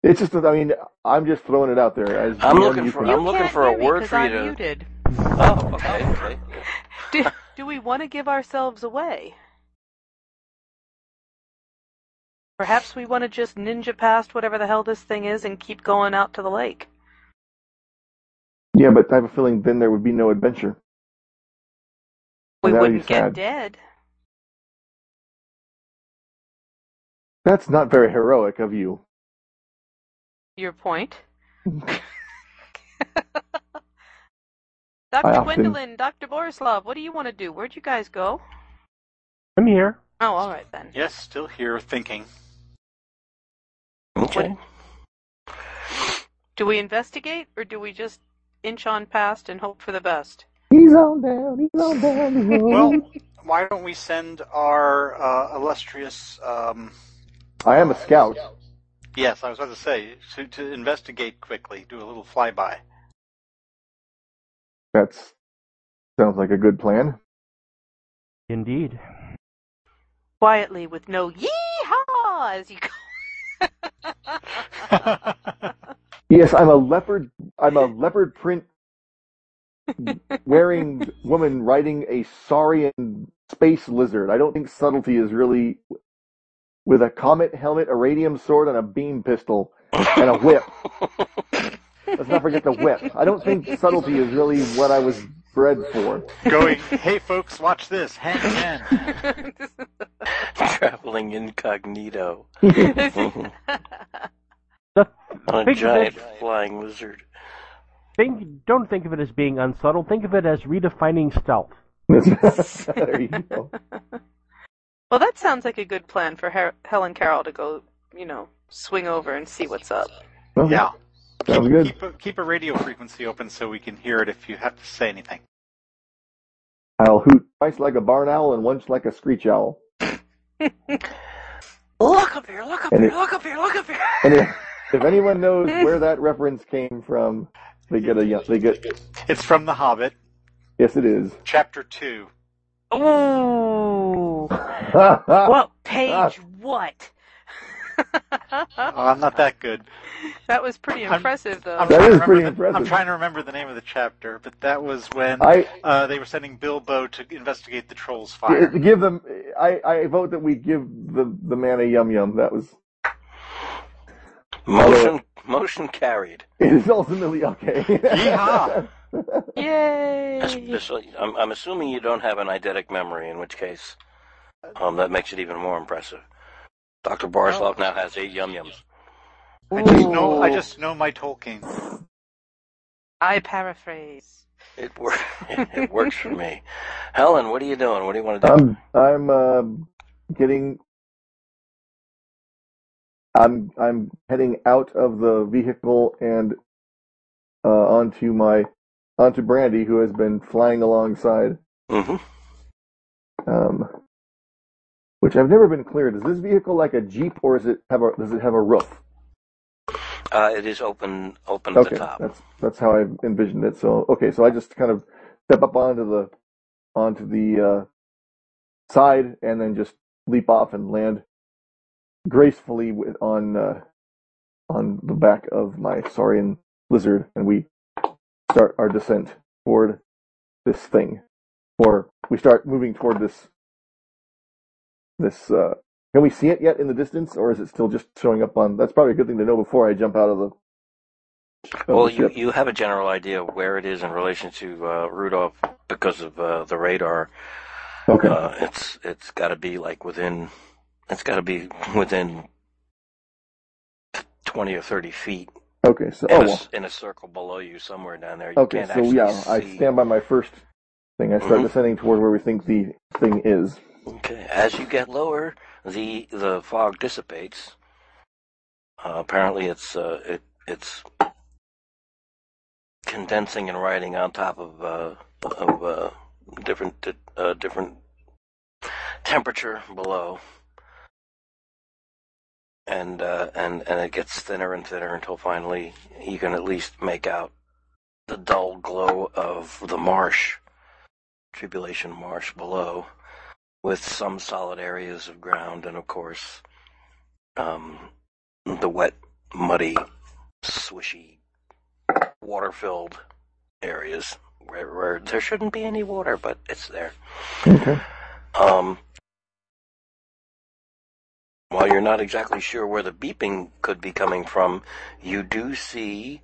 Speaker 5: It's just. that- I mean, I'm just throwing it out there. As
Speaker 4: I'm
Speaker 5: DM,
Speaker 4: looking
Speaker 5: you
Speaker 4: for-
Speaker 5: can-
Speaker 4: I'm
Speaker 7: You
Speaker 4: looking
Speaker 7: can't
Speaker 4: for a
Speaker 7: hear me
Speaker 4: word
Speaker 7: 'cause
Speaker 4: for you
Speaker 7: I'm
Speaker 4: to- (laughs)
Speaker 7: muted.
Speaker 4: oh, okay, okay.
Speaker 2: Do, do we want to give ourselves away? Perhaps we want to just ninja past whatever the hell this thing is and keep going out to the lake.
Speaker 5: Yeah, but I have a feeling then there would be no adventure.
Speaker 2: We
Speaker 5: That would be
Speaker 2: wouldn't get
Speaker 5: sad.
Speaker 2: dead.
Speaker 5: That's not very heroic of you.
Speaker 2: Your
Speaker 5: (laughs)
Speaker 2: point. Dr.
Speaker 5: I often-
Speaker 2: Gwendolyn, Dr. Borislav, what do you want to do? Where'd you guys go?
Speaker 3: I'm here.
Speaker 2: Oh, all right then.
Speaker 6: Yes, still here
Speaker 7: (laughs)
Speaker 6: thinking.
Speaker 4: Okay.
Speaker 2: Do we investigate or do we just inch on past and hope for the best?
Speaker 8: He's on down. He's on down the road.
Speaker 6: Well, why don't we send our uh, illustrious? Um,
Speaker 5: I am a scout.
Speaker 6: yes, I was about to say to, to investigate quickly, do a little flyby.
Speaker 5: That's sounds like a good plan.
Speaker 3: Indeed.
Speaker 2: Quietly with no yeehaw as you go.
Speaker 5: Yes, I'm a leopard. I'm a leopard print wearing woman riding a saurian space lizard. I don't think subtlety is really with a comet helmet, a radium sword, and a beam pistol and a whip. Let's not forget the whip. I don't think subtlety is really what I was bred for. (laughs)
Speaker 6: Going, hey folks, watch this, hang ten.
Speaker 4: (laughs) Traveling incognito
Speaker 3: The
Speaker 4: on a
Speaker 3: Big
Speaker 4: giant
Speaker 3: fish.
Speaker 4: flying lizard.
Speaker 3: think, don't think of it as being unsubtle. Think of it as redefining stealth.
Speaker 5: there you go.
Speaker 2: (laughs) well, that sounds like a good plan for Her- Helen Carroll to go, you know, swing over and see what's up.
Speaker 5: Okay,
Speaker 6: Yeah,
Speaker 5: sounds good.
Speaker 6: keep a, keep a radio frequency open so we can hear it if you have to say anything.
Speaker 5: I'll hoot twice like a barn owl and once like a screech owl.
Speaker 4: Look up here! Look up
Speaker 5: And
Speaker 4: here!
Speaker 5: it-
Speaker 4: Look up here! Look up here!
Speaker 5: And if, if anyone knows where that reference came from, they get a yes. They get
Speaker 6: It's from The Hobbit,
Speaker 5: yes. It is.
Speaker 6: Chapter Two.
Speaker 2: Ooh.
Speaker 5: what?
Speaker 2: What page? What?
Speaker 6: Oh, I'm not that good.
Speaker 2: that was pretty
Speaker 6: I'm-
Speaker 2: impressive, though.
Speaker 6: I'm
Speaker 5: That
Speaker 6: trying to
Speaker 5: is pretty
Speaker 6: remember the- I'm
Speaker 5: impressive.
Speaker 6: trying to remember the name of the chapter, but that was when
Speaker 5: (laughs) I
Speaker 6: uh, they were sending Bilbo to investigate the trolls'
Speaker 5: g-
Speaker 6: fire.
Speaker 5: give them. I, I vote that we give the the man a yum yum. That was.
Speaker 4: Motion, motion carried.
Speaker 5: It is ultimately okay.
Speaker 6: Yeehaw!
Speaker 2: Yay!
Speaker 4: Especially, I'm, I'm assuming you don't have an eidetic memory, in which case, um, that makes it even more impressive. Dr. Borislav now has eight yum yums.
Speaker 6: I just know I just know my Tolkien.
Speaker 2: I paraphrase.
Speaker 4: It, wor- (laughs) it works for me. Helen, what are you doing? What do you want to do?
Speaker 5: (laughs) I'm I'm uh, getting. I'm I'm heading out of the vehicle and uh, onto my onto Brandy, who has been flying alongside.
Speaker 4: Mm-hmm.
Speaker 5: um, which I've never been clear. Does this vehicle like a jeep, or is it have a does it have a roof?
Speaker 4: Uh, it is open, open at
Speaker 5: Okay,
Speaker 4: the top.
Speaker 5: that's that's how I envisioned it. So okay, so I just kind of step up onto the onto the uh, side and then just leap off and land gracefully with, on uh, on the back of my saurian lizard, and we start our descent toward this thing, or we start moving toward this this uh, can we see it yet in the distance, or is it still just showing up on? That's probably a good thing to know before I jump out of the. of the
Speaker 4: Well, you,
Speaker 5: ship.
Speaker 4: you have a general idea of where it is in relation to uh, Rudolph because of uh, the radar.
Speaker 5: okay.
Speaker 4: Uh, it's it's got to be like within it's got to be within twenty or thirty feet
Speaker 5: okay. So
Speaker 4: in,
Speaker 5: oh
Speaker 4: a,
Speaker 5: well.
Speaker 4: s- in a circle below you somewhere down there. You
Speaker 5: Okay.
Speaker 4: can't
Speaker 5: So
Speaker 4: actually
Speaker 5: yeah, I
Speaker 4: see.
Speaker 5: stand by my first thing. I start
Speaker 4: Mhm.
Speaker 5: descending toward where we think the thing is.
Speaker 4: Okay. As you get lower, the the fog dissipates. Uh, apparently, it's uh, it it's condensing and riding on top of uh, of uh, different uh, different temperature below, and uh, and and it gets thinner and thinner until finally you can at least make out the dull glow of the marsh, tribulation marsh below, with some solid areas of ground, and of course, um, the wet, muddy, swishy, water-filled areas where, where there shouldn't be any water, but it's there.
Speaker 5: Okay.
Speaker 4: Um, while you're not exactly sure where the beeping could be coming from, you do see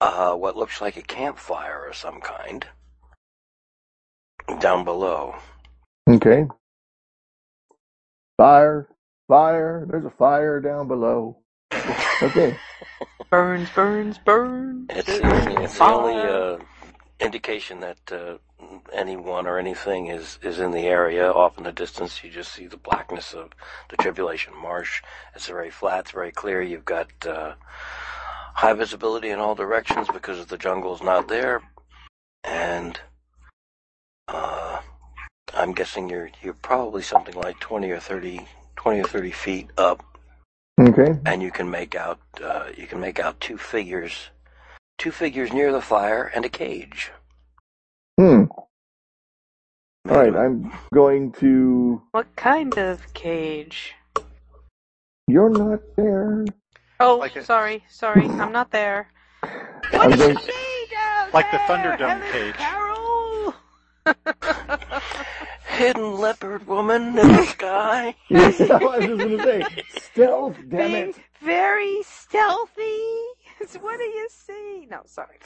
Speaker 4: uh, what looks like a campfire of some kind down below.
Speaker 5: Okay. Fire! Fire! There's a fire down below. Okay.
Speaker 2: Burns, burns, burns.
Speaker 4: It's the only, it's the only
Speaker 2: Fire.
Speaker 4: uh, indication that uh, anyone or anything is, is in the area. Off in the distance, you just see the blackness of the Tribulation Marsh. It's very flat, it's very clear. You've got uh, high visibility in all directions because the jungle's not there. And uh, I'm guessing you're you're probably something like 20 or 30, 20 or 30 feet up,
Speaker 5: Okay.
Speaker 4: and you can make out uh, you can make out two figures, two figures near the fire and a cage.
Speaker 5: Hmm.
Speaker 4: made
Speaker 5: All right.
Speaker 4: of-
Speaker 5: I'm going to.
Speaker 2: What kind of cage?
Speaker 5: You're not there.
Speaker 2: Oh,
Speaker 6: Like a-
Speaker 2: sorry, sorry, I'm not there.
Speaker 5: I'm going. (laughs)
Speaker 6: Like the Thunderdome cage.
Speaker 2: Carol.
Speaker 4: Hidden leopard woman in the sky.
Speaker 5: Yes, I was just gonna say stealth. Damn
Speaker 2: Being
Speaker 5: it!
Speaker 2: very stealthy. It's what do you see? No, sorry.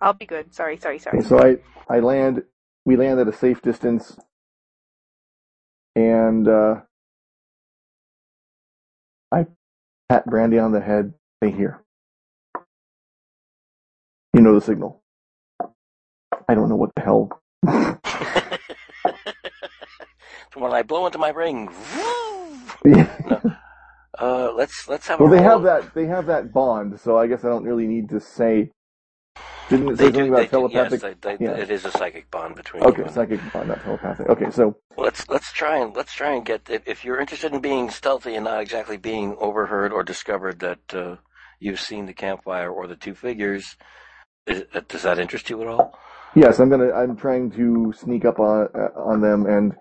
Speaker 2: I'll be good. Sorry, sorry, sorry.
Speaker 5: Okay, so I I land. We land at a safe distance, and uh, I pat Brandy on the head. Stay here. You know the signal. I don't know what the hell. (laughs)
Speaker 4: when I blow into my ring. No. Uh, let's let's have
Speaker 5: well,
Speaker 4: a
Speaker 5: they
Speaker 4: roll.
Speaker 5: have that. They have that bond, so I guess I don't really need to say. Didn't it say
Speaker 4: They
Speaker 5: something
Speaker 4: do.
Speaker 5: about
Speaker 4: They do. Yes.
Speaker 5: telepathic?
Speaker 4: They, they,
Speaker 5: Yeah.
Speaker 4: It is a psychic bond between you
Speaker 5: Okay,
Speaker 4: and
Speaker 5: psychic bond, not telepathic. Okay, so
Speaker 4: Let's let's try and let's try and get if, if you're interested in being stealthy and not exactly being overheard or discovered that uh, you've seen the campfire or the two figures. Is, uh, does that interest you at all?
Speaker 5: yes, I'm gonna. I'm trying to sneak up on uh, on them, and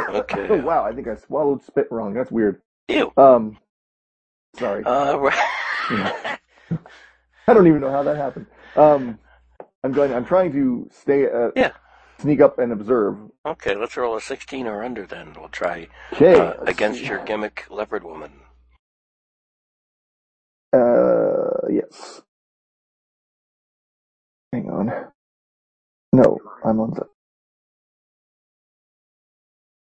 Speaker 5: oh
Speaker 4: (laughs) Okay.
Speaker 5: wow, I think I swallowed spit wrong. That's weird.
Speaker 4: You.
Speaker 5: Um, sorry.
Speaker 4: Uh, (laughs)
Speaker 5: I don't even know how that happened. Um, I'm going. I'm trying to stay. Uh,
Speaker 4: Yeah.
Speaker 5: Sneak up and observe.
Speaker 4: okay. Let's roll a sixteen or under then. We'll try
Speaker 5: Okay.
Speaker 4: uh,
Speaker 5: let's
Speaker 4: against
Speaker 5: see.
Speaker 4: your gimmick, leopard woman.
Speaker 5: Uh, yes. Hang on. No, I'm on the.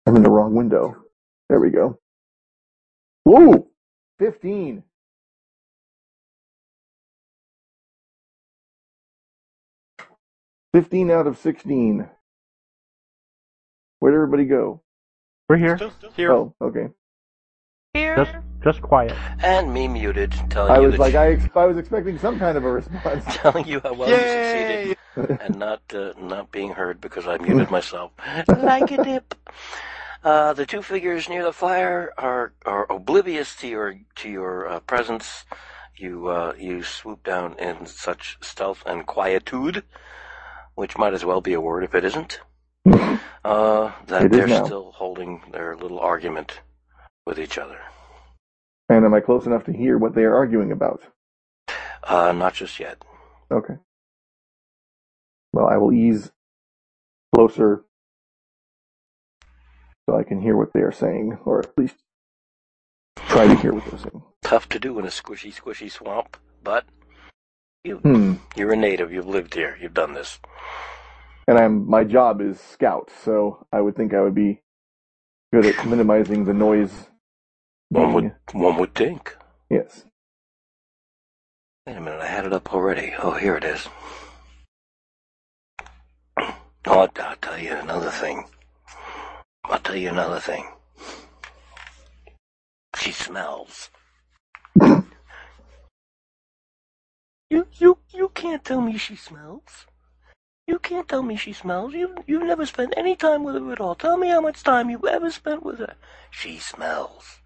Speaker 5: I'm in the wrong window. There we go. Whoa! Fifteen. Fifteen out of sixteen. Where'd everybody go?
Speaker 3: We're here,
Speaker 6: Here.
Speaker 5: Oh, okay.
Speaker 3: just
Speaker 7: Here.
Speaker 3: just quiet.
Speaker 4: And me muted, telling
Speaker 5: I
Speaker 4: you
Speaker 5: was
Speaker 4: that
Speaker 5: like, I, ex- I was expecting some kind of a response.
Speaker 4: (laughs) telling you how well you succeeded
Speaker 6: Yay!
Speaker 4: and not uh, not being heard because I
Speaker 5: Mm.
Speaker 4: muted myself. like a dip. Uh, the two figures near the fire are, are oblivious to your to your uh, presence. You uh, you swoop down in such stealth and quietude, which might as well be a word if it
Speaker 5: (laughs)
Speaker 4: isn't. Uh, that
Speaker 5: It is
Speaker 4: they're
Speaker 5: now.
Speaker 4: still holding their little argument with each other.
Speaker 5: And am I close enough to hear what they are arguing about?
Speaker 4: Uh, not just yet.
Speaker 5: Okay. Well, I will ease closer so I can hear what they are saying, or at least try to hear what they're saying.
Speaker 4: Tough to do in a squishy, squishy swamp, but you,
Speaker 5: Hmm.
Speaker 4: you're a native. You've lived here. You've done this.
Speaker 5: And I'm my job is scout, so I would think I would be good at minimizing the noise.
Speaker 4: One would, one would think.
Speaker 5: Yes.
Speaker 4: Wait a minute, I had it up already. Oh, here it is. Oh, I'll, I'll tell you another thing. I'll tell you another thing. She smells. you, you, you can't tell me she smells. You can't tell me she smells. You, you've never spent any time with her at all. Tell me how much time you ever spent with her. She smells.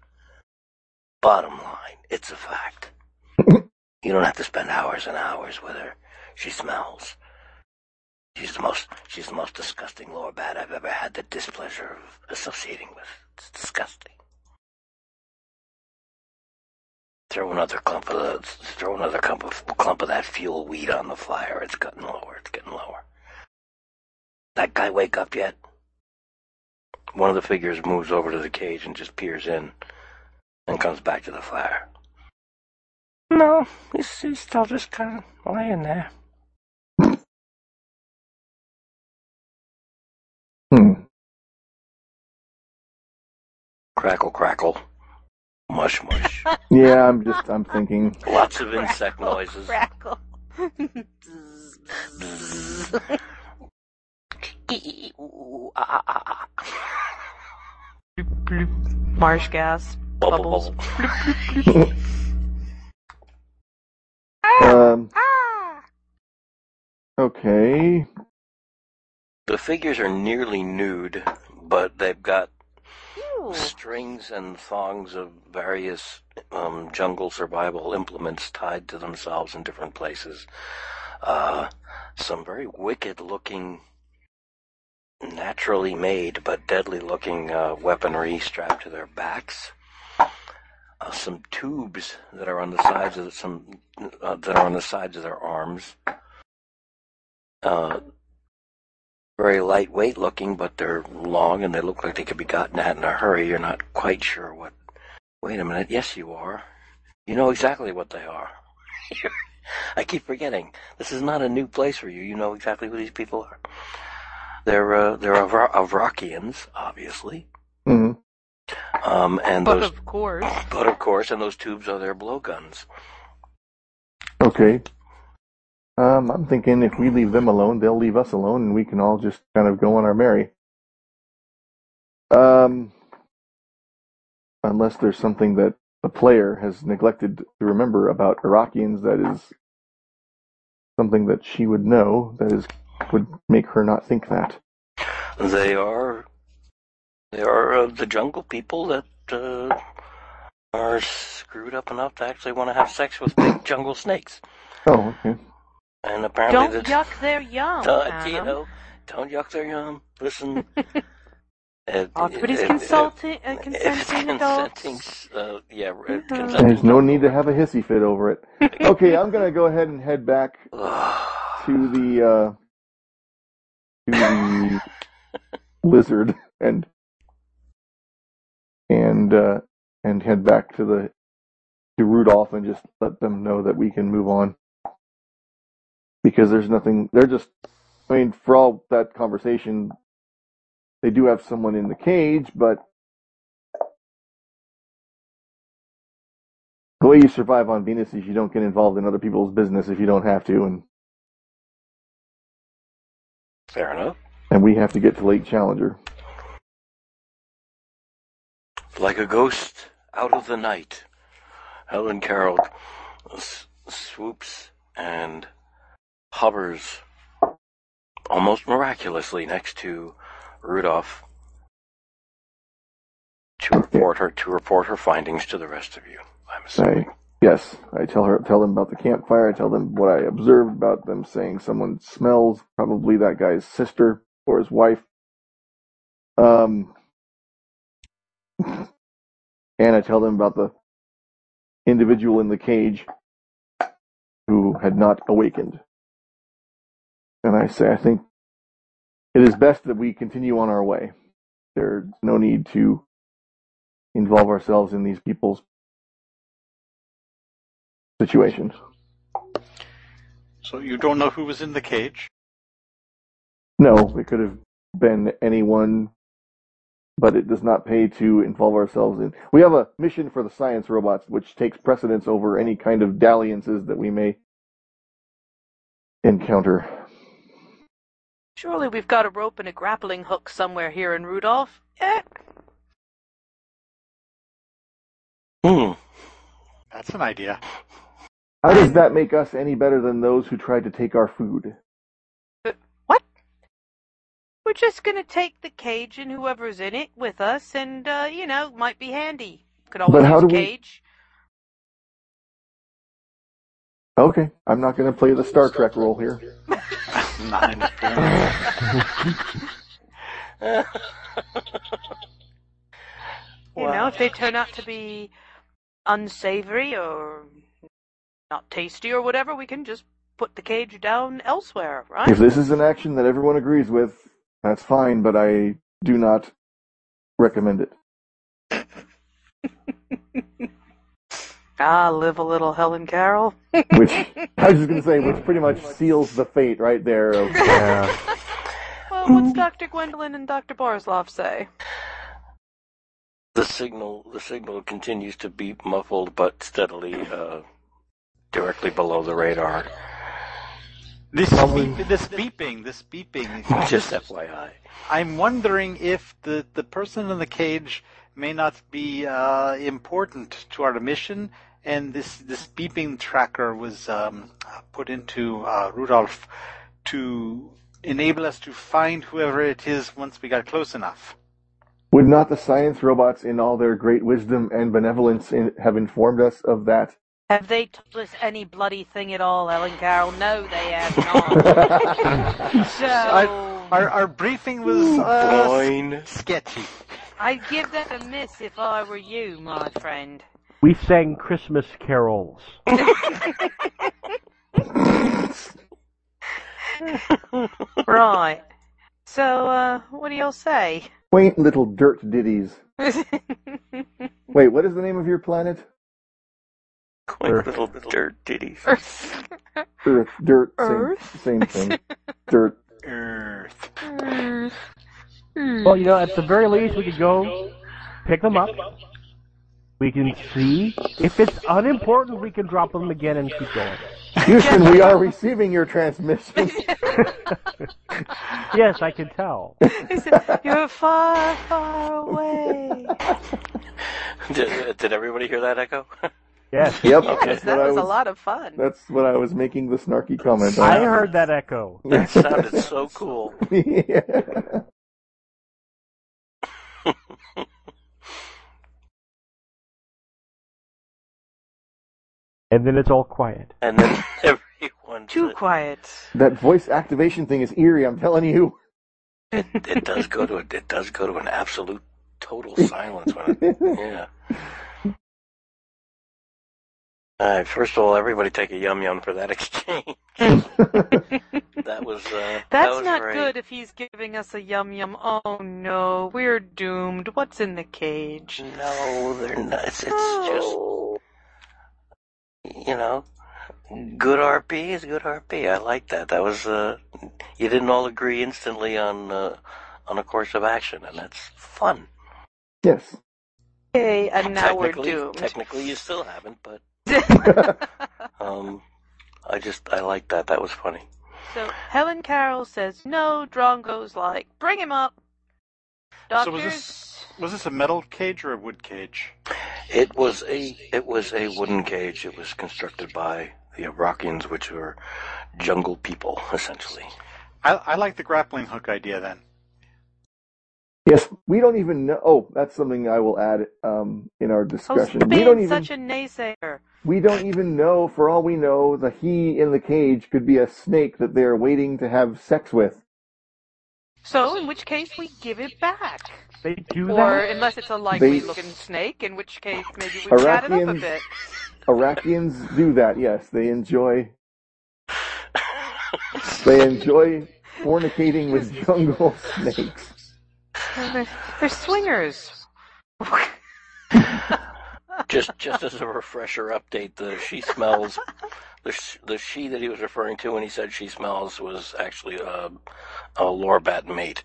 Speaker 4: Bottom line, it's a fact. You don't have to spend hours and hours with her. She smells. She's the most she's the most disgusting lower bat I've ever had the displeasure of associating with. It's disgusting. Throw another clump of the, throw another clump of clump of that fuel weed on the fire. It's getting lower. It's getting lower. That guy wake up yet? One of the figures moves over to the cage and just peers in, and comes back to the fire. No, he's, he's still just kind of lying there.
Speaker 5: Hmm.
Speaker 4: Crackle, crackle. Mush, (laughs) mush.
Speaker 5: Yeah, I'm just I'm thinking.
Speaker 4: Lots of insect noises.
Speaker 7: Crackle.
Speaker 4: Ooh, ah, ah, ah, ah.
Speaker 2: Marsh gas.
Speaker 4: Bubble,
Speaker 2: Bubbles.
Speaker 4: bubble.
Speaker 7: (laughs)
Speaker 5: Um,
Speaker 7: Ah,
Speaker 5: okay.
Speaker 4: The figures are nearly nude, but they've got
Speaker 7: Ew.
Speaker 4: strings and thongs of various um, jungle survival implements tied to themselves in different places. Uh, some very wicked looking, naturally made but deadly looking uh, weaponry strapped to their backs. Uh, some tubes that are on the sides of some uh, that are on the sides of their arms. Uh, very lightweight looking, but they're long and they look like they could be gotten at in a hurry. You're not quite sure what. Wait a minute. Yes, you are. You know exactly what they are. (laughs) I keep forgetting. This is not a new place for you. You know exactly who these people are. They're uh, they're Avra- Avrakians, obviously.
Speaker 5: hmm
Speaker 4: Um, and
Speaker 7: But
Speaker 4: those,
Speaker 7: of course.
Speaker 4: but of course, and those tubes are their blowguns.
Speaker 5: Okay. Um, I'm thinking if we leave them alone, they'll leave us alone, and we can all just kind of go on our merry. Um, unless there's something that the player has neglected to remember about Iraqians that is something that she would know that is would make her not think that.
Speaker 4: They are they are uh, the jungle people that uh, are screwed up enough to actually want to have sex with big jungle snakes.
Speaker 5: Oh, okay.
Speaker 4: And apparently,
Speaker 7: Don't
Speaker 4: that's- (laughs)
Speaker 7: yuck their yum.
Speaker 4: Don't, you
Speaker 7: Adam.
Speaker 4: know, don't yuck their yum. Listen. it-
Speaker 2: Everybody's
Speaker 4: it- it-
Speaker 2: consulting, uh,
Speaker 4: it- (laughs) it's
Speaker 2: consenting
Speaker 4: consenting,
Speaker 2: adults.
Speaker 4: uh, yeah, it-
Speaker 2: Mhm.
Speaker 4: consenting.
Speaker 5: There's no need to have a hissy fit over it. Okay, I'm gonna go ahead and head back to the uh, to the lizard and and uh, and head back to the to Rudolph and just let them know that we can move on because there's nothing. They're just. I mean, for all that conversation, they do have someone in the cage, but the way you survive on Venus is you don't get involved in other people's business if you don't have to, and
Speaker 4: Fair enough.
Speaker 5: and we have to get to Lake Challenger.
Speaker 4: Like a ghost out of the night, Helen Carroll s- swoops and hovers almost miraculously next to Rudolph to report her to report her findings to the rest of you. I'm assuming.
Speaker 5: I yes, I tell her tell them about the campfire. I tell them what I observed about them saying someone smells probably that guy's sister or his wife. Um, and I tell them about the individual in the cage who had not awakened. And I say, I think it is best that we continue on our way. There's no need to involve ourselves in these people's situations.
Speaker 6: So you don't know who was in the cage?
Speaker 5: No, it could have been anyone, but it does not pay to involve ourselves in. We have a mission for the science robots, which takes precedence over any kind of dalliances that we may encounter.
Speaker 2: Surely we've got a rope and a grappling hook somewhere here in Rudolph. Eh,
Speaker 4: Hmm.
Speaker 6: That's an idea.
Speaker 5: How does that make us any better than those who tried to take our food?
Speaker 2: we're just gonna take the cage and whoever's in it with us, and uh, you know, might be handy. Could always
Speaker 5: But how
Speaker 2: use
Speaker 5: do
Speaker 2: a
Speaker 5: we-
Speaker 2: cage.
Speaker 5: Okay, I'm not going to play the Star Trek role here.
Speaker 6: Not interfering.
Speaker 2: You know,
Speaker 4: Wow.
Speaker 2: if they turn out to be unsavory or not tasty or whatever, we can just put the cage down elsewhere, right?
Speaker 5: If this is an action that everyone agrees with, that's fine, but I do not recommend it.
Speaker 2: Ah, live a little Helen Carroll.
Speaker 5: Which I was just going to say, which pretty much seals the fate right there. Of,
Speaker 3: Yeah.
Speaker 2: Well,
Speaker 5: (laughs)
Speaker 2: what's Dr. Gwendolyn and Dr. Barzloff say?
Speaker 4: The signal, the signal continues to beep muffled but steadily, uh, directly below the radar.
Speaker 6: This beep, this beeping, this beeping.
Speaker 4: Just FYI.
Speaker 6: I'm wondering if the, the person in the cage may not be uh, important to our mission, and this, this beeping tracker was um, put into uh, Rudolph to enable us to find whoever it is once we got close enough.
Speaker 5: would not the science robots, in all their great wisdom and benevolence, in, have informed us of that?
Speaker 2: Have they told us any bloody thing at all, Helen Carroll? No, they have not.
Speaker 5: (laughs)
Speaker 2: so I,
Speaker 6: Our, our briefing was uh,
Speaker 4: Fine.
Speaker 6: sketchy.
Speaker 2: would give that a miss if I were you, my friend.
Speaker 3: We sang Christmas carols.
Speaker 2: Right. So, uh, what do y'all say? (laughs)
Speaker 5: Quaint little dirt ditties.
Speaker 2: Earth.
Speaker 5: Wait, what is the name of your planet?
Speaker 4: Quaint little dirt ditties.
Speaker 5: Earth, dirt,
Speaker 2: Earth? (laughs)
Speaker 5: Same, same thing. Dirt.
Speaker 6: Earth.
Speaker 3: Well, you know, at the very least, we could go pick them up. We can see. If it's unimportant, we can drop them again and keep going.
Speaker 5: Houston, we are receiving your
Speaker 2: (laughs)
Speaker 5: transmission.
Speaker 3: Yes, I can tell.
Speaker 2: You're far, far away.
Speaker 4: Did, did everybody hear that echo? (laughs)
Speaker 3: Yes.
Speaker 5: Yep,
Speaker 2: Yes,
Speaker 5: that's
Speaker 2: that
Speaker 5: what I
Speaker 2: was
Speaker 5: was.
Speaker 2: a lot of fun.
Speaker 5: That's what I was making the snarky comment.
Speaker 3: I
Speaker 5: on.
Speaker 3: heard that echo.
Speaker 4: That sounded so cool.
Speaker 5: (laughs) Yeah.
Speaker 3: And then it's all quiet.
Speaker 4: And then (laughs) everyone.
Speaker 2: Too quiet.
Speaker 5: That voice activation thing is eerie. I'm telling you.
Speaker 4: It, it does go to a, it does go to an absolute total silence when it, yeah. All right. First of all, everybody take a yum yum for that
Speaker 2: (laughs)
Speaker 4: (laughs) exchange. that was uh, that
Speaker 2: That's
Speaker 4: was
Speaker 2: not
Speaker 4: great.
Speaker 2: good if he's giving us a yum yum. Oh no, we're doomed. What's in the cage?
Speaker 4: No, they're not. It's, it's
Speaker 2: Oh.
Speaker 4: just you know, good RP is good RP. I like that. That was uh, you didn't all agree instantly on uh, on a course of action, and that's fun.
Speaker 5: Yes.
Speaker 2: Okay, and now we're
Speaker 4: technically,
Speaker 2: doomed.
Speaker 4: technically, you still haven't, but
Speaker 2: (laughs)
Speaker 4: um, I just I like that. That was funny.
Speaker 2: So Helen Carroll says no. Drongo's like, bring him up.
Speaker 6: So was
Speaker 2: Doctors,
Speaker 6: this was this a metal cage or a wood cage?
Speaker 4: It was a it was a wooden cage. It was constructed by the Iraqis, which were jungle people essentially.
Speaker 6: I, I like the grappling hook idea then.
Speaker 5: Yes. We don't even know. Oh, that's something I will add um, in our
Speaker 2: oh,
Speaker 5: discussion.
Speaker 2: stop
Speaker 5: We don't
Speaker 2: being
Speaker 5: even.
Speaker 2: such a naysayer.
Speaker 5: We don't even know. For all we know, the he in the cage could be a snake that they are waiting to have sex with.
Speaker 2: So, in which case, we give it back.
Speaker 3: They do
Speaker 2: Or
Speaker 3: that?
Speaker 2: unless it's a likely
Speaker 5: They-
Speaker 2: looking snake, in which case maybe we chat it up a
Speaker 5: Arachians-
Speaker 2: bit.
Speaker 5: Arachians do that. Yes, they enjoy.
Speaker 4: (laughs)
Speaker 5: They enjoy fornicating with jungle snakes.
Speaker 9: They're, they're swingers.
Speaker 4: Just just as a refresher update, the she smells, the sh- the she that he was referring to when he said she smells was actually a, a Lorbat mate.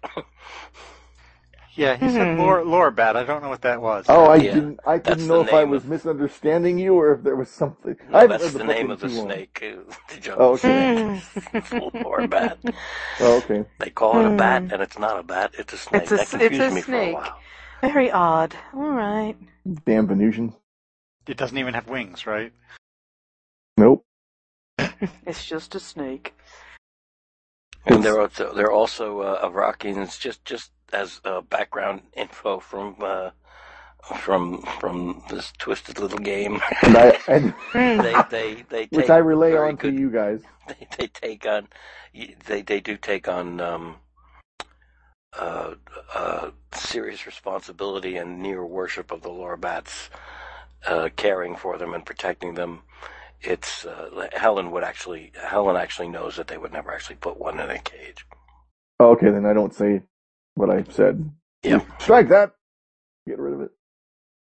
Speaker 6: Yeah, he said
Speaker 9: Mhm.
Speaker 6: Lor Laura Bat. I don't know what that was.
Speaker 5: Oh, I
Speaker 4: Yeah,
Speaker 5: didn't. I
Speaker 4: that's
Speaker 5: didn't know
Speaker 4: the
Speaker 5: if I
Speaker 4: name
Speaker 5: was
Speaker 4: of-
Speaker 5: misunderstanding you or if there was something. I
Speaker 4: No,
Speaker 5: haven't
Speaker 4: that's
Speaker 5: read
Speaker 4: the,
Speaker 5: the book
Speaker 4: name
Speaker 5: in
Speaker 4: of the
Speaker 5: too long.
Speaker 4: snake. uh, The
Speaker 5: Oh,
Speaker 4: jungle
Speaker 5: okay.
Speaker 4: snake. (laughs) It's a Lorbat.
Speaker 5: Oh, okay.
Speaker 4: They call it a bat,
Speaker 9: Hmm.
Speaker 4: and it's not a bat. It's a snake.
Speaker 9: It's a
Speaker 4: that
Speaker 9: s- it's
Speaker 4: confused
Speaker 9: a
Speaker 4: me for a
Speaker 2: snake.
Speaker 4: while.
Speaker 9: Very odd. All right.
Speaker 5: Damn Venusians.
Speaker 6: It doesn't even have wings, right?
Speaker 5: Nope.
Speaker 9: It's just a snake.
Speaker 4: And
Speaker 5: It's-
Speaker 4: there are there are also uh, Iraqis. Just just as uh, background info from uh, from from this twisted little game, (laughs)
Speaker 5: And I, and,
Speaker 9: Hmm.
Speaker 4: they they they
Speaker 5: which
Speaker 4: take
Speaker 5: I relay
Speaker 4: very
Speaker 5: on to
Speaker 4: good.
Speaker 5: you guys.
Speaker 4: They, they take on they they do take on um, uh, uh, serious responsibility and near worship of the Lorabats, uh, caring for them and protecting them. It's uh, Helen would actually Helen actually knows that they would never actually put one in a cage.
Speaker 5: Oh, okay, then I don't say what I said.
Speaker 4: Yeah.
Speaker 5: Strike that. Get rid of it.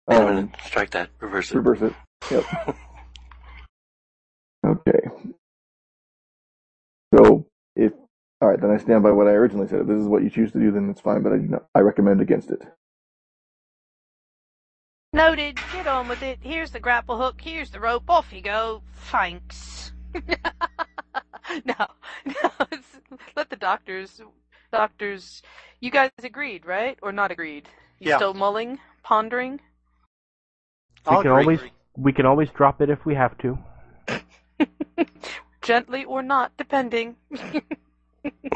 Speaker 4: Wait a minute,
Speaker 5: Um,
Speaker 4: strike that, reverse it.
Speaker 5: reverse it. Yep. Okay. So if all right, then I stand by what I originally said. If this is what you choose to do, then it's fine. But I do not, I recommend against it.
Speaker 2: Noted. Get on with it. Here's the grapple hook. Here's the rope. Off you go. Thanks. (laughs) no, (laughs) no. It's, let the doctors, doctors. You guys agreed, right? Or not agreed? You
Speaker 6: Yeah.
Speaker 2: still mulling, pondering?
Speaker 3: We
Speaker 6: I'll
Speaker 3: can
Speaker 6: agree.
Speaker 3: always we can always drop it if we have to.
Speaker 2: Gently or not, depending. (laughs)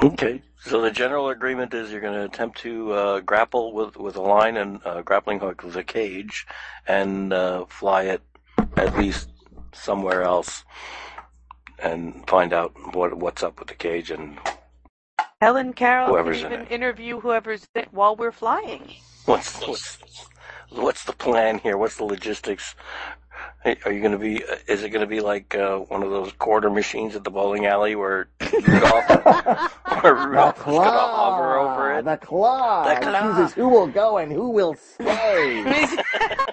Speaker 4: Okay. So the general agreement is you're going to attempt to uh, grapple with, with a line and uh, grappling hook with a cage, and uh, fly it at least somewhere else, and find out what what's up with the cage. And
Speaker 2: Helen Carroll
Speaker 4: Whoever's in
Speaker 2: can even
Speaker 4: it.
Speaker 2: interview whoever's in it while we're flying. (laughs)
Speaker 4: what's what's what's the plan here? What's the logistics? Are you going to be? Is it going to be like uh, one of those quarter machines at the bowling alley where Rudolph, (laughs) where
Speaker 10: The
Speaker 4: Rudolph is going to hover over
Speaker 10: claw.
Speaker 4: it?
Speaker 10: The claw.
Speaker 4: The
Speaker 10: It
Speaker 4: claw.
Speaker 10: chooses who will go and who will
Speaker 4: (laughs)
Speaker 10: stay.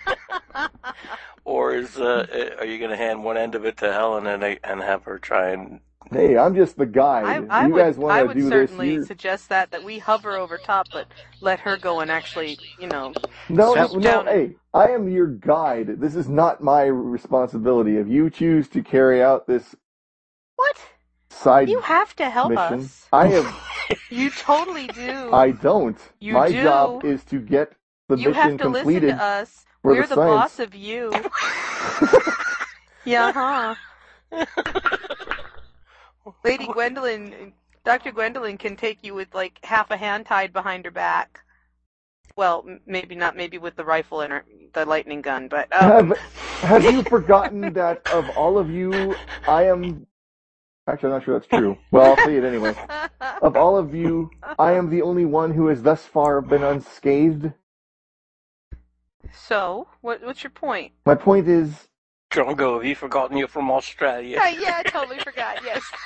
Speaker 5: (laughs)
Speaker 4: Or is uh, uh, are you going to hand one end of it to Helen and and have her try and?
Speaker 5: Hey, I'm just the
Speaker 2: I,
Speaker 5: guide.
Speaker 2: I
Speaker 5: you
Speaker 2: would,
Speaker 5: guys
Speaker 2: I
Speaker 5: want to
Speaker 2: would
Speaker 5: do this?
Speaker 2: certainly
Speaker 5: You
Speaker 2: suggest that that we hover over top, but let her go and actually, you know,
Speaker 5: no,
Speaker 6: That-
Speaker 2: swoop
Speaker 5: no.
Speaker 2: down and
Speaker 5: Hey, I am your guide. This is not my responsibility. If you choose to carry out this
Speaker 2: what?
Speaker 5: side
Speaker 2: You have to help
Speaker 5: mission,
Speaker 2: us.
Speaker 5: I have.
Speaker 2: You
Speaker 5: (laughs)
Speaker 2: totally do.
Speaker 5: I don't.
Speaker 2: you
Speaker 5: My
Speaker 2: do.
Speaker 5: job is to get the
Speaker 2: you have
Speaker 5: mission
Speaker 2: to listen
Speaker 5: completed
Speaker 2: to us.
Speaker 5: for
Speaker 2: We're the
Speaker 5: the science.
Speaker 2: boss of
Speaker 5: (laughs)
Speaker 2: you. yeah, huh? Lady Gwendolyn, Dr. Gwendolyn can take you with like half a hand tied behind her back. Well, m- maybe not. Maybe with the rifle and her, the lightning gun, but um,
Speaker 5: (laughs)
Speaker 2: (laughs)
Speaker 5: Have Have you forgotten that of all of you, I am actually I'm not sure that's true. Well, I'll say it anyway. Of all of you, I am the only one who has thus far been unscathed.
Speaker 2: so what, what's your point?
Speaker 5: My point is,
Speaker 4: Drongo, have you forgotten you're from Australia?
Speaker 2: Uh, yeah, I totally forgot. Yes, (laughs)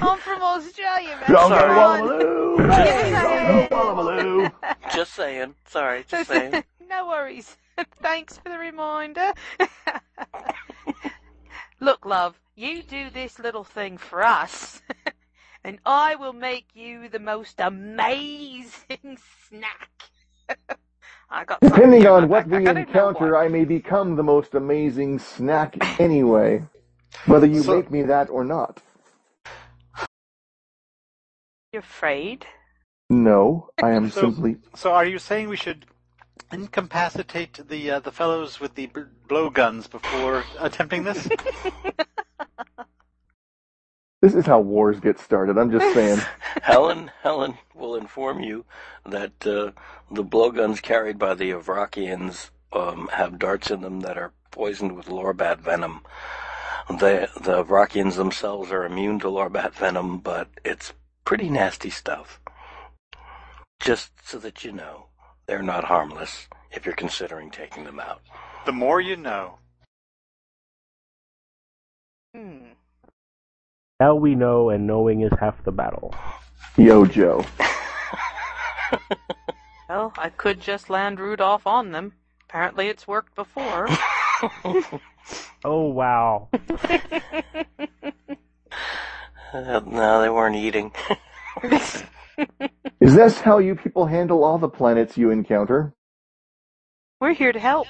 Speaker 2: I'm from Australia, man.
Speaker 4: Don't
Speaker 5: Drongo
Speaker 4: go
Speaker 2: Come on.
Speaker 5: Wallamaloo!
Speaker 4: Just-
Speaker 2: Give us
Speaker 5: Hey,
Speaker 2: a
Speaker 5: Drongo
Speaker 2: hand.
Speaker 5: Wallamaloo!
Speaker 4: (laughs) Just saying. Sorry, (laughs) just saying.
Speaker 2: (laughs) no worries. Thanks for the reminder. (laughs) Look, love, you do this little thing for us, (laughs) and I will make you the most amazing (laughs) snack. I got something
Speaker 5: Depending
Speaker 2: here in my
Speaker 5: on what
Speaker 2: back. I
Speaker 5: we
Speaker 2: gotta know what.
Speaker 5: encounter, I may become the most amazing snack anyway, whether you
Speaker 6: So,
Speaker 5: make me that or not.
Speaker 2: You're afraid?
Speaker 5: No, I am
Speaker 6: so,
Speaker 5: simply
Speaker 6: so are you saying we should incapacitate the uh, the fellows with the b- blowguns before attempting (laughs) this?
Speaker 5: This is how wars get started. I'm
Speaker 2: (laughs)
Speaker 5: just saying.
Speaker 4: Helen, Helen will inform you that uh, the blowguns carried by the Avrakians um, have darts in them that are poisoned with lorbat venom. The the Avrakians themselves are immune to lorbat venom, but it's pretty nasty stuff. Just so that you know, they're not harmless if you're considering taking them out.
Speaker 6: the more you know.
Speaker 2: Hmm.
Speaker 3: Now we know, and knowing is half the battle.
Speaker 5: Yo, Joe.
Speaker 2: Well, I could just land Rudolph on them. Apparently, it's worked before.
Speaker 3: Oh wow.
Speaker 4: Uh, no, they weren't eating. (laughs)
Speaker 5: Is this how you people handle all the planets you encounter?
Speaker 2: (laughs) We're here to help.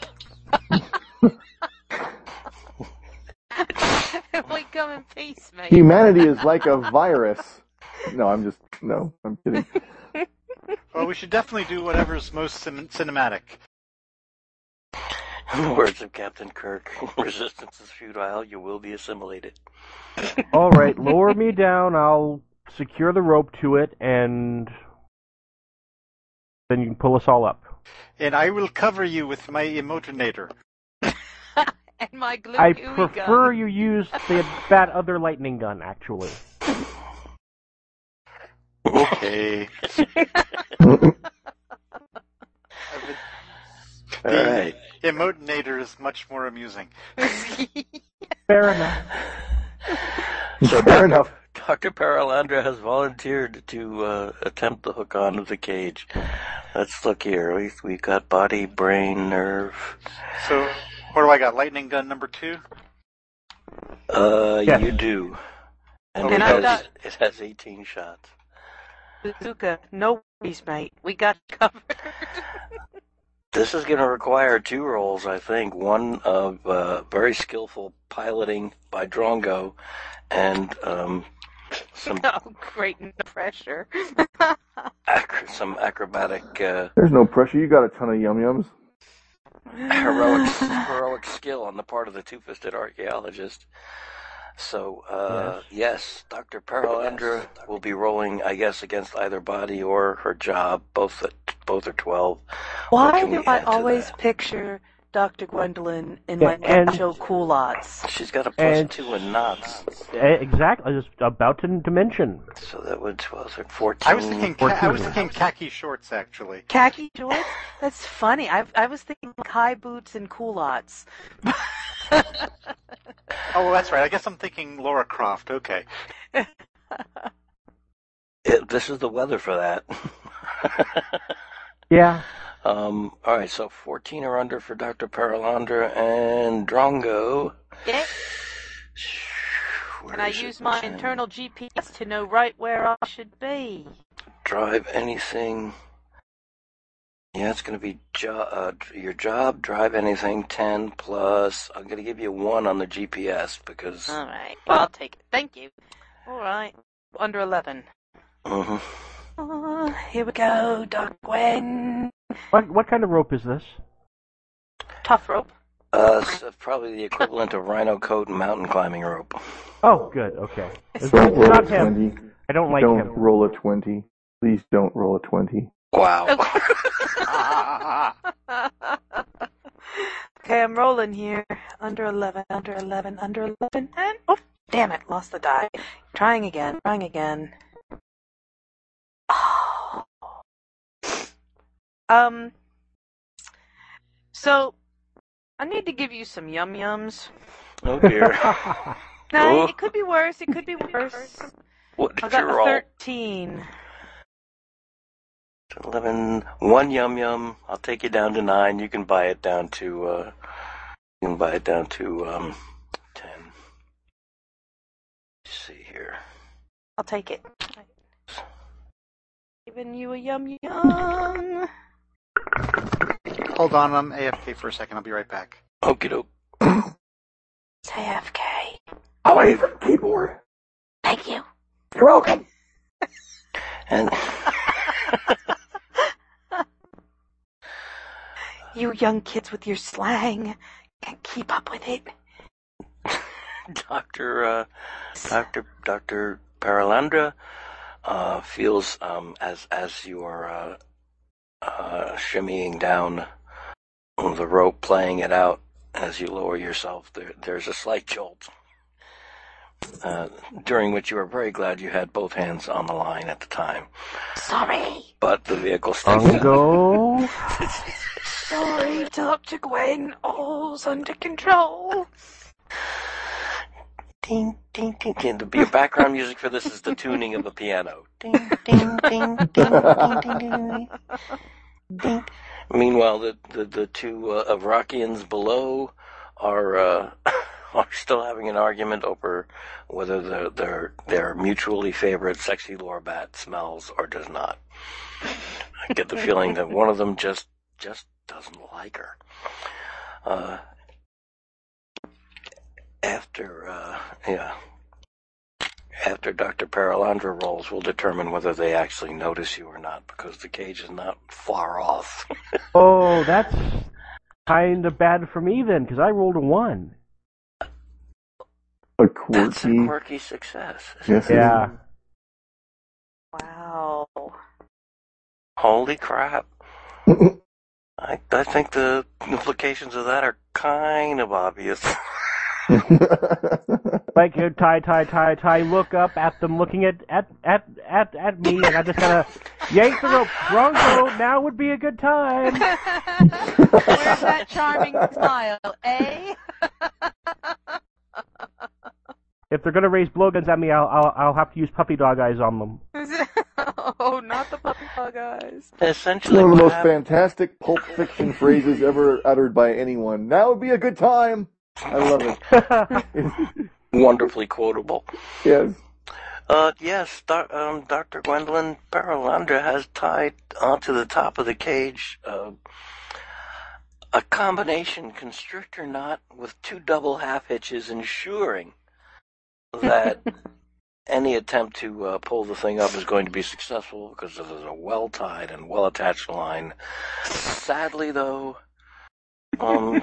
Speaker 7: we come in peace, mate.
Speaker 5: Humanity is like a virus. No, I'm just no, I'm kidding.
Speaker 6: Well, we should definitely do whatever's most cin- cinematic.
Speaker 4: In the words of Captain Kirk, (laughs) resistance is futile, you will be assimilated.
Speaker 3: All right, lower me down. I'll secure the rope to it, and then you can pull us all up.
Speaker 6: And I will cover you with my emotinator.
Speaker 7: and my glue
Speaker 3: I
Speaker 7: gooey
Speaker 2: (laughs)
Speaker 3: prefer
Speaker 7: gun.
Speaker 3: you use the, that other lightning gun, actually.
Speaker 6: (laughs) Okay.
Speaker 4: All right.
Speaker 6: Emotinator is much more amusing.
Speaker 3: Fair enough.
Speaker 2: (laughs)
Speaker 4: So
Speaker 5: Fair enough.
Speaker 4: Dr. Paralandra has volunteered to uh, attempt the hook on of the cage. Let's look here. We, we've got body, brain, nerve.
Speaker 6: So, what do I got? Lightning gun number two?
Speaker 4: Uh,
Speaker 3: Yes.
Speaker 4: You do. And,
Speaker 6: Okay.
Speaker 4: it,
Speaker 6: And
Speaker 2: I've
Speaker 4: has,
Speaker 2: got-
Speaker 4: it has 18 shots.
Speaker 2: Bazooka, no worries, mate. We got you covered.
Speaker 4: This is going to require two rolls, I think. One of uh, very skillful piloting by Drongo and um, some,
Speaker 2: (laughs)
Speaker 7: Oh, great no pressure.
Speaker 4: ac- some acrobatic uh,
Speaker 5: There's no pressure. You got a ton of yum yums.
Speaker 2: (sighs)
Speaker 4: heroic heroic skill on the part of the two-fisted archaeologist. So uh, yes. Dr. Paralandra will be rolling, I guess, against either body or her job. Both at, both are twelve. What
Speaker 2: Why
Speaker 4: can
Speaker 2: do
Speaker 4: we
Speaker 2: I
Speaker 4: add to
Speaker 2: always
Speaker 4: that?
Speaker 2: picture Dr. Gwendolyn in
Speaker 3: Yeah,
Speaker 2: like
Speaker 3: and-
Speaker 2: Joe Coolots?
Speaker 4: She's got a plus
Speaker 3: And-
Speaker 4: two in knots,
Speaker 3: Eh, Exactly. I was about to to mention.
Speaker 4: so that would twelve or fourteen.
Speaker 6: I was thinking. Ca- I was thinking khaki shorts, actually.
Speaker 2: Khaki shorts? That's funny. I I was thinking like high boots and culottes.
Speaker 6: Oh, well, that's right. I guess I'm thinking Laura Croft. Okay. (laughs)
Speaker 4: It- this is the weather for that.
Speaker 3: Yeah.
Speaker 4: (laughs) um, all right, so fourteen or under for Dr. Paralandra and Drongo.
Speaker 7: yeah,
Speaker 4: Where
Speaker 7: and I
Speaker 4: is it?
Speaker 7: use my
Speaker 4: It's in-
Speaker 7: internal GPS to know right where I should be.
Speaker 4: drive anything. Yeah, it's going to be jo- uh, your job, drive anything, 10 plus. I'm going to give you one on the GPS because.
Speaker 7: All right, well, I'll take it. Thank you. All right, under eleven.
Speaker 4: Mhm.
Speaker 2: Oh, here we go, Dr. Gwen.
Speaker 3: What what kind of rope is this?
Speaker 2: Tough rope.
Speaker 4: Uh, so probably the equivalent of rhino coat and mountain climbing rope.
Speaker 3: Oh, good. Okay. It's,
Speaker 5: Don't
Speaker 3: it's
Speaker 5: roll
Speaker 3: not
Speaker 5: a
Speaker 3: him.
Speaker 5: twenty.
Speaker 3: I don't like
Speaker 5: don't
Speaker 3: him.
Speaker 5: roll a twenty. Please don't roll a twenty.
Speaker 4: Wow.
Speaker 2: Okay, I'm rolling here. Under 11, under 11, under 11, and. Oh, damn it, lost the die. Trying again, trying again. (sighs) Oh. Um.
Speaker 7: So, I need to give you some yum yums.
Speaker 4: (laughs) Oh, dear.
Speaker 7: No,
Speaker 4: Oh.
Speaker 7: it could be worse. It could be worse.
Speaker 4: What
Speaker 2: I
Speaker 4: did
Speaker 2: got
Speaker 4: you
Speaker 2: a
Speaker 4: roll?
Speaker 2: 13.
Speaker 4: 11, one yum yum. I'll take you down to 9. You can buy it down to. Uh, you can buy it down to um, 10. Let's see here.
Speaker 2: I'll take it. Giving you a yum yum.
Speaker 6: Hold on, I'm AFK for a second. I'll be right back.
Speaker 4: Okie doke.
Speaker 2: It's AFK.
Speaker 5: Oh, wait for the keyboard.
Speaker 2: Thank you.
Speaker 5: You're welcome.
Speaker 4: And.
Speaker 2: You young kids with your slang can't keep up with it.
Speaker 4: Doctor uh, Doctor Doctor Paralandra uh, feels um, as as you are uh, uh, shimmying down the rope, playing it out as you lower yourself. There, there's a slight jolt, uh, during which you are very glad you had both hands on the line at the time.
Speaker 2: Sorry.
Speaker 4: But the vehicle sticks.
Speaker 3: Drongo.
Speaker 2: Sorry, Dr. Gwen. All's under control.
Speaker 4: Ding ding, ding, ding. The your background music for this is the tuning of the piano. Ding, ding, ding, ding, ding, ding, ding, ding. ding. Meanwhile, the the, the two uh, Avrockians below are uh, (coughs) are still having an argument over whether the, their their mutually favorite sexy lorbat smells or does not. I get the feeling that one of them just just doesn't like her. Uh, after uh, yeah, after Dr. Paralandra rolls, we'll determine whether they actually notice you or not because the cage is not far off. (laughs)
Speaker 3: Oh, that's kind of bad for me then, because I rolled a one.
Speaker 5: A
Speaker 4: That's a
Speaker 5: quirky.
Speaker 4: quirky success.
Speaker 5: Yes, it is. (laughs)
Speaker 3: Yeah.
Speaker 2: Wow.
Speaker 4: Holy crap! I I think the implications of that are kind of obvious. (laughs)
Speaker 3: Like you know, tie, tie, tie, tie. Look up at them, looking at at at at, at me, and I just gotta yank the rope. Bronco, now would be a good time.
Speaker 7: Where's that (laughs) charming smile, eh?
Speaker 3: If they're gonna raise blowguns at me, I'll I'll, I'll have to use puppy dog eyes on them.
Speaker 7: (laughs) oh, not the puppy dog eyes.
Speaker 5: It's
Speaker 4: Essentially,
Speaker 5: one of the
Speaker 4: what
Speaker 5: most
Speaker 4: happened?
Speaker 5: fantastic Pulp Fiction phrases ever uttered by anyone. Now would be a good time. I love it.
Speaker 4: (laughs) Wonderfully quotable.
Speaker 5: Yes.
Speaker 4: Uh, yes, doc, um, Dr. Gwendolyn Paralandra has tied onto the top of the cage uh, a combination constrictor knot with two double half hitches, ensuring that any attempt to uh, pull the thing up is going to be successful because it is a well tied and well attached line. Sadly, though, um,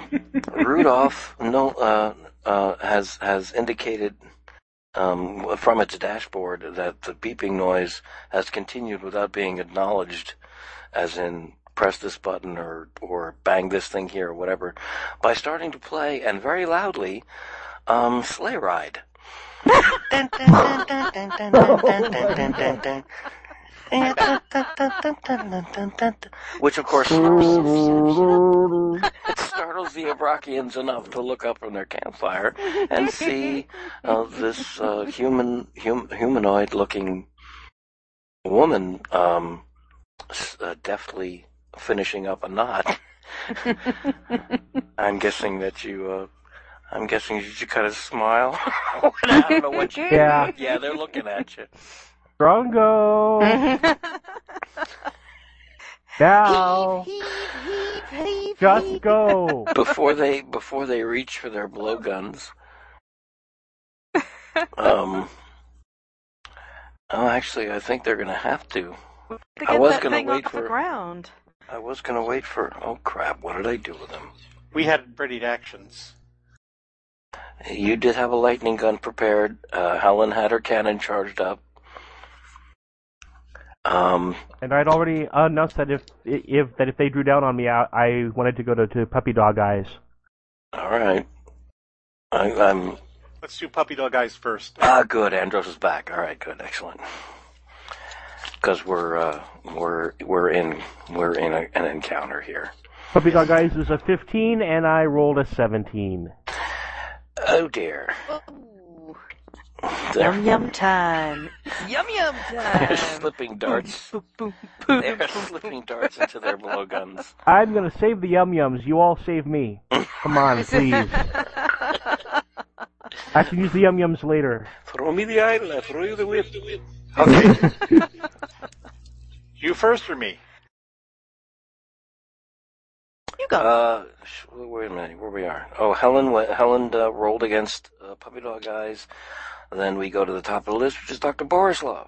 Speaker 4: Rudolph no, uh, uh, has has indicated um, from its dashboard that the beeping noise has continued without being acknowledged, as in press this button or or bang this thing here or whatever, by starting to play and very loudly, um, Sleigh Ride. Dun, dun, dun, dun, dun, dun, dun, dun, dun, dun, dun, dun. Which of course
Speaker 5: Oh,
Speaker 4: it startles the Avrakians enough to look up from their campfire and see uh, this uh, human hum, humanoid-looking woman um, s- uh, deftly finishing up a knot. I'm guessing that you. Uh, I'm guessing that you kind of smile. (laughs) I don't know what you.
Speaker 3: Yeah.
Speaker 4: Yeah, they're looking at you.
Speaker 3: Bronco,
Speaker 2: Oh.
Speaker 3: now just go.
Speaker 4: before they before they reach for their blowguns. Um. Oh, actually, I think they're gonna have to.
Speaker 2: To
Speaker 4: I
Speaker 2: get
Speaker 4: was
Speaker 2: that
Speaker 4: gonna
Speaker 2: thing
Speaker 4: wait
Speaker 2: off
Speaker 4: for-
Speaker 2: the ground.
Speaker 4: I was gonna wait for. Oh crap! What did I do with them?
Speaker 6: We had readied actions.
Speaker 4: You did have a lightning gun prepared. Uh, Helen had her cannon charged up. Um.
Speaker 3: And I'd already announced that if if that if they drew down on me, I, I wanted to go to, to puppy dog eyes.
Speaker 4: All right. I, I'm
Speaker 6: Let's do puppy dog eyes first.
Speaker 4: Ah, good. Andros is back. All right, good, excellent. Because we're uh, we're we're in we're in a, an encounter here.
Speaker 3: Puppy dog eyes is a 15, and I rolled a 17.
Speaker 4: Oh dear.
Speaker 7: Ooh.
Speaker 4: They're,
Speaker 2: Yum yum time.
Speaker 7: Yum
Speaker 4: (laughs)
Speaker 7: yum
Speaker 4: they're
Speaker 7: time.
Speaker 4: slipping (laughs) darts.
Speaker 2: Boop, boop, boop,
Speaker 4: They're
Speaker 2: boop,
Speaker 4: slipping darts into their blowguns.
Speaker 3: I'm gonna save the yum yums. You all save me. Come on, please. I can use the yum yums later.
Speaker 4: Throw me the idol. I throw you the whip.
Speaker 6: (laughs) Okay. (laughs) you first or me?
Speaker 7: You go.
Speaker 4: Uh, sh- wait a minute. Where we are? Oh, Helen. wa- Helen uh, rolled against uh, Puppy Dog Eyes. Then we go to the top of the list, which is Doctor Borislov.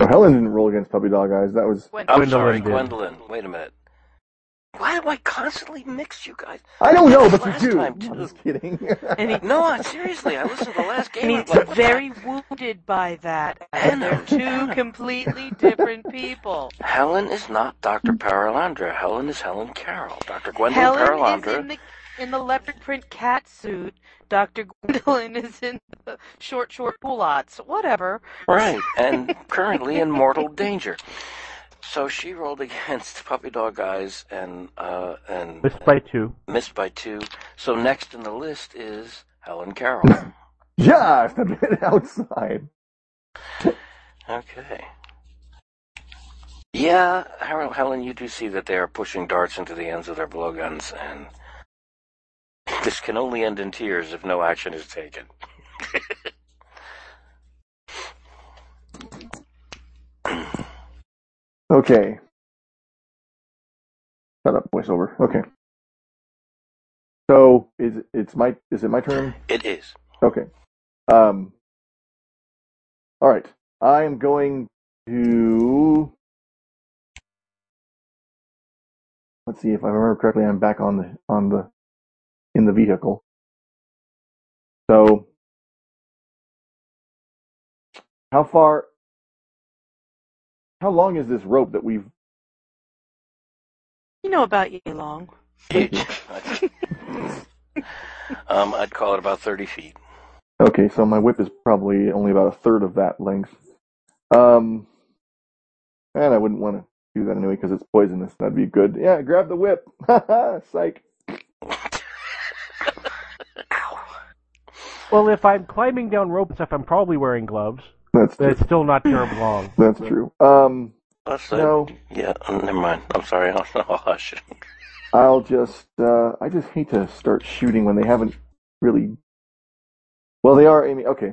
Speaker 5: Oh, Helen didn't roll against Puppy Dog Eyes. That was.
Speaker 7: Went-
Speaker 4: I'm
Speaker 3: Gwendolyn
Speaker 4: sorry,
Speaker 3: did.
Speaker 4: Gwendolyn. Wait a minute. Why do I constantly mix you guys?
Speaker 5: I don't know, but
Speaker 4: Last
Speaker 5: you do.
Speaker 4: time, too.
Speaker 5: I'm just kidding.
Speaker 4: (laughs)
Speaker 5: (laughs)
Speaker 2: And he-
Speaker 4: No, I- seriously, I listened to the
Speaker 7: (laughs)
Speaker 4: last game.
Speaker 2: And
Speaker 4: I'm
Speaker 2: he's
Speaker 4: like, what the
Speaker 2: very wounded by that.
Speaker 4: heck?
Speaker 2: And
Speaker 4: Hannah,
Speaker 2: they're
Speaker 7: Two completely different (laughs) people.
Speaker 4: Helen is not Dr. Paralandra. Helen is Helen Carroll. Dr. Gwendolyn
Speaker 7: Helen is
Speaker 4: Paralandra.
Speaker 7: in the in the leopard print cat suit. Doctor
Speaker 2: (laughs)
Speaker 7: Gwendolyn is in the short short culottes. Whatever.
Speaker 4: Right, and currently in mortal danger. So she rolled (laughs) against Puppy Dog Eyes and uh, and
Speaker 3: Missed by two.
Speaker 4: missed by two. So next in the list is Helen
Speaker 5: (laughs)
Speaker 4: Carroll.
Speaker 5: Yeah, it's a bit outside.
Speaker 4: okay. Yeah, Hel- Helen, you do see that they are pushing darts into the ends of their blowguns, and this can only end in tears if no action is taken.
Speaker 5: Okay. Shut up, voiceover. Okay. So is it- it's my is it my turn?
Speaker 4: It is. (laughs)
Speaker 5: Okay. Um. All right. I am going to. Let's see if I remember correctly. I'm back on the on the in the vehicle. So, how far? How long is this rope that we've?
Speaker 2: You know about yay long.
Speaker 4: um, I'd call it about 30 feet.
Speaker 5: Okay, so my whip is probably only about a third of that length. Um, and I wouldn't want to do that anyway because it's poisonous. That'd be good. Yeah, grab the whip. (laughs) Psych.
Speaker 3: Well, if I'm climbing down rope and stuff, I'm probably wearing gloves,
Speaker 5: That's
Speaker 3: but
Speaker 5: true.
Speaker 3: it's still not terribly long.
Speaker 5: That's true. Um,
Speaker 4: Plus, I-
Speaker 5: no,
Speaker 4: uh, Yeah, um, never mind. I'm sorry. (laughs) I'll, I'll hush.
Speaker 5: I'll just. Uh, I just hate to start shooting when they haven't really. Well, they are aiming. Okay.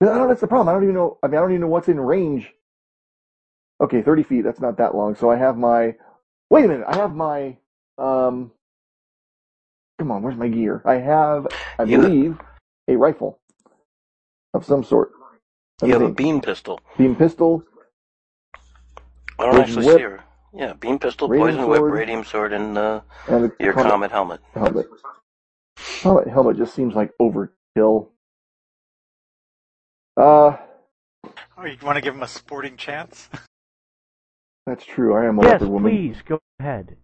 Speaker 5: No, no, that's the problem. I don't even know. I mean, I don't even know what's in range. Okay, thirty feet. That's not that long. So I have my. Wait a minute. I have my. Um. Come on. Where's my gear? I have. I
Speaker 4: You-
Speaker 5: believe a rifle of some sort. Let
Speaker 4: You
Speaker 5: me
Speaker 4: have a
Speaker 5: think.
Speaker 4: beam pistol.
Speaker 5: Beam pistol.
Speaker 4: I don't
Speaker 5: Radium
Speaker 4: actually
Speaker 5: whip.
Speaker 4: see her. Yeah, beam pistol,
Speaker 5: Radium
Speaker 4: poison whip,
Speaker 5: sword.
Speaker 4: radium sword, and uh,
Speaker 5: And the
Speaker 4: your
Speaker 5: combat
Speaker 4: comet helmet.
Speaker 5: helmet. Helmet helmet just seems like overkill. Uh,
Speaker 6: Oh, you want to give him a sporting chance? (laughs)
Speaker 5: that's true. I am a
Speaker 3: Yes,
Speaker 5: leopard woman.
Speaker 3: please go ahead.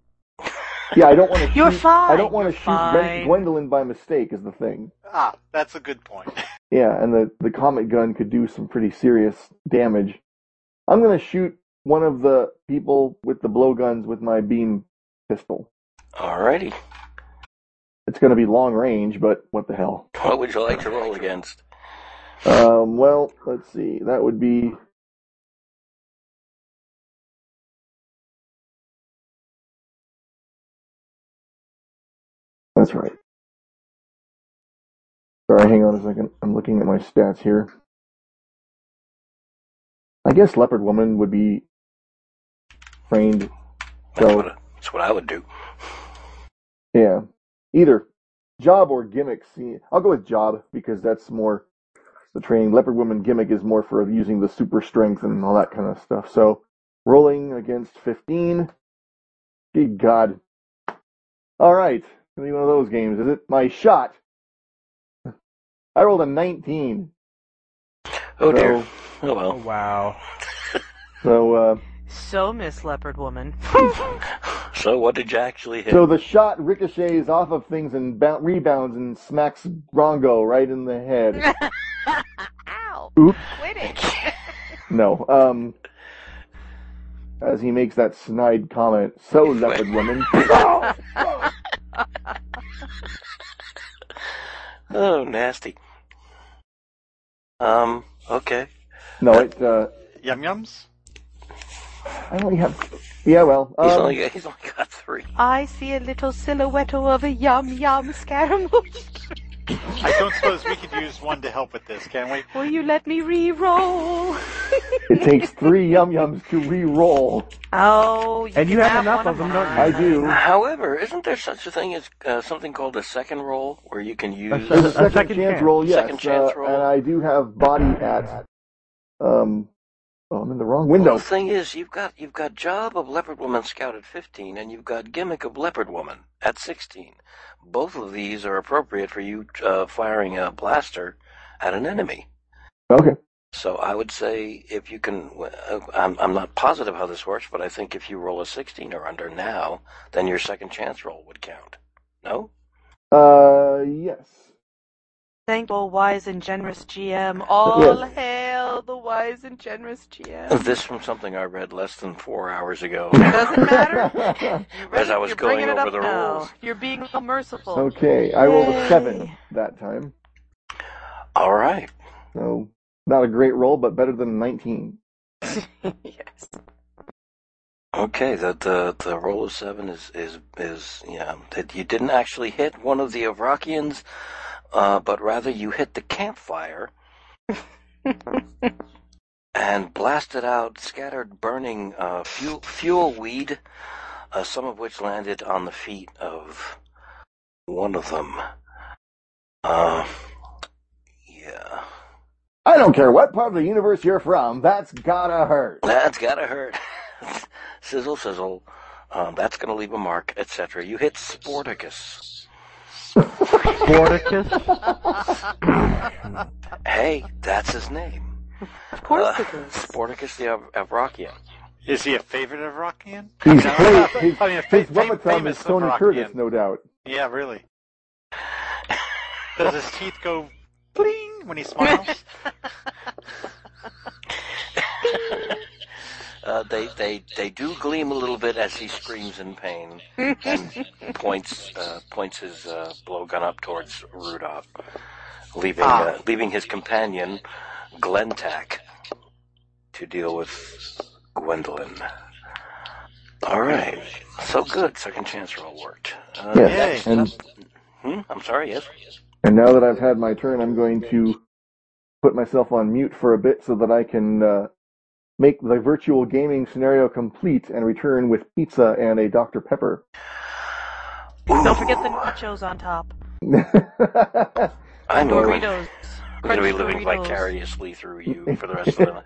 Speaker 5: Yeah, I don't want to.
Speaker 2: You're
Speaker 5: shoot,
Speaker 2: fine.
Speaker 5: I don't want
Speaker 2: You're
Speaker 5: to shoot Gwen,
Speaker 2: fine.
Speaker 5: Gwendolyn by mistake. Is the thing.
Speaker 6: Ah, that's a good point. (laughs)
Speaker 5: Yeah, and the the comet gun could do some pretty serious damage. I'm gonna shoot one of the people with the blowguns with my beam pistol.
Speaker 4: Alrighty.
Speaker 5: It's gonna be long range, but what the hell?
Speaker 4: (laughs) What would you like to roll against?
Speaker 5: Um, well, let's see. That would be. That's right. Sorry, hang on a second. I'm looking at my stats here. I guess Leopard Woman would be framed.
Speaker 4: That's,
Speaker 5: So,
Speaker 4: what, I- that's what I would do.
Speaker 5: yeah. Either job or gimmick. See, I'll go with job because that's more the training. Leopard Woman gimmick is more for using the super strength and all that kind of stuff. So, rolling against 15. Good God. All right. Gonna be one of those games, is it? My shot. I rolled a 19.
Speaker 4: Oh dear.
Speaker 5: So-
Speaker 4: Oh
Speaker 3: Oh,
Speaker 4: well.
Speaker 3: wow.
Speaker 5: So, uh,
Speaker 2: So, Miss Leopard Woman.
Speaker 4: So what did you actually hit?
Speaker 5: So the shot ricochets off of things and bou- rebounds and smacks Rongo right in
Speaker 4: (laughs)
Speaker 5: the head.
Speaker 7: Ow!
Speaker 5: Oops.
Speaker 7: Quit it!
Speaker 5: No. Um, as he makes that snide comment, so leopard woman.
Speaker 4: oh, nasty. Um. Okay.
Speaker 5: No, it. Uh,
Speaker 6: Yum yums?
Speaker 5: I only have. Yeah, well.
Speaker 4: He's
Speaker 5: Um,
Speaker 4: only he's only got three.
Speaker 2: (laughs) I see a little silhouette of a yum yum scaramouche.
Speaker 6: I don't suppose we could use one to help with this, can we?
Speaker 2: Will you let me re-roll?
Speaker 5: it takes three yum yums to re-roll.
Speaker 2: oh, you
Speaker 3: And you
Speaker 2: can
Speaker 3: have
Speaker 2: have
Speaker 3: enough
Speaker 2: one
Speaker 3: of them, don't you?
Speaker 5: I do.
Speaker 4: However, isn't there such a thing as uh, something called a second roll where you can use?
Speaker 5: There's
Speaker 3: A
Speaker 5: a
Speaker 3: second
Speaker 5: second, chance,
Speaker 3: chance.
Speaker 5: roll, yes,
Speaker 4: Second chance
Speaker 5: uh,
Speaker 4: roll.
Speaker 5: and I do have body at. Um, oh, I'm in the wrong window.
Speaker 4: Well, the thing is, you've got you've got job of leopard woman scout at fifteen, and you've got gimmick of leopard woman at sixteen. Both of these are appropriate for you uh, firing a blaster at an enemy.
Speaker 5: Okay.
Speaker 4: So I would say if you can, uh, I'm I'm not positive how this works, but I think if you roll a sixteen or under now, then your second chance roll would count. No,
Speaker 5: Uh, yes.
Speaker 2: thankful, wise, and generous GM. All hail the wise and generous GM.
Speaker 4: This from something I read less than four hours ago.
Speaker 2: Doesn't matter.
Speaker 4: As I was
Speaker 2: You're bringing
Speaker 4: going
Speaker 2: it
Speaker 4: over
Speaker 2: up
Speaker 4: the
Speaker 2: now.
Speaker 4: rules.
Speaker 2: You're being merciful.
Speaker 5: okay, I rolled
Speaker 2: Yay.
Speaker 5: a seven that time.
Speaker 4: All right.
Speaker 5: So not a great roll, but better than a nineteen.
Speaker 2: yes.
Speaker 4: Okay. The the the roll of seven is is is yeah. That you didn't actually hit one of the Avrakians, uh, but rather you hit the campfire. and blasted out scattered burning uh, fuel, fuel weed, uh, some of which landed on the feet of one of them. Uh, yeah,
Speaker 5: I don't care what part of the universe you're from, that's gotta hurt.
Speaker 4: that's gotta hurt. (laughs) sizzle, sizzle. Um, that's gonna leave a mark, etc. You hit Sporticus.
Speaker 3: Sporticus?
Speaker 4: (laughs) Hey, that's his name.
Speaker 2: Of course
Speaker 4: Uh,
Speaker 2: it is.
Speaker 4: Sporticus the Av- Avrakian.
Speaker 6: Is he a favorite of Rockian?
Speaker 5: He's
Speaker 6: No,
Speaker 5: great.
Speaker 6: not-
Speaker 5: His,
Speaker 6: I mean,
Speaker 5: his
Speaker 6: fa-
Speaker 5: mama tongue is
Speaker 6: famous
Speaker 5: Tony
Speaker 6: Avrakian.
Speaker 5: Curtis, no doubt.
Speaker 6: Yeah, really. Does his teeth go bling when he smiles?
Speaker 4: Uh, they, they, they do gleam a little bit as he screams in pain
Speaker 2: (laughs)
Speaker 4: and points uh, points his uh, blowgun up towards Rudolph, leaving
Speaker 2: Ah.
Speaker 4: uh, leaving his companion Glentak to deal with Gwendolyn. All right, so good. Second chance roll worked. Uh, next
Speaker 5: Yes, and-
Speaker 4: up- hmm, I'm sorry. Yes.
Speaker 5: And now that I've had my turn, I'm going to put myself on mute for a bit so that I can uh, make the virtual gaming scenario complete and return with pizza and a Dr. Pepper. (laughs)
Speaker 2: Don't forget the nachos on top.
Speaker 4: I'm going,
Speaker 2: Doritos.
Speaker 4: I'm going to be
Speaker 2: Crunchy
Speaker 4: living
Speaker 2: Doritos.
Speaker 4: vicariously through you for the rest of the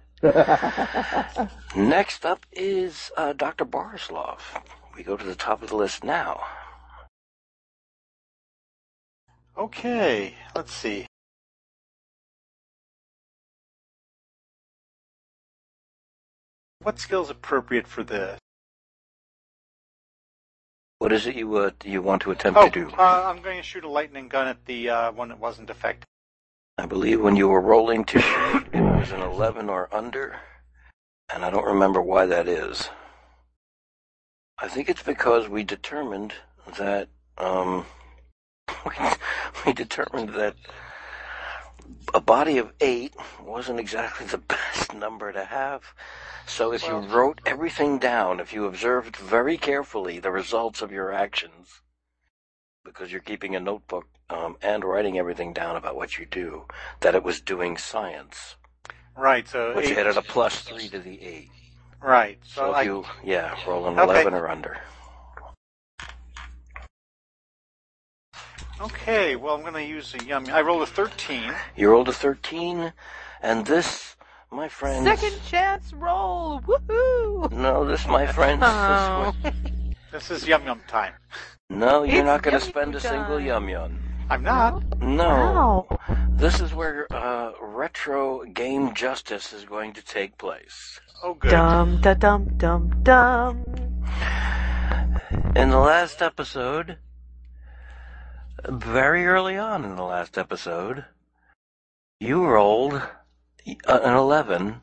Speaker 4: night. Next up is uh, Dr. Borislov. We go to the top of the list now.
Speaker 6: okay, let's see. What skill's appropriate for the?
Speaker 4: What is it you uh, you want to attempt
Speaker 6: Oh,
Speaker 4: to do?
Speaker 6: uh, I'm going to shoot a lightning gun at the uh, one that wasn't affected.
Speaker 4: I believe when you were rolling to shoot, it was an 11 or under, and I don't remember why that is. I think it's because we determined that um, (laughs) we determined that a body of eight wasn't exactly the (laughs) best number to have. So if you wrote everything down, if you observed very carefully the results of your actions, because you're keeping a notebook um, and writing everything down about what you do, that it was doing science,
Speaker 6: Right. So
Speaker 4: which
Speaker 6: eight-
Speaker 4: had a plus three to the eight.
Speaker 6: Right. So,
Speaker 4: So if
Speaker 6: I,
Speaker 4: you, yeah, roll an
Speaker 6: Okay.
Speaker 4: 11 or under.
Speaker 6: okay. Well, I'm going to use a yummy. I rolled a 13.
Speaker 4: You rolled a 13, and this, my friends.
Speaker 7: Second chance roll. Woohoo!
Speaker 4: No, (laughs) this, my friends.
Speaker 7: Oh.
Speaker 4: This,
Speaker 6: This is yum yum time.
Speaker 4: no, you're
Speaker 7: It's
Speaker 4: not going to
Speaker 7: yummy
Speaker 4: spend a single
Speaker 7: time.
Speaker 4: yum yum.
Speaker 6: I'm not.
Speaker 4: No.
Speaker 2: Wow.
Speaker 4: This is where uh, retro game justice is going to take place.
Speaker 6: Oh, good.
Speaker 2: Dum da dum dum dum.
Speaker 4: In the last episode, very early on in the last episode, you rolled uh, an 11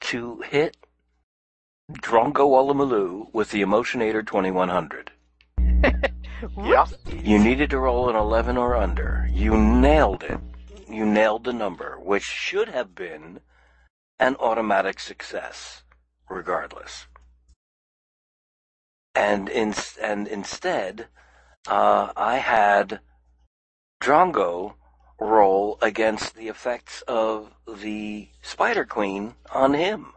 Speaker 4: to hit Drongo Wallamulu with the Emotionator 2100.
Speaker 6: Yeah.
Speaker 4: You needed to roll an 11 or under. You nailed it. You nailed the number, which should have been an automatic success, regardless. And in, and instead, uh, I had Drongo roll against the effects of the Spider Queen on him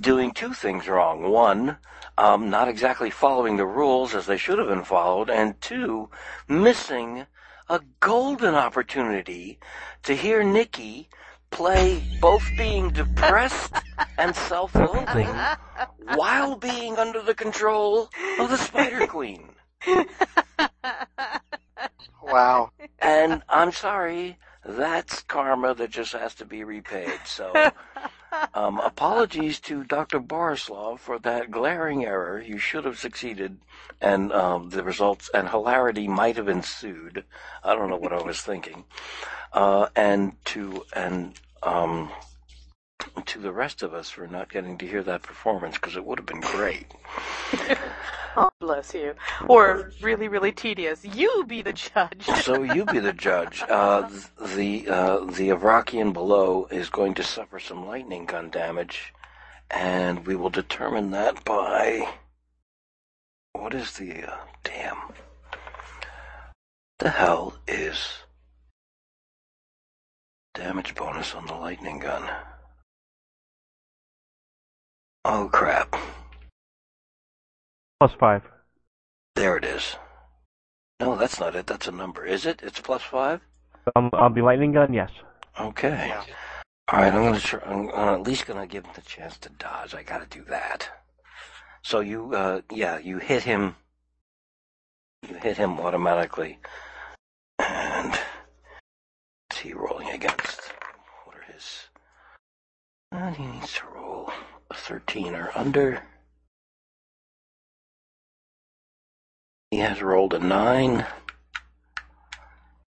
Speaker 4: doing two things wrong. One, um, not exactly following the rules as they should have been followed, and two, missing a golden opportunity to hear Nikki play both being depressed and self-loathing while being under the control of the Spider Queen.
Speaker 6: Wow.
Speaker 4: And I'm sorry, that's karma that just has to be repaid. So Um, apologies to Dr. Borislav for that glaring error. You should have succeeded, and um, the results and hilarity might have ensued. I don't know what I was thinking. Uh, and to and um, to the rest of us for not getting to hear that performance because it would have been great.
Speaker 11: Oh, bless you. Or really, really tedious. You be the judge.
Speaker 4: So you be the judge. Uh, th- the uh, the Avrakian below is going to suffer some lightning gun damage, and we will determine that by what is the uh, damn the hell is damage bonus on the lightning gun. Oh crap!
Speaker 3: Plus five.
Speaker 4: There it is. No, that's not it. That's a number, is it? It's plus five.
Speaker 3: Um, on the lightning gun, yes.
Speaker 4: Okay. All right, I'm gonna try. I'm, I'm at least gonna give him the chance to dodge. I gotta do that. So you, uh, yeah, you hit him. You hit him automatically, and what's he rolling against? What are his? Uh, he needs to roll a 13 or under. He has rolled a nine.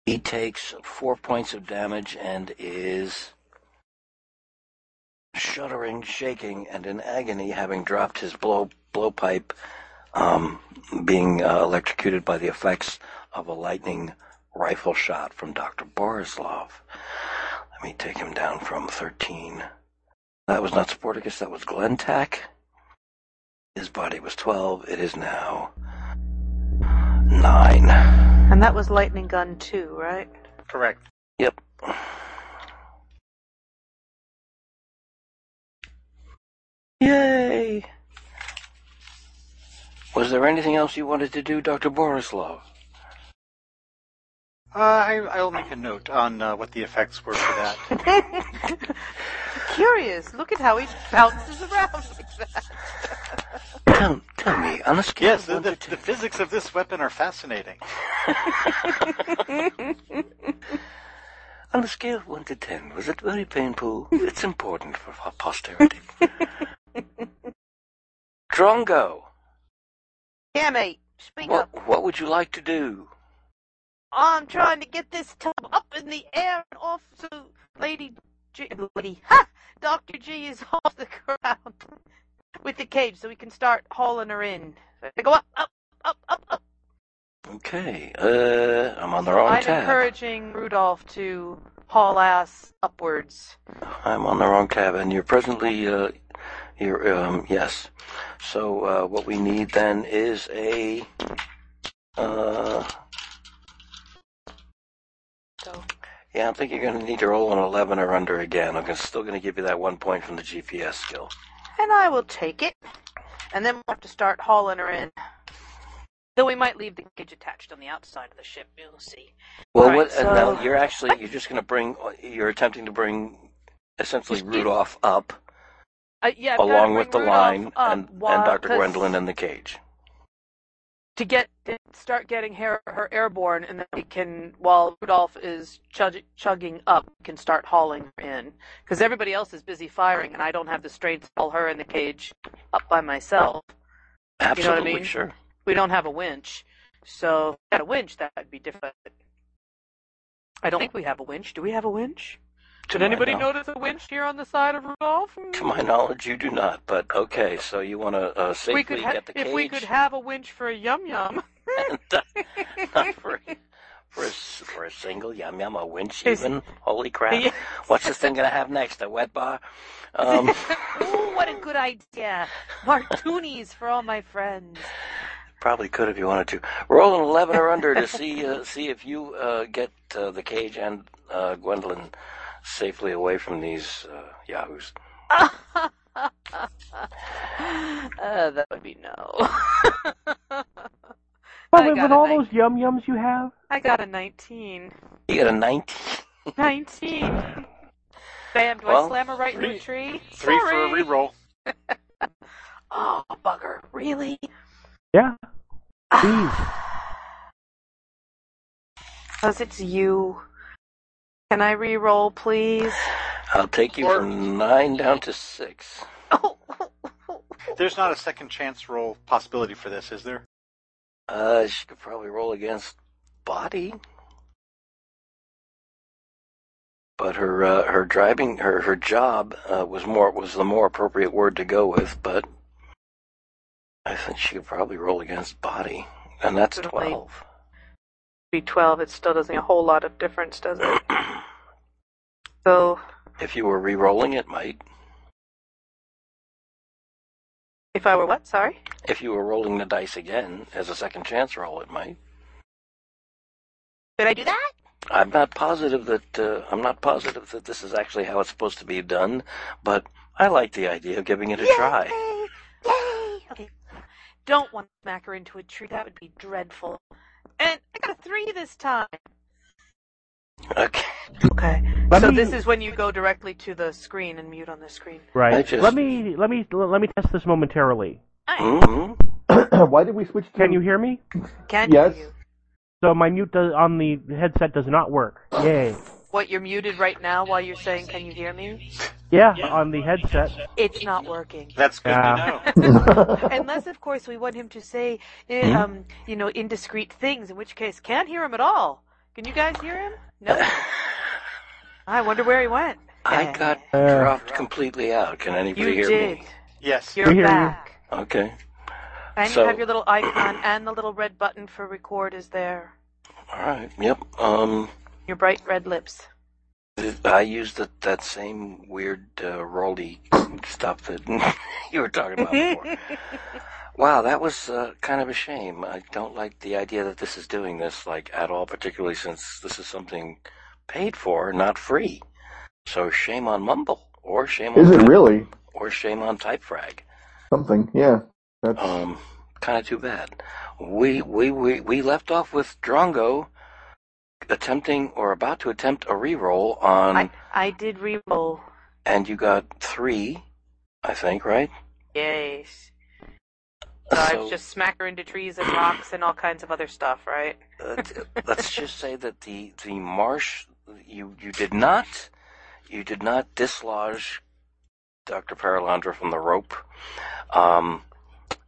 Speaker 4: He takes four points of damage and is shuddering, shaking, and in agony, having dropped his blow blowpipe, um, being uh, electrocuted by the effects of a lightning rifle shot from Dr. Borislav. Let me take him down from 13. That was not Sporticus, that was Glentak. His body was 12, it is now 9.
Speaker 11: and that was Lightning Gun 2, right?
Speaker 6: Correct.
Speaker 4: Yep. Yay! Was there anything else you wanted to do, Dr. Borislav?
Speaker 6: Uh, I, I'll make a note on uh, what the effects were for that.
Speaker 2: Curious. Look at how he bounces (laughs) around like that.
Speaker 4: tell, tell me, on a scale
Speaker 6: Yes,
Speaker 4: of
Speaker 6: the,
Speaker 4: one
Speaker 6: the,
Speaker 4: to
Speaker 6: the
Speaker 4: ten-
Speaker 6: physics of this weapon are fascinating.
Speaker 4: on a scale of one to ten, was it very (laughs) painful? it's important for our posterity. (laughs) Drongo,
Speaker 2: Yeah, mate. Speak up.
Speaker 4: what, what would you like to do?
Speaker 2: I'm trying to get this tub up in the air and off so Lady G. Lady. (laughs) Ha! Dr. G is (laughs) off the ground (laughs) with the cage so we can start hauling her in. Go up, up, up, up, up.
Speaker 4: Okay, uh, I'm on the wrong
Speaker 2: I'm
Speaker 4: tab.
Speaker 2: encouraging Rudolph to haul ass upwards.
Speaker 4: I'm on the wrong tab, and you're presently, uh, you're, um, yes. So, uh, what we need then is a, uh,
Speaker 2: So
Speaker 4: yeah, I think you're going to need to roll an 11 or under again. I'm gonna- still going to give you that one point from the GPS skill.
Speaker 2: and I will take it. And then we'll have to start hauling her in. Though we might leave the cage attached on the outside of the ship, we'll see.
Speaker 4: Well,
Speaker 2: All
Speaker 4: what,
Speaker 2: right,
Speaker 4: and now
Speaker 2: so-
Speaker 4: you're actually, you're just going to bring, you're attempting to bring essentially Rudolph up
Speaker 2: Uh, yeah, I've gotta
Speaker 4: along with the
Speaker 2: bring Rudolph
Speaker 4: line
Speaker 2: up
Speaker 4: and,
Speaker 2: while-
Speaker 4: and Dr.
Speaker 2: 'cause-
Speaker 4: Gwendolyn in the cage.
Speaker 2: to get to start getting her, her airborne, and then we can, while Rudolph is chug, chugging up, we can start hauling her in because everybody else is busy firing, and I don't have the strength to haul her in the cage up by myself.
Speaker 4: Absolutely,
Speaker 2: mean?
Speaker 4: sure.
Speaker 2: We don't have a winch, so if we had a winch that would be different. I don't think we have a winch. Do we have a winch? Did
Speaker 4: my
Speaker 2: anybody
Speaker 4: knowl-
Speaker 2: notice a winch here on the side of Rudolph?
Speaker 4: To my knowledge, you do not, but okay, so you want to uh, safely
Speaker 2: We could ha-
Speaker 4: get the cage.
Speaker 2: if we could have a winch for a yum yum.
Speaker 4: (laughs)
Speaker 2: (laughs)
Speaker 4: Not Uh, for, for, a, s- for a single yum yum, a winch
Speaker 2: Is-
Speaker 4: even. Holy crap.
Speaker 2: Yeah.
Speaker 4: What's this thing going to have next? A wet bar? Um, (laughs)
Speaker 2: Ooh, what a good idea! Martinis for all my friends.
Speaker 4: probably could if you wanted to. Roll an 11 or under to see uh, (laughs) see if you uh, get uh, the cage and uh, Gwendolyn safely away from these uh, yahoos.
Speaker 2: Uh, that would be no.
Speaker 3: By
Speaker 2: I
Speaker 3: the
Speaker 2: got
Speaker 3: way, with
Speaker 2: a
Speaker 3: all
Speaker 2: nine.
Speaker 3: those yum yums you have,
Speaker 2: I got a 19.
Speaker 4: You get a 19.
Speaker 2: 19. Bam, do
Speaker 4: Well,
Speaker 2: I slam her right in
Speaker 6: three-
Speaker 2: the tree?
Speaker 6: Three
Speaker 2: Sorry.
Speaker 6: for a reroll.
Speaker 2: (gasps) Oh, bugger. Really?
Speaker 3: yeah. Please.
Speaker 2: (sighs)
Speaker 11: Because it's you. Can I re-roll, please?
Speaker 4: I'll take you
Speaker 6: Or-
Speaker 4: from nine down to six.
Speaker 6: There's not a second chance roll possibility for this, is there?
Speaker 4: Uh, she could probably roll against body, but her uh, her driving her her job uh, was more was the more appropriate word to go with. But I think she could probably roll against body, and that's
Speaker 2: Certainly.
Speaker 4: twelve.
Speaker 2: Be 12, it still doesn't make a whole lot of difference, does it? So,
Speaker 4: If you were re-rolling, it might.
Speaker 2: if I were what? Sorry?
Speaker 4: If you were rolling the dice again as a second chance roll, it might.
Speaker 2: Did I do that?
Speaker 4: I'm not positive that uh, I'm not positive that this is actually how it's supposed to be done, but I like the idea of giving it a try.
Speaker 2: Yay! Yay! Okay. Don't want to smack her into a tree. That would be dreadful. And I got a three this time.
Speaker 4: Okay.
Speaker 2: Okay.
Speaker 3: Let
Speaker 2: so
Speaker 3: me-
Speaker 2: this is when you go directly to the screen and mute on the screen.
Speaker 4: I
Speaker 3: Right.
Speaker 4: just-
Speaker 3: Let me let me let me test this momentarily.
Speaker 4: hmm
Speaker 5: Why did we switch to?
Speaker 3: Can you hear me?
Speaker 2: Can
Speaker 5: Yes.
Speaker 2: you?
Speaker 3: So my mute does, on the headset does not work. Yay.
Speaker 2: What, you're muted right now while you're saying, can you hear me?
Speaker 3: Yeah, on the headset.
Speaker 2: It's not
Speaker 6: (laughs)
Speaker 2: working.
Speaker 6: That's good
Speaker 3: Yeah.
Speaker 6: to know.
Speaker 2: Unless, of course, we want him to say, eh, um, you know, indiscreet things, in which case, can't hear him at all. Can you guys hear him? No. I wonder where he went. Eh,
Speaker 4: I got
Speaker 3: Uh.
Speaker 4: dropped completely out. Can
Speaker 2: You
Speaker 4: anybody hear
Speaker 2: did.
Speaker 4: me?
Speaker 6: Yes.
Speaker 2: You're
Speaker 3: We hear you.
Speaker 2: back.
Speaker 4: Okay.
Speaker 2: And
Speaker 4: So-
Speaker 2: you have your little icon and the little red button for record is there.
Speaker 4: All right. Yep. Um,
Speaker 2: Your bright red lips.
Speaker 4: I used that that same weird uh, rolly stuff that (laughs) you were talking
Speaker 2: (laughs)
Speaker 4: about before. wow, that was uh, kind of a shame. I don't like the idea that this is doing this like at all, particularly since this is something paid for, not free. So shame on Mumble, or shame on
Speaker 5: Is it
Speaker 4: Type-
Speaker 5: really
Speaker 4: or shame on Typefrag.
Speaker 5: something? Yeah. That's
Speaker 4: Um, kind of too bad. We we we we left off with Drongo attempting or about to attempt a reroll on,
Speaker 2: I, I did re-roll.
Speaker 4: and you got three, I think, right?
Speaker 2: Yes. So I've
Speaker 4: So-
Speaker 2: just smacked her into trees and rocks and all kinds of other stuff, right?
Speaker 4: Uh, t- Let's just say that the the marsh you you did not you did not dislodge Doctor Paralandra from the rope, um,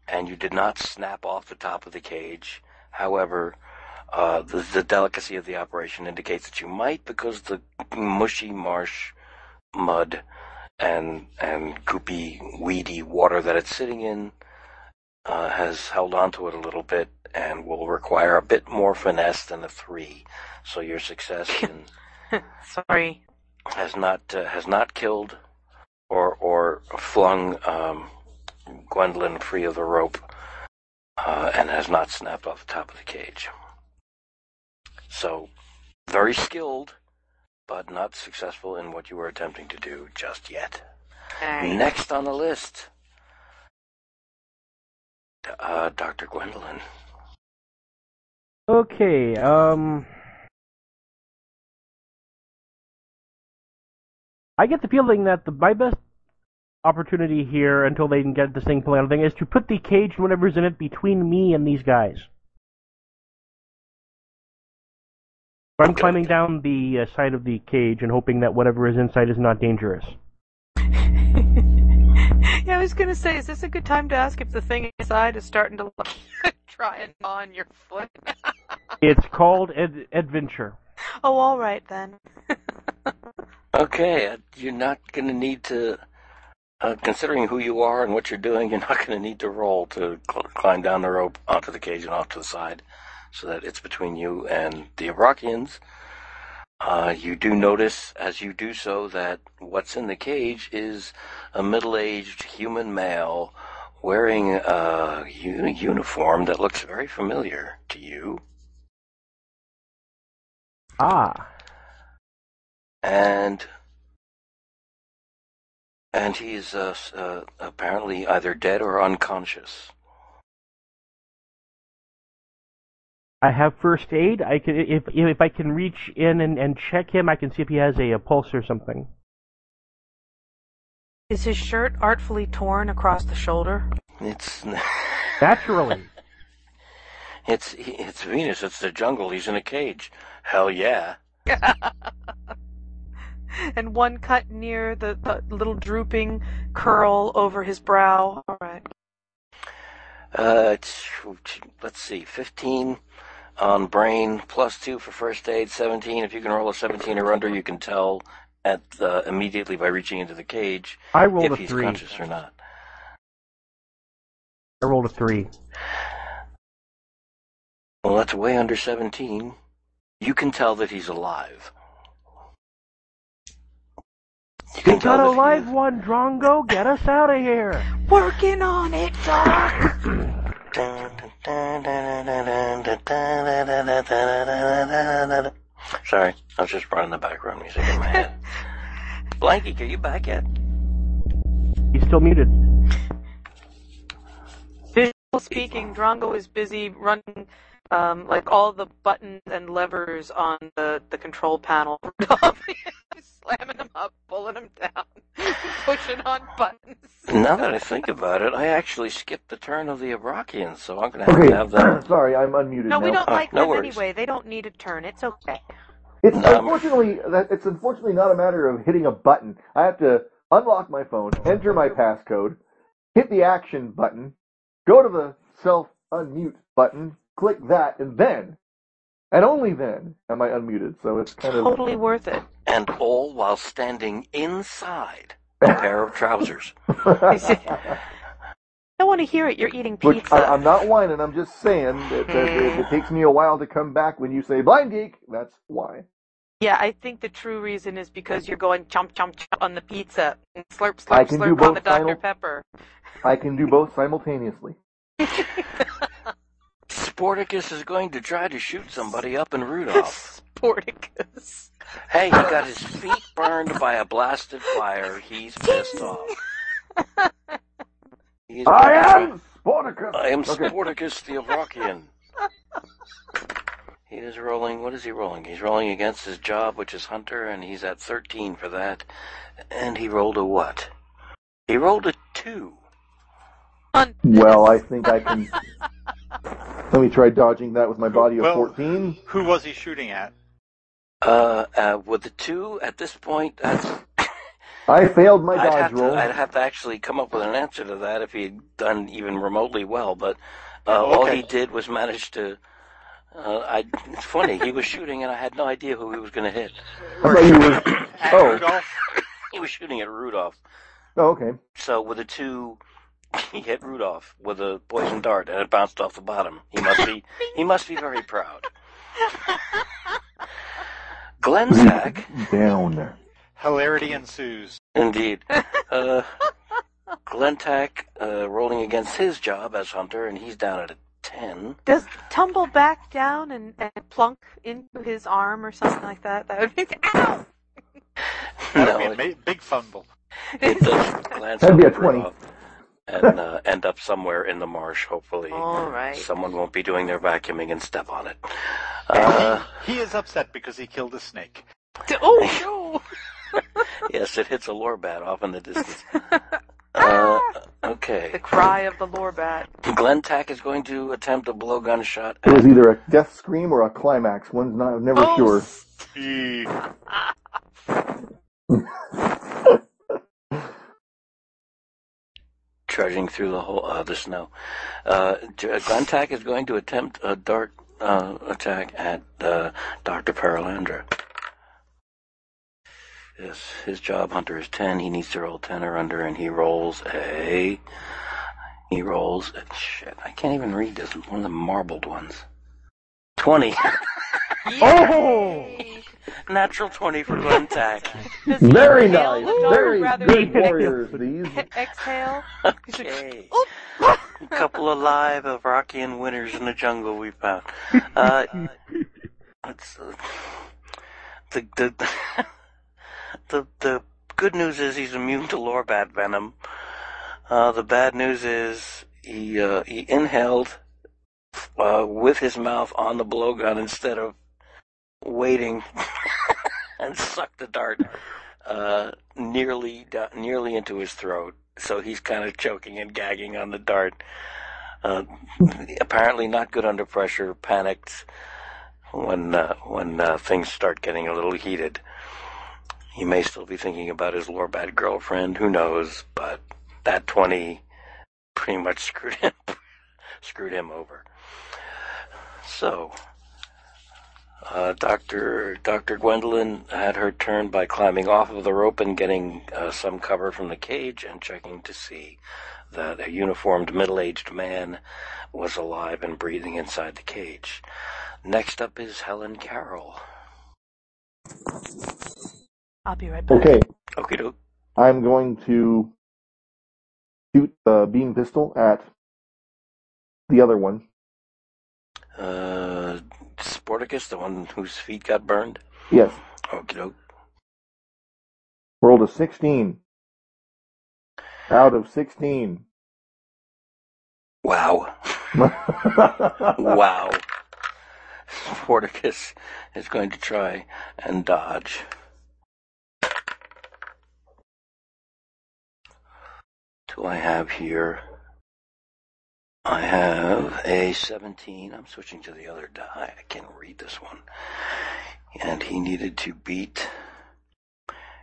Speaker 4: and you did not snap off the top of the cage. However. Uh, the, the delicacy of the operation indicates that you might, because the mushy marsh mud and and goopy, weedy water that it's sitting in uh, has held onto it a little bit and will require a bit more finesse than a three. So your success in,
Speaker 2: Sorry.
Speaker 4: has not uh, has not killed or or flung um, Gwendolyn free of the rope uh, and has not snapped off the top of the cage. So very skilled, but not successful in what you were attempting to do just yet.
Speaker 2: Alright. (laughs)
Speaker 4: Next on the list, uh, Dr. Gwendolyn.
Speaker 3: Okay, um I get the feeling that the my best opportunity here until they can get this thing planned thing is to put the cage and whatever's in it between me and these guys. But I'm
Speaker 4: Okay.
Speaker 3: climbing down the uh, side of the cage and hoping that whatever is inside is not dangerous.
Speaker 7: Yeah, I was gonna say, is this a good time to ask if the thing inside is starting to
Speaker 2: (laughs)
Speaker 7: look try and on your foot?
Speaker 3: It's called ad- adventure.
Speaker 2: Oh, all right then. (laughs)
Speaker 4: Okay, uh, you're not going to need to, uh, considering who you are and what you're doing, (laughs) you're not going to need to roll to cl- climb down the rope onto the cage and off to the side so that it's between you and the Iraqians. Uh, you do notice as you do so that what's in the cage is a middle aged human male wearing a u- uniform that looks very familiar to you.
Speaker 3: Ah,
Speaker 4: and and he's uh, s- uh, apparently either dead or unconscious.
Speaker 3: I have first aid. I can if if I can reach in and, and check him, I can see if he has a, a pulse or something.
Speaker 2: Is his shirt artfully torn across the shoulder?
Speaker 4: It's (laughs)
Speaker 3: Naturally.
Speaker 4: it's it's Venus. It's the jungle. He's in a cage. Hell yeah.
Speaker 2: (laughs) and one cut near the, the little drooping curl over his brow. All right.
Speaker 4: Uh, let's see, 15 on brain, plus 2 for first aid, 17. If you can roll a 17 or under, you can tell at uh, immediately by reaching into the cage
Speaker 3: I rolled
Speaker 4: if
Speaker 3: a
Speaker 4: he's
Speaker 3: three.
Speaker 4: conscious or not.
Speaker 3: I rolled a three.
Speaker 4: Well, that's way under 17. You can tell that he's alive. You
Speaker 3: We got a
Speaker 4: that he
Speaker 3: live
Speaker 4: is-
Speaker 3: one, Drongo. Get us out of here.
Speaker 2: Working on it, Doc.
Speaker 4: Sorry, I was just running the background music in my head. Blanky, are you back yet?
Speaker 3: He's still muted.
Speaker 2: Well, speaking, Drongo is busy running um, like all the buttons and levers on the, the control panel. (laughs) slamming them up, pulling them down, (laughs) pushing on buttons.
Speaker 4: Now that I think about it, I actually skipped the turn of the Abrakians, so I'm going to have to have
Speaker 5: Okay,
Speaker 4: that.
Speaker 5: (clears throat) sorry, I'm unmuted
Speaker 2: No,
Speaker 5: now.
Speaker 2: we don't
Speaker 4: Oh,
Speaker 2: like
Speaker 4: no
Speaker 2: them
Speaker 4: worries.
Speaker 2: anyway. They don't need a turn. It's okay.
Speaker 5: It's
Speaker 4: No.
Speaker 5: unfortunately that it's unfortunately not a matter of hitting a button. I have to unlock my phone, enter my passcode, hit the action button, go to the self unmute button, click that, and then, and only then, am I unmuted. So it's kind of (laughs)
Speaker 2: Totally worth it. (laughs)
Speaker 4: And all while standing inside a pair of trousers.
Speaker 2: I want to hear it. You're eating
Speaker 5: Which
Speaker 2: pizza.
Speaker 5: I, I'm not whining. I'm just saying that, that it, it takes me a while to come back when you say blind geek. That's why.
Speaker 2: yeah, I think the true reason is because you're going chomp chomp chomp on the pizza and slurp
Speaker 5: I
Speaker 2: slurp
Speaker 5: can do
Speaker 2: slurp on
Speaker 5: both
Speaker 2: the Dr
Speaker 5: final-
Speaker 2: Pepper.
Speaker 5: I can do both simultaneously.
Speaker 4: Sporticus is going to try to shoot somebody up in Rudolph.
Speaker 2: (laughs) Sporticus.
Speaker 4: Hey, he got his feet burned by a blasted fire. He's pissed off. He's pissed
Speaker 5: I
Speaker 4: off.
Speaker 5: am Sporticus.
Speaker 4: I am
Speaker 5: Okay.
Speaker 4: Sporticus the Avrakian. He is rolling. What is he rolling? He's rolling against his job, which is Hunter, and he's at 13 for that. And he rolled a what? He rolled a 2.
Speaker 7: Un-
Speaker 5: Well, I think I can. Let me try dodging that with my body of
Speaker 6: Well-
Speaker 5: 14.
Speaker 6: Who was he shooting at?
Speaker 4: Uh, uh, with the 2, at this point, that's,
Speaker 5: I failed my
Speaker 4: I'd,
Speaker 5: dodge
Speaker 4: have to,
Speaker 5: roll.
Speaker 4: I'd have to actually come up with an answer to that if he had done even remotely well, but uh,
Speaker 6: Oh,
Speaker 4: all
Speaker 6: okay.
Speaker 4: he did was manage to. Uh, I, it's funny, he was shooting, and I had no idea who he was going to hit.
Speaker 5: I thought you were-
Speaker 6: At
Speaker 5: Oh.
Speaker 6: Rudolph?
Speaker 4: He was shooting at Rudolph.
Speaker 5: Oh, okay.
Speaker 4: So with a two, (laughs) he hit Rudolph with a poison dart, and it bounced off the bottom. He must be he must be very proud. Glensack,
Speaker 5: Down.
Speaker 6: Hilarity ensues.
Speaker 4: indeed. Uh, Glentak uh, rolling against his job as hunter, and he's down at a ten.
Speaker 2: Does tumble back down and, and plunk into his arm or something like that? That would be ow.
Speaker 6: That would
Speaker 4: no,
Speaker 6: be a ma- big fumble.
Speaker 4: it does glance
Speaker 5: (laughs) That'd be
Speaker 4: over
Speaker 5: a 20.
Speaker 4: Rudolph and uh, end up somewhere in the marsh. Hopefully,
Speaker 2: All right.
Speaker 4: someone won't be doing their vacuuming and step on
Speaker 2: (laughs)
Speaker 4: it.
Speaker 6: And
Speaker 4: Uh,
Speaker 6: he, he is upset because he killed a snake.
Speaker 2: D- Oh
Speaker 4: yes, it hits a lore bat off in
Speaker 2: (laughs)
Speaker 4: the distance. Uh,
Speaker 2: no! (laughs) The
Speaker 4: okay.
Speaker 2: cry of the lorbat.
Speaker 4: Glenn Tack is going to attempt a blowgun shot.
Speaker 5: It was
Speaker 4: At,
Speaker 5: either a death scream or a climax. One's not. I'm never
Speaker 2: Oh,
Speaker 5: sure.
Speaker 2: s-
Speaker 6: He-
Speaker 4: trudging through the whole uh, the snow. Uh, J- Glenn Tack is going to attempt a dart uh, attack at uh, Doctor Paralandra. Yes, his job hunter is ten. He needs to roll ten or under, and he rolls a. He rolls. Shit, I can't even read this. One of the marbled ones. Twenty. (laughs)
Speaker 3: Oh!
Speaker 4: Natural twenty for Glenn Tack.
Speaker 2: Does he
Speaker 5: Very
Speaker 2: inhale
Speaker 5: nice.
Speaker 2: the dart
Speaker 5: Very
Speaker 2: rather
Speaker 5: good
Speaker 2: than
Speaker 5: warriors, these.
Speaker 2: (laughs) Exhale.
Speaker 4: Okay. a couple of live of Rocky and Winters in the jungle we found. Uh, it's, uh, the, the, (laughs) the, the good news is he's immune to lorbat venom. Uh, the bad news is he, uh, he inhaled uh, with his mouth on the blowgun instead of waiting (laughs) and sucked the dart uh, nearly do- nearly into his throat. So he's kind of choking and gagging on the dart. Uh, apparently not good under pressure. Panicked when uh, when uh, things start getting a little heated. He may still be thinking about his Lorbat girlfriend. Who knows? But that 20 pretty much screwed (laughs) him, screwed him over. So, uh, Doctor Doctor Gwendolyn had her turn by climbing off of the rope and getting uh, some cover from the cage and checking to see that a uniformed middle-aged man was alive and breathing inside the cage. Next up is Helen Carroll.
Speaker 2: I'll be right back.
Speaker 5: Okay,
Speaker 4: Okie doke.
Speaker 5: I'm going to shoot the beam pistol at the other one.
Speaker 4: Uh, Sporticus, the one whose feet got burned.
Speaker 5: Yes,
Speaker 4: Okie doke.
Speaker 5: rolled a 16. Out of 16.
Speaker 4: Wow.
Speaker 5: wow.
Speaker 4: Wow. Sporticus is going to try and dodge. Do I have here? I have a 17. I'm switching to the other die. I can't read this one. And he needed to beat.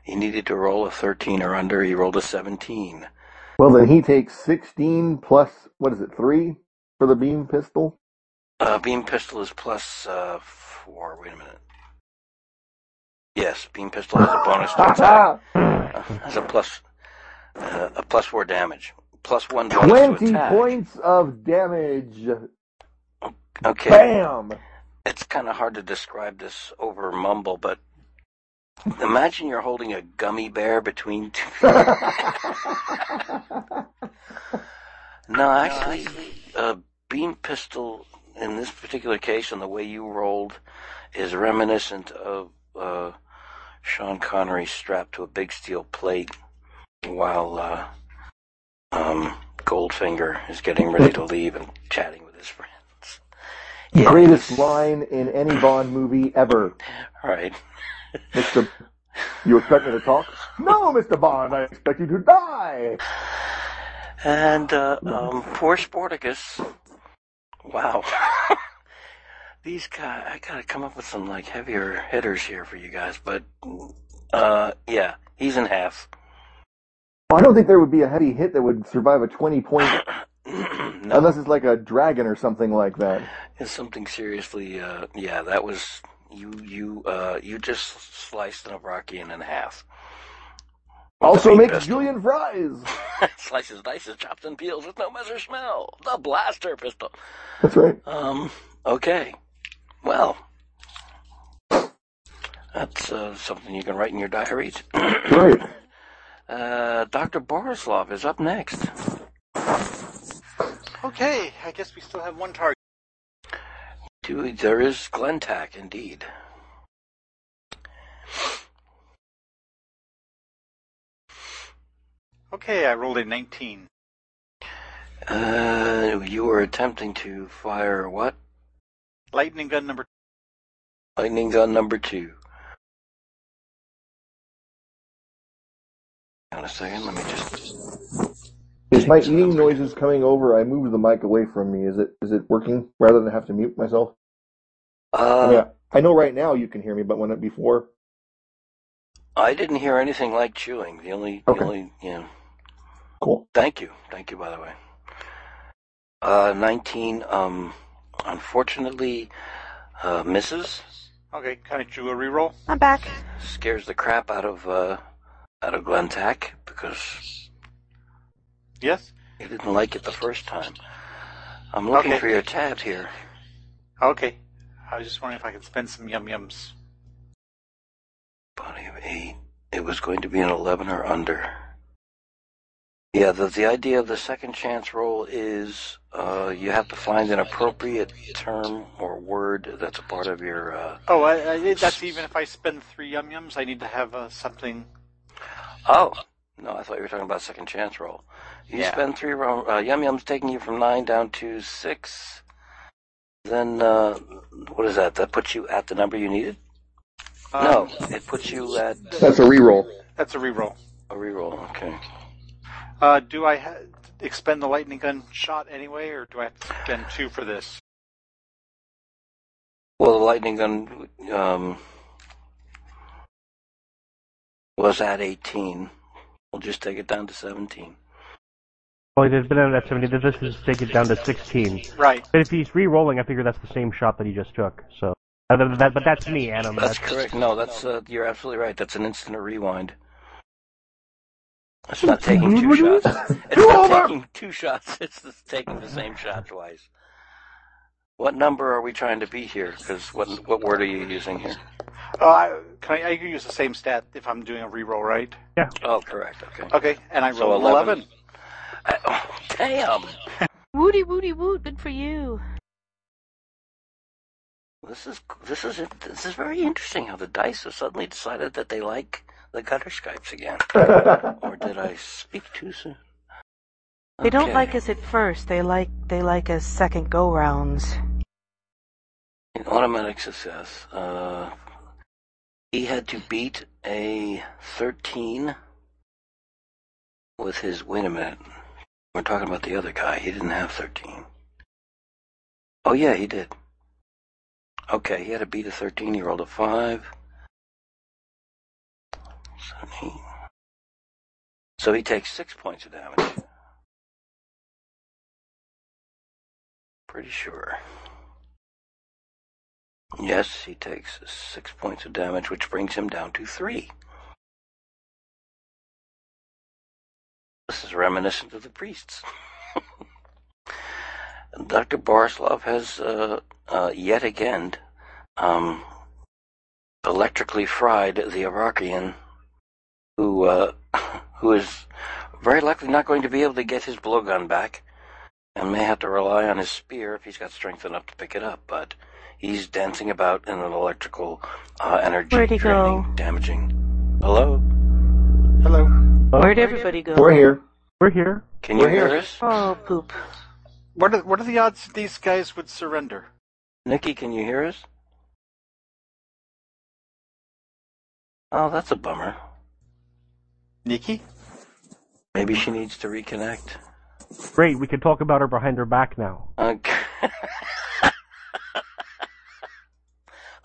Speaker 4: He needed to roll a 13 or under. He rolled a 17.
Speaker 5: Well, then he takes 16 plus, what is it, 3 for the beam pistol?
Speaker 4: Uh, beam pistol is plus uh, four. Wait a minute. Yes, beam pistol has a bonus to attack. Uh, has a plus uh, a plus four damage. Plus one bonus to
Speaker 5: 20
Speaker 4: attack.
Speaker 5: points of damage.
Speaker 4: Okay,
Speaker 5: Bam!
Speaker 4: it's kind of hard to describe this over mumble, but imagine you're holding a gummy bear between two. No, actually, uh, beam pistol in this particular case, and the way you rolled, is reminiscent of uh, Sean Connery strapped to a big steel plate while uh, um, Goldfinger is getting ready to leave and chatting with his friends. Yeah,
Speaker 5: Greatest
Speaker 4: it's-
Speaker 5: line in any Bond movie ever.
Speaker 4: Right.
Speaker 5: Mr. You expect me to talk? No, Mr. Bond, I expect you to die.
Speaker 4: And uh, um, poor Sporticus. Wow. (laughs) These guys, I gotta come up with some like heavier hitters here for you guys, but uh, yeah, he's in half. (clears throat)
Speaker 5: Well, I don't think there would be a heavy hit that would survive a 20 point,
Speaker 4: no,
Speaker 5: unless it's like a dragon or something like that.
Speaker 4: it's something seriously. Uh, yeah, that was you. You uh, you just sliced an Avrakian in half. (laughs) With
Speaker 5: Also
Speaker 4: the beam
Speaker 5: makes
Speaker 4: pistol.
Speaker 5: Julian fries.
Speaker 4: slices, dices, chops, and peels with no measure smell. The blaster pistol.
Speaker 5: That's right.
Speaker 4: Um. Okay. Well, that's uh, something you can write in your diaries.
Speaker 5: Right.
Speaker 4: (clears throat) uh, Doctor Borislav is up next.
Speaker 6: Okay, I guess we still have one target.
Speaker 4: Do- There is Glentak, indeed.
Speaker 6: Okay, I rolled a 19.
Speaker 4: Uh, you were attempting to fire what?
Speaker 6: Lightning gun number
Speaker 4: Lightning gun number two. Hang on a second, let me just.
Speaker 5: Is my eating noises coming over? I moved the mic away from me. Is it is it working rather than have to mute myself? I, mean,
Speaker 4: Uh,
Speaker 5: I I know right now you can hear me, but when it before,
Speaker 4: I didn't hear anything like chewing. The only,
Speaker 5: Okay.
Speaker 4: the only, yeah.
Speaker 5: cool.
Speaker 4: Thank you, thank you. By the way, uh, nineteen. Um, unfortunately, uh, misses.
Speaker 6: Okay, kind of drew a reroll.
Speaker 2: I'm back.
Speaker 4: Scares the crap out of uh, out of Glentak because
Speaker 6: Yes?
Speaker 4: he didn't like it the first time. I'm looking
Speaker 6: Okay.
Speaker 4: for your tab here.
Speaker 6: Okay. I was just wondering if I could spend some yum yums.
Speaker 4: Body of eight. It was going to be an eleven or under. Yeah, the the idea of the second chance roll is uh, you have to find an appropriate term or word that's a part of your. Uh...
Speaker 6: Oh, I, I, that's even if I spend three yum yums, I need to have uh, something.
Speaker 4: Oh no, I thought you were talking about second chance roll. You
Speaker 6: Yeah.
Speaker 4: spend three ro- uh, yum yums, taking you from nine down to six. Then uh, what is that? That puts you at the number you needed.
Speaker 6: Um,
Speaker 4: no, it puts you at
Speaker 5: That's a (laughs) reroll.
Speaker 6: That's a reroll.
Speaker 4: a reroll. Okay.
Speaker 6: Uh, do I ha- expend the lightning gun shot anyway, or do I have to spend two for this?
Speaker 4: Well, the lightning gun. Um, was at 18. We'll just take it down to 17.
Speaker 3: Well, he did been at 70. This is take it down to 16.
Speaker 6: Right.
Speaker 3: But if he's re-rolling, I figure that's the same shot that he just took. So, other than that, but that's me, Adam.
Speaker 4: That's correct. No, that's uh, you're absolutely right. That's an instant or rewind. It's not taking two shots.
Speaker 2: (laughs)
Speaker 4: It's not taking two shots. (laughs) It's just taking the same shot twice. What number are we trying to be here? Because what what word are you using here?
Speaker 6: Uh, I, can I, I can use the same stat if I'm doing a reroll, right?
Speaker 4: Oh, correct. Okay.
Speaker 6: Okay, and I rolled
Speaker 4: So
Speaker 6: 11.
Speaker 4: 11. I, oh, damn.
Speaker 7: Woody, woody, wood. Good for you.
Speaker 4: This is this is this is very interesting. How the dice have suddenly decided that they like the gutter skypes
Speaker 2: (laughs)
Speaker 4: again. or did I speak too soon?
Speaker 2: They don't
Speaker 4: Okay.
Speaker 2: like us at first. They like they like us second go rounds.
Speaker 4: An automatic success. Uh, he had to beat a 13 with his. Wait a minute. We're talking about the other guy. He didn't have 13. Oh, yeah, he did. Okay, he had to beat a 13. He rolled a 5. So, he- so he takes 6 points of damage. Pretty sure. Yes, he takes six points of damage, which brings him down to three. This is reminiscent of the priests. (laughs) Dr. Borislav has uh, uh, yet again um, electrically fried the Iraqian, who uh, (laughs) who is very likely not going to be able to get his blowgun back, and may have to rely on his spear if he's got strength enough to pick it up. But he's dancing about in an electrical uh, energy
Speaker 2: Where'd he
Speaker 4: draining,
Speaker 2: go?
Speaker 4: damaging. Hello,
Speaker 6: Hello.
Speaker 2: Where'd everybody go?
Speaker 5: We're here.
Speaker 3: We're here.
Speaker 4: can
Speaker 5: We're
Speaker 4: you
Speaker 5: here.
Speaker 4: hear us?
Speaker 2: Oh, poop.
Speaker 6: What are, what are the odds these guys would surrender?
Speaker 4: Nikki, can you hear us? Oh, that's a bummer.
Speaker 6: Nikki?
Speaker 4: Maybe she needs to reconnect.
Speaker 3: Great. We can talk about her behind her back now.
Speaker 4: Okay. (laughs)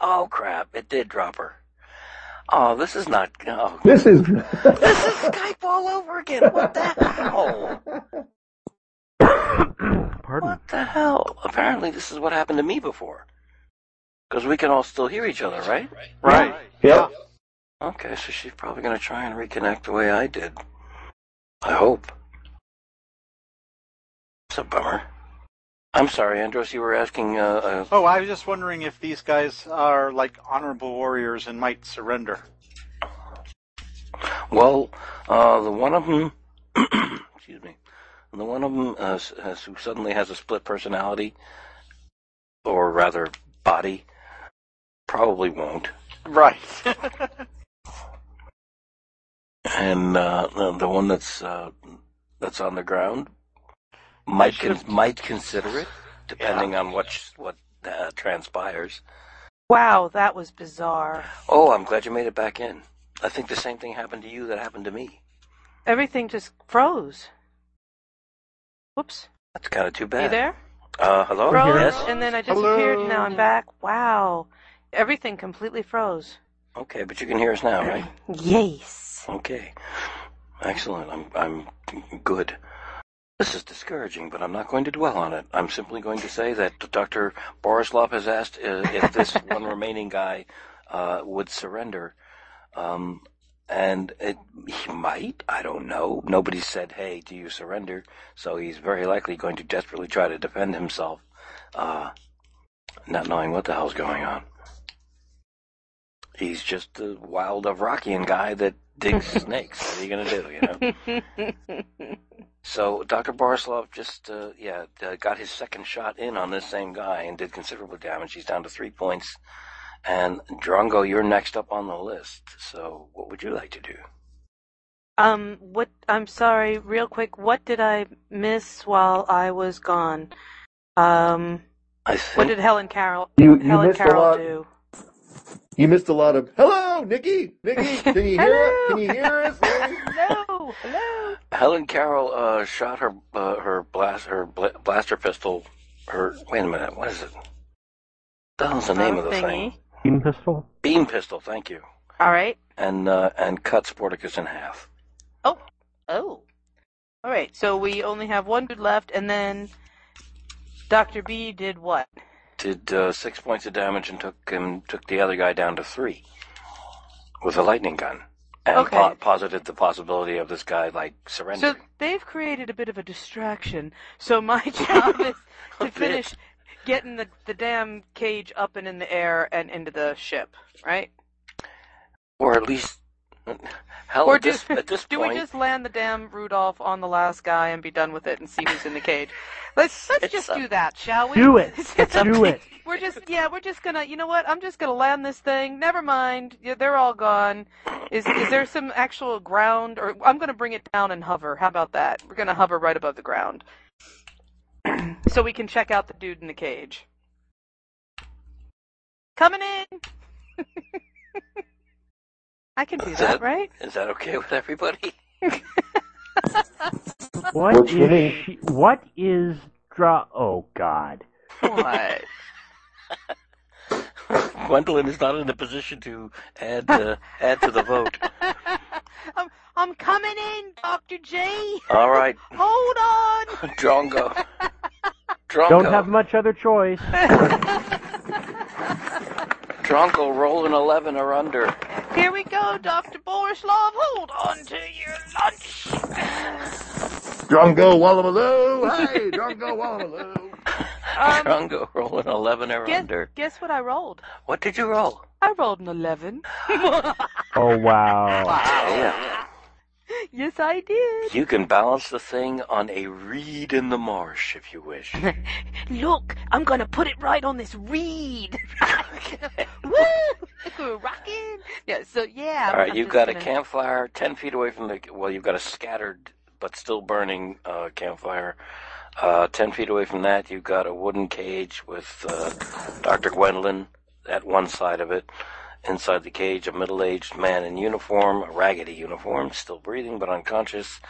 Speaker 4: oh crap! It did drop her. Oh, this is not. Oh,
Speaker 5: This is.
Speaker 4: this is Skype all over again. What the hell?
Speaker 3: Pardon.
Speaker 4: What the hell? Apparently, this is what happened to me before. Because we can all still hear each other, right?
Speaker 6: Right.
Speaker 5: (laughs) Yep.
Speaker 4: Okay, so she's probably going to try and reconnect the way I did. I hope. It's a bummer. I'm sorry, Andros, you were asking. Uh,
Speaker 6: Oh, I was just wondering if these guys are like honorable warriors and might surrender.
Speaker 4: uh, well, uh, the one of them. (clears throat) excuse me. The one of them uh, s- uh, who suddenly has a split personality, or rather, body, probably won't. (laughs)
Speaker 6: Right.
Speaker 4: and uh, the, the one that's uh, that's on the ground might con- might consider it, depending on what sh- what uh, transpires.
Speaker 2: Wow, that was bizarre.
Speaker 4: Oh, I'm glad you made it back in. I think the same thing happened to you that happened to me.
Speaker 2: Everything just froze. Whoops.
Speaker 4: That's kind of too bad.
Speaker 2: You there?
Speaker 4: Uh, hello.
Speaker 5: Oh,
Speaker 2: Froze,
Speaker 4: Yes.
Speaker 2: and then I
Speaker 6: Hello.
Speaker 2: disappeared, and now I'm back. Wow. Everything completely froze.
Speaker 4: Okay, but you can hear us now, right?
Speaker 2: Yes.
Speaker 4: Okay. Excellent. I'm I'm good. This is discouraging, but I'm not going to dwell on it. I'm simply going to say that Dr. Borislav has asked uh, if this one remaining guy uh, would surrender. Um, and it, he might. I don't know. Nobody said, hey, do you surrender? So he's very likely going to desperately try to defend himself, uh, not knowing what the hell's going on. He's just a wild Avrakian guy that digs snakes. What are you going to do, you know? So Dr. Borislav just, uh, yeah, uh, got his second shot in on this same guy and did considerable damage. He's down to three points. And Drongo, you're next up on the list. So what would you like to do?
Speaker 2: Um, what? I'm sorry. Real quick, what did I miss while I was gone? Um,
Speaker 4: I
Speaker 2: what
Speaker 4: think
Speaker 2: did Helen Carroll?
Speaker 5: You- you
Speaker 2: Helen
Speaker 5: missed a
Speaker 2: Carroll
Speaker 5: lot.
Speaker 2: do?
Speaker 5: You missed a lot of. Hello, Nikki. Nikki, can you hear? us? Can you hear us?
Speaker 2: Hello, hello.
Speaker 4: Helen Carroll uh, shot her uh, her blast her bla- blaster pistol. Her wait a minute, what is it? The hell's the name of the
Speaker 2: Thingy.
Speaker 4: thing?
Speaker 3: Beam pistol.
Speaker 4: Beam pistol. Thank you.
Speaker 2: All right.
Speaker 4: and uh, and cuts Porticus in half.
Speaker 2: Oh. All right. So we only have one dude left, and then Doctor B did what?
Speaker 4: Did uh, six points of damage and took him took the other guy down to three with a lightning gun, and
Speaker 2: Okay.
Speaker 4: po- posited the possibility of this guy like surrendering.
Speaker 2: So they've created a bit of a distraction. So my (laughs) job
Speaker 4: (laughs)
Speaker 2: is to finish getting the the damn cage up and in the air and into the ship, right?
Speaker 4: or at least, hell,
Speaker 2: Or
Speaker 4: at
Speaker 2: do-
Speaker 4: this, at this
Speaker 2: (laughs) Do
Speaker 4: point,
Speaker 2: we just land the damn Rudolph on the last guy and be done with it and see who's in the cage? Let's let's
Speaker 4: It's
Speaker 2: just
Speaker 4: up-
Speaker 2: do that, shall we?
Speaker 3: Do it.
Speaker 2: (laughs)
Speaker 3: Do
Speaker 4: (laughs)
Speaker 3: it.
Speaker 2: We're just yeah, we're just gonna you know what? I'm just gonna land this thing. Never mind. Yeah, they're all gone. Is is there some actual ground or I'm gonna bring it down and hover. How about that? We're gonna hover right above the ground. (clears throat) so we can check out the dude in the cage. Coming in (laughs) I can do
Speaker 4: Is
Speaker 2: that,
Speaker 4: that-
Speaker 2: right?
Speaker 4: is that okay with everybody?
Speaker 3: What
Speaker 5: Works for
Speaker 3: is
Speaker 5: me.
Speaker 3: she, what is dra? Oh God!
Speaker 2: What?
Speaker 4: Gwendolyn is not in a position to add uh, add to
Speaker 2: (laughs)
Speaker 4: the vote.
Speaker 2: (laughs) I'm, I'm coming in, Dr. G.
Speaker 4: All right,
Speaker 2: Hold on.
Speaker 4: Drongo. Drongo.
Speaker 3: Don't have much other choice.
Speaker 4: Drongo roll an 11 or under.
Speaker 2: Here we go, Dr. Borislav. Hold on to your lunch.
Speaker 5: Drongo Wallamaloo! Hey, Drongo Wallamaloo!
Speaker 2: Um,
Speaker 4: Drongo roll an 11 or
Speaker 2: guess,
Speaker 4: under.
Speaker 2: guess what I rolled?
Speaker 4: What did you roll?
Speaker 2: I rolled an 11.
Speaker 3: Oh wow!
Speaker 4: Yeah.
Speaker 2: yes, I did.
Speaker 4: You can balance the thing on a reed in the marsh if you wish.
Speaker 12: Look, I'm gonna put it right on this
Speaker 4: (laughs)
Speaker 12: reed.
Speaker 2: Woo! Rocking. Yeah, so yeah.
Speaker 4: All right,
Speaker 2: I'm
Speaker 4: you've
Speaker 2: just
Speaker 4: got a
Speaker 2: gonna-
Speaker 4: campfire 10 feet away from the. Well, you've got a scattered but still burning uh, campfire. Uh, 10 feet away from that, you've got a wooden cage with uh, Dr. Gwendolyn at one side of it. Inside the cage, a middle aged man in uniform, a raggedy uniform, still breathing but unconscious,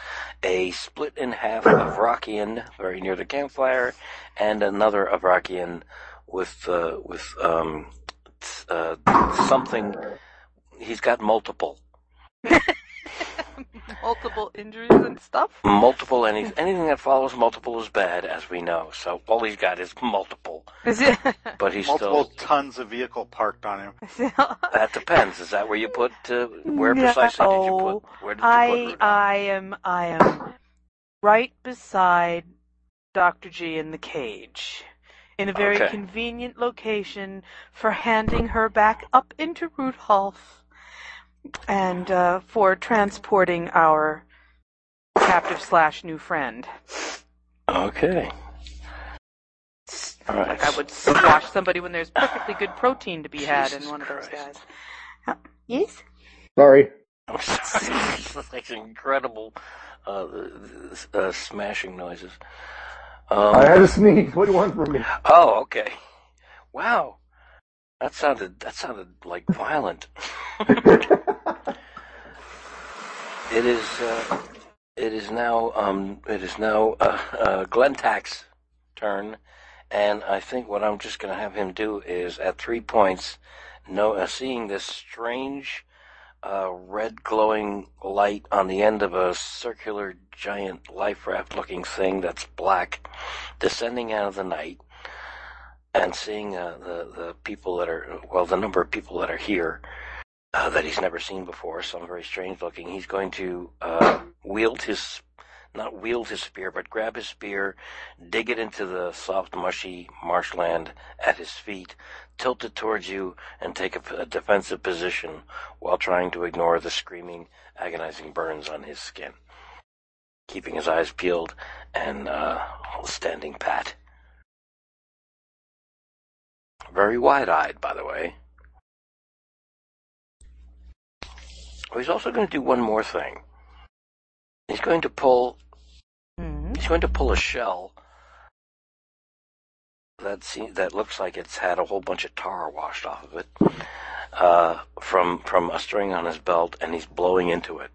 Speaker 4: a split in half Avrakian very near the campfire, and another Avrakian with, uh, with um, s- uh, something. He's got multiple.
Speaker 2: Multiple injuries and
Speaker 4: (laughs)
Speaker 2: stuff. (laughs)
Speaker 4: Multiple, any, anything that follows multiple is bad, as we know. So all he's got is multiple,
Speaker 2: Is it?
Speaker 4: but he's
Speaker 6: Multiple
Speaker 4: still.
Speaker 6: tons of vehicle parked on him.
Speaker 4: That depends. Is that where you put? Uh, where
Speaker 2: No. uh,
Speaker 4: precisely did you put? Where did you put?
Speaker 12: I
Speaker 4: Rudolph?
Speaker 12: I am I am right beside Dr. G in the cage in a very
Speaker 4: Okay.
Speaker 12: convenient location for handing her back up into Rudolph and uh, for transporting our captive slash new friend.
Speaker 4: okay. All right.
Speaker 2: Like
Speaker 4: (laughs)
Speaker 2: I would squash somebody when there's perfectly good protein to be had in
Speaker 4: Jesus
Speaker 2: one of those
Speaker 4: Christ.
Speaker 2: guys. Yes?
Speaker 5: Sorry.
Speaker 4: I'm sorry. It's like incredible uh, uh, smashing noises. Um,
Speaker 5: I had a sneeze. What do you want from me?
Speaker 4: oh, okay. Wow. That sounded. That sounded like violent. It is. Uh, it is now. Um, it is now uh, uh, Glentak's turn, and I think what I'm just going to have him do is at three points, no, uh, seeing this strange uh, red glowing light on the end of a circular giant life raft looking thing that's black, descending out of the night. And seeing uh, the the people that are well, the number of people that are here, uh, that he's never seen before, some very strange looking. He's going to uh, wield his, not wield his spear, but grab his spear, dig it into the soft, mushy marshland at his feet, tilt it towards you, and take a, a defensive position while trying to ignore the screaming, agonizing burns on his skin. Keeping his eyes peeled and uh, standing pat. Very wide eyed, by the way. Oh, he's also going to do one more thing. He's going to pull.
Speaker 12: Mm-hmm.
Speaker 4: He's going to pull a shell that se- that looks like it's had a whole bunch of tar washed off of it uh, from from a string on his belt, and he's blowing into it.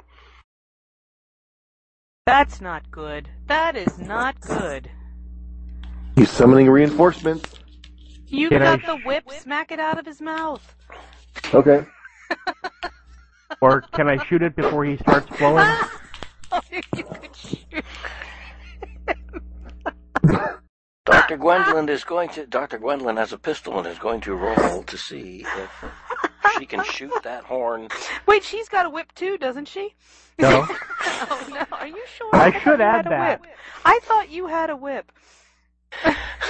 Speaker 12: That's not good. That is not good.
Speaker 5: He's summoning reinforcements.
Speaker 12: You
Speaker 3: Can
Speaker 7: (laughs)
Speaker 3: I-
Speaker 12: got the whip, smack it out of his mouth.
Speaker 5: Okay.
Speaker 3: or can I shoot it before he starts blowing?
Speaker 7: Oh, you could shoot.
Speaker 4: Dr. Gwendolyn is going to, Dr. Gwendolyn has a pistol and is going to roll to see if she can shoot that horn.
Speaker 7: Wait, she's got a whip too, doesn't she? (laughs)
Speaker 3: No.
Speaker 7: Oh no, are you sure?
Speaker 3: I
Speaker 7: thought
Speaker 3: should
Speaker 7: you
Speaker 3: add
Speaker 7: had a
Speaker 3: that.
Speaker 7: whip. I thought you had a whip.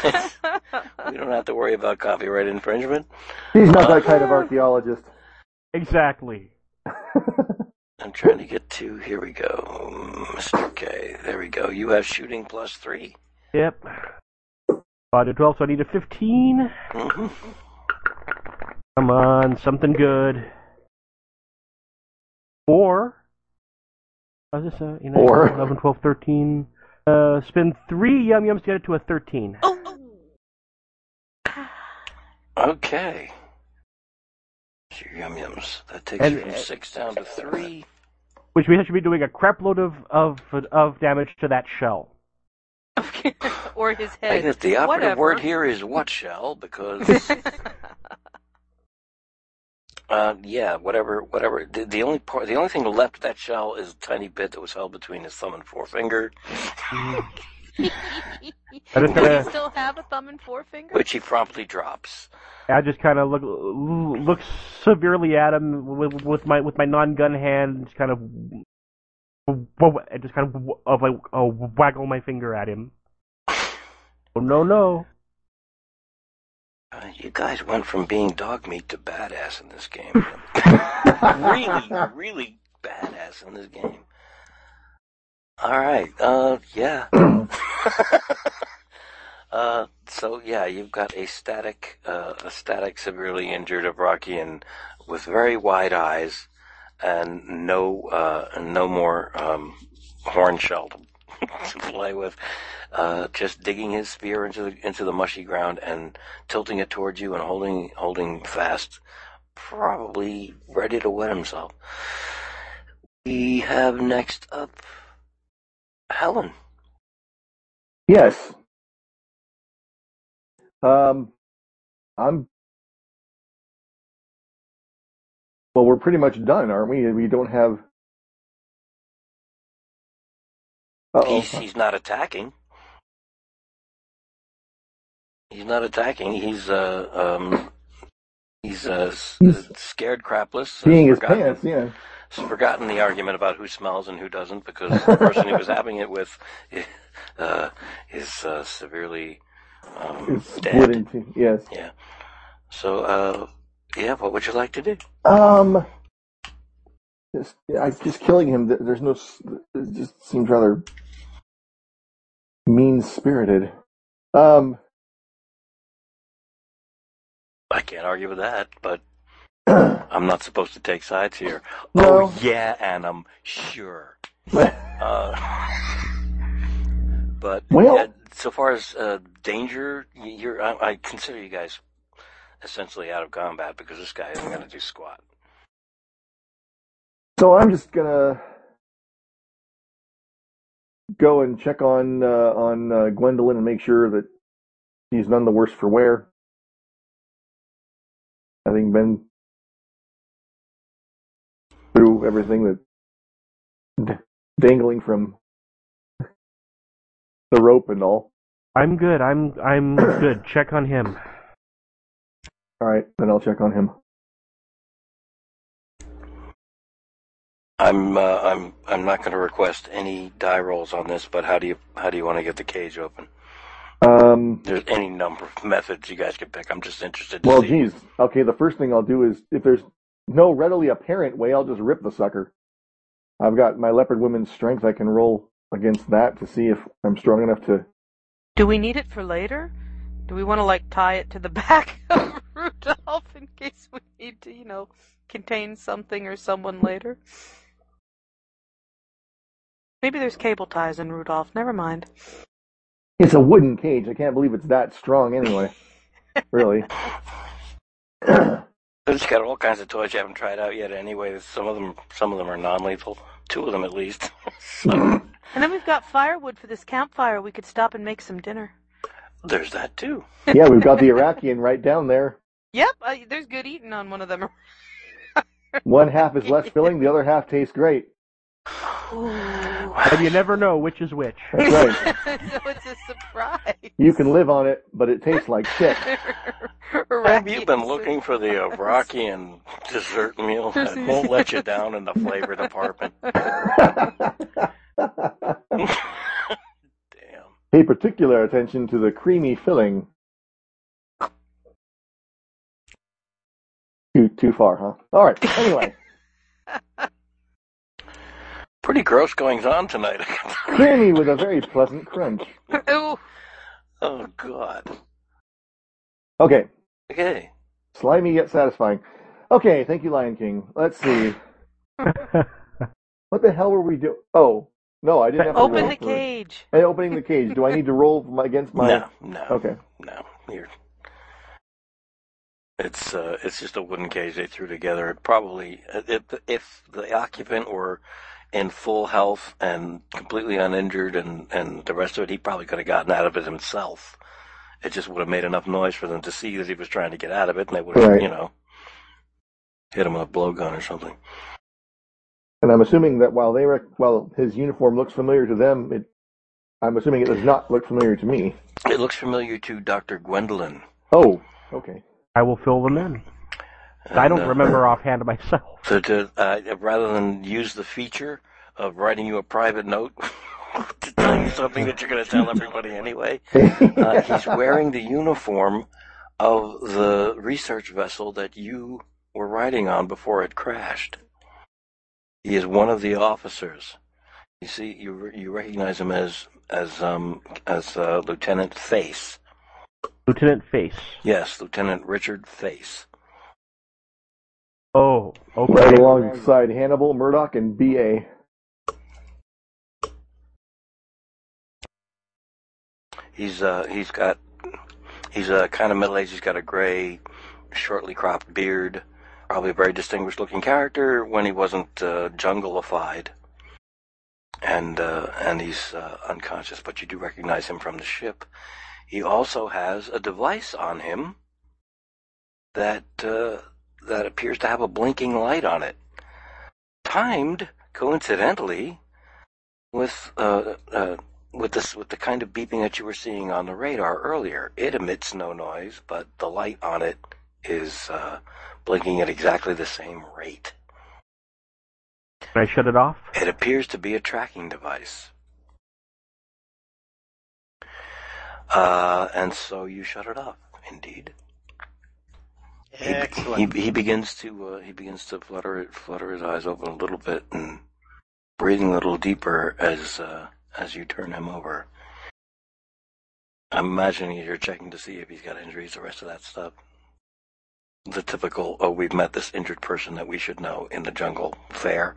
Speaker 4: We don't have to worry about copyright infringement.
Speaker 5: (laughs) He's not that kind of archaeologist.
Speaker 3: (laughs) Exactly.
Speaker 4: I'm trying to get to, here we go. Mr. K, there we go. You have shooting plus three.
Speaker 3: Yep. Five to twelve, so I need a fifteen.
Speaker 4: hmm
Speaker 3: Come on, something good. Or, how's this? Uh, you know,
Speaker 5: Or.
Speaker 3: 11, 12, 13. Uh, spin three yum yums to get it to a 13.
Speaker 7: Oh.
Speaker 4: Okay. So your yum yums. That takes
Speaker 3: And-
Speaker 4: you from six down to three.
Speaker 3: Which means I should be doing a crap load of, of, of damage to that shell.
Speaker 7: (laughs) or his
Speaker 4: I
Speaker 7: head.
Speaker 4: guess the operative
Speaker 7: Whatever.
Speaker 4: word here is what shall, because uh, yeah, whatever, whatever. The, the only part, the only thing left of that shell is a tiny bit that was held between his thumb and forefinger,
Speaker 7: (laughs)
Speaker 3: I just
Speaker 7: Do you
Speaker 3: kinda,
Speaker 7: still have a thumb and forefinger?
Speaker 4: which he promptly drops.
Speaker 3: I just kind of look, look severely at him with, with my, with my non-gun hand, just kind of, I just kind of, of like, uh, waggle my finger at him. Oh, no, no.
Speaker 4: Uh, you guys went from being dog meat to badass in this game. really, really badass in this game. All right. Uh, yeah. uh, so yeah, you've got a static, uh, a static, severely injured Abrakian with very wide eyes and no, uh, and no more um, horn shell to, (laughs) to play with. Uh, just digging his spear into the, into the mushy ground and tilting it towards you and holding holding fast, probably ready to wet himself. We have next up Helen.
Speaker 5: Yes. Um, I'm. Well, we're pretty much done, aren't we? We don't have. Uh-oh.
Speaker 4: He's he's not attacking. He's not attacking. He's uh um he's uh s-
Speaker 5: He's-
Speaker 4: scared crapless. uh,
Speaker 5: Seeing his
Speaker 4: forgotten-
Speaker 5: pants, yeah.
Speaker 4: has forgotten the argument about who smells and who doesn't because
Speaker 5: (laughs)
Speaker 4: the person he was having it with i- uh, is uh, severely um,
Speaker 5: It's split
Speaker 4: dead.
Speaker 5: into yes.
Speaker 4: Yeah. So, uh, yeah, what would you like to do?
Speaker 5: Um, just, I just killing him. there- There's no. s- It just seems rather mean spirited. Um, (clears throat)
Speaker 4: I can't argue with that, but
Speaker 5: no.
Speaker 4: I'm not supposed to take sides here. Oh, yeah, and I'm
Speaker 5: (laughs)
Speaker 4: sure. Uh, but
Speaker 5: Well-
Speaker 4: yeah, so far as uh, danger, y- you're I, I consider you guys essentially out of combat because this guy isn't going to do squat.
Speaker 5: So I'm just gonna go and check on uh, on uh, Gwendolyn and make sure that she's none the worse for wear. Having been through everything that d- dangling from the rope and all.
Speaker 3: I'm good. I'm I'm good. Check on him.
Speaker 5: All right, then I'll check on him.
Speaker 4: I'm uh, I'm I'm not going to request any die rolls on this, but how do you how do you want to get the cage open?
Speaker 5: Um,
Speaker 4: There's any number of methods you guys could pick. I'm just interested to
Speaker 5: well,
Speaker 4: see.
Speaker 5: geez. Okay, the first thing I'll do is if there's no readily apparent way, I'll just rip the sucker. I've got my leopard woman's strength. I can roll against that to see if I'm strong enough to.
Speaker 7: Do we need it for later? Do we want to like tie it to the (laughs) back of Rudolph in case we need to, you know, contain something or someone later?
Speaker 2: Maybe there's cable ties in Rudolph. Never mind.
Speaker 5: It's a wooden cage. I can't believe it's that strong anyway. really.
Speaker 4: It's got all kinds of toys you haven't tried out yet. Anyway, some of them some of them are non-lethal. Two of them at least. so
Speaker 2: And then we've got firewood for this campfire. We could stop and make some dinner.
Speaker 4: there's that too.
Speaker 5: yeah, we've got the Iraqian right down there.
Speaker 7: (laughs) Yep, I, there's good eating on one of them.
Speaker 5: One half is less filling, the other half tastes great.
Speaker 3: And you never know which is which.
Speaker 5: That's right.
Speaker 7: (laughs) so it's a surprise. (laughs)
Speaker 5: You can live on it, but it tastes like shit. (laughs)
Speaker 4: Have
Speaker 7: Right,
Speaker 4: you
Speaker 7: it's
Speaker 4: been
Speaker 7: a-
Speaker 4: looking for the Iraqian dessert meal that won't let you down in the flavor department? Damn.
Speaker 5: Pay particular attention to the creamy filling. Too too far, huh? All right.
Speaker 2: (laughs)
Speaker 5: Anyway,
Speaker 4: Pretty gross goings on tonight. (laughs)
Speaker 5: creamy with a very pleasant crunch.
Speaker 7: (laughs) Ooh,
Speaker 4: oh, God.
Speaker 5: Okay,
Speaker 4: Okay.
Speaker 5: slimy yet satisfying. Okay, thank you, Lion King.
Speaker 2: (laughs)
Speaker 5: Let's see. What the hell were we doing? Oh no, I didn't have to
Speaker 2: Open
Speaker 5: roll
Speaker 2: the
Speaker 5: for-
Speaker 2: cage.
Speaker 5: Hey, opening the cage. Do I need to roll my, against my?
Speaker 4: No, no.
Speaker 5: Okay.
Speaker 4: No. You're. It's uh, it's just a wooden cage they threw together. It probably, if if the occupant were in full health and completely uninjured, and and the rest of it, he probably could have gotten out of it himself. It just would have made enough noise for them to see that he was trying to get out of it, and they would have,
Speaker 5: Right.
Speaker 4: you know, hit him with a blowgun or something.
Speaker 5: And I'm assuming that while they were, while his uniform looks familiar to them, it, I'm assuming it does not look familiar to me.
Speaker 4: It looks familiar to Doctor Gwendolyn.
Speaker 5: Oh, okay.
Speaker 3: I will fill them in. I
Speaker 4: And,
Speaker 3: don't
Speaker 4: uh,
Speaker 3: remember offhand myself.
Speaker 4: So to, uh, rather than use the feature of writing you a private note (laughs) to tell you something that you're going to tell everybody anyway, uh, he's wearing the uniform of the research vessel that you were riding on before it crashed. He is one of the officers. You see, you re- you recognize him as as um as uh, Lieutenant Thace.
Speaker 3: Lieutenant Face.
Speaker 4: Yes, Lieutenant Richard Thace.
Speaker 3: Oh, okay.
Speaker 5: Right alongside Hannibal, Murdoch, and (laughs) B.A.
Speaker 4: He's uh he's got he's uh kind of middle aged. He's got a gray, shortly cropped beard. Probably a very distinguished looking character when he wasn't uh, jungleified. And uh, and he's uh, unconscious, but you do recognize him from the ship. He also has a device on him that uh, that appears to have a blinking light on it, timed coincidentally with uh, uh, with this with the kind of beeping that you were seeing on the radar earlier. It emits no noise, but the light on it is uh, blinking at exactly the same rate.
Speaker 3: Can I shut it off?
Speaker 4: It appears to be a tracking device. Uh, and so you shut it off, indeed. He-
Speaker 6: Excellent.
Speaker 4: He, he begins to uh, he begins to flutter flutter his eyes open a little bit and breathing a little deeper as uh, as you turn him over. I'm imagining you're checking to see if he's got injuries, the rest of that stuff. The typical oh we've met this injured person that we should know in the jungle fare.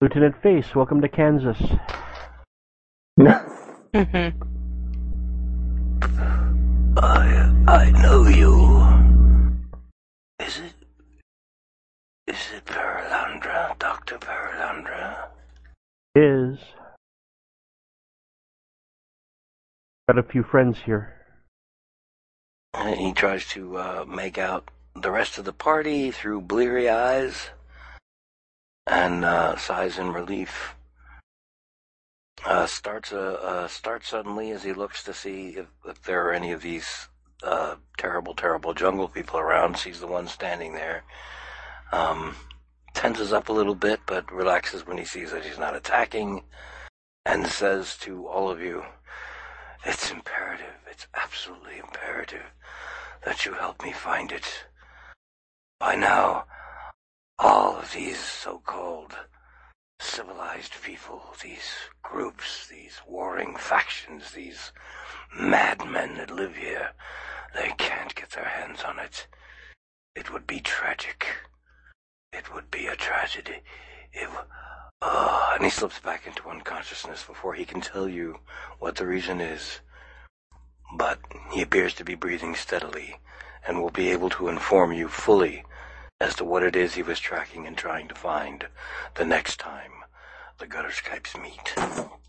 Speaker 3: Lieutenant Face, welcome to Kansas.
Speaker 2: Mm-hmm.
Speaker 4: I I know you. Is it is it Perilandra, Doctor Perilandra?
Speaker 3: Is. Got a few friends here.
Speaker 4: And he tries to uh, make out the rest of the party through bleary eyes and uh, sighs in relief. Uh, starts uh, uh, starts suddenly as he looks to see if, if there are any of these uh, terrible, terrible jungle people around. Sees the one standing there. Um, tenses up a little bit, but relaxes when he sees that he's not attacking, and says to all of you, "It's imperative. It's absolutely imperative." that you help me find it. By now, all of these so called civilized people, these groups, these warring factions, these madmen that live here, they can't get their hands on it. It would be tragic. It would be a tragedy. It, w- Ah, and he slips back into unconsciousness before he can tell you what the reason is. But he appears to be breathing steadily and will be able to inform you fully as to what it is he was tracking and trying to find the next time the gutter skypes meet.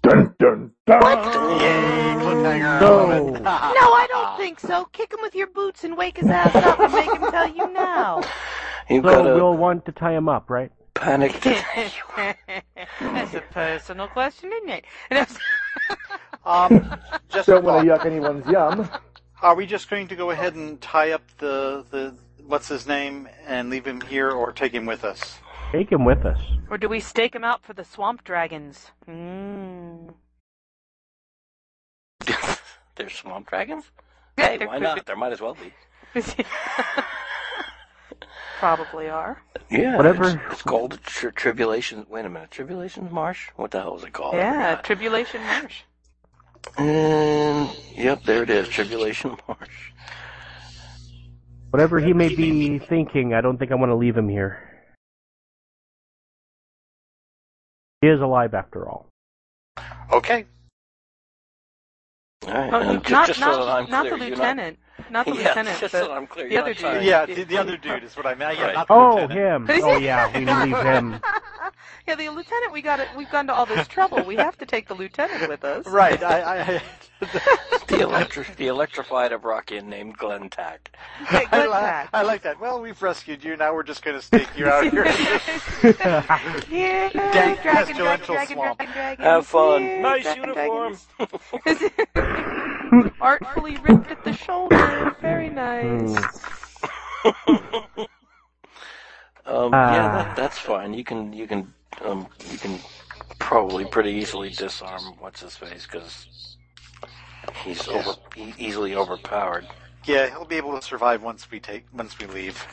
Speaker 5: Dun dun dun.
Speaker 6: Yay, cliffhanger. I love it.
Speaker 3: No!
Speaker 7: no, I don't think so. Kick him with your boots and wake his ass up and make him
Speaker 2: tell you now.
Speaker 4: You've got
Speaker 3: So
Speaker 4: a
Speaker 3: we'll want to tie him up, right? (laughs)
Speaker 4: (laughs) panicked.
Speaker 7: (laughs) That's a personal question, isn't it? And I was-
Speaker 6: Um, just uh,
Speaker 5: Don't want to yuck anyone's yum.
Speaker 6: Are we just going to go ahead and tie up the the what's his name and leave him here, or take him with us?
Speaker 3: Take him with us.
Speaker 2: Or do we stake him out for the swamp dragons?
Speaker 7: Hmm.
Speaker 2: Mm.
Speaker 4: There's swamp dragons?
Speaker 7: Yeah,
Speaker 4: Hey,
Speaker 7: there
Speaker 4: why
Speaker 7: could
Speaker 4: not? There might as well be.
Speaker 7: (laughs)
Speaker 2: Probably are.
Speaker 4: Yeah.
Speaker 3: Whatever.
Speaker 4: It's, it's called tri- Tribulation. Wait a minute. Tribulations Marsh? What the hell is it called? I
Speaker 7: yeah,
Speaker 4: forgot.
Speaker 7: Tribulation
Speaker 4: (laughs)
Speaker 7: Marsh.
Speaker 4: Mm, yep, there it is. Tribulation (laughs) Marsh.
Speaker 3: Whatever he may be thinking, I don't think I want to leave him here. He is alive after all.
Speaker 6: Okay.
Speaker 4: All right.
Speaker 7: Oh,
Speaker 4: and
Speaker 7: not,
Speaker 4: ju- just
Speaker 7: not,
Speaker 4: so that I'm
Speaker 7: not the
Speaker 4: clear, you're
Speaker 7: lieutenant. Not, the
Speaker 4: (laughs) yeah,
Speaker 7: lieutenant.
Speaker 4: just
Speaker 7: but-
Speaker 4: so that I'm clear,
Speaker 7: the
Speaker 4: you're
Speaker 7: other
Speaker 4: not trying-
Speaker 7: dude.
Speaker 6: Yeah, the, the other dude is what I meant. Yeah,
Speaker 4: Right.
Speaker 6: not the
Speaker 3: Oh,
Speaker 6: lieutenant.
Speaker 3: him. Oh, yeah, we leave him.
Speaker 7: yeah, the lieutenant. We got it. We've gone to all this trouble. We have to take the lieutenant with
Speaker 4: (laughs)
Speaker 7: us.
Speaker 6: Right. (laughs) I I,
Speaker 4: The, electri- the electrified Abrockian named Glenn Tack.
Speaker 7: Okay,
Speaker 6: I,
Speaker 7: good
Speaker 6: li-
Speaker 7: fact.
Speaker 6: I like that. Well, we've rescued you. Now we're just going to stake you out (laughs) here.
Speaker 7: Yeah,
Speaker 6: Dank
Speaker 7: dragon, dragon,
Speaker 6: pestilential
Speaker 7: dragon,
Speaker 6: swamp.
Speaker 7: dragon, dragon.
Speaker 4: Have fun.
Speaker 7: Yeah,
Speaker 4: nice
Speaker 7: dragon,
Speaker 4: uniform.
Speaker 7: dragon. (laughs) Artfully ripped at the shoulder. Very nice.
Speaker 4: Hmm. Um, yeah,
Speaker 3: Ah.
Speaker 4: that, that's fine. You can you can um, you can probably pretty easily disarm what's his face because he's over he, easily overpowered.
Speaker 6: yeah, he'll be able to survive once we take once we leave.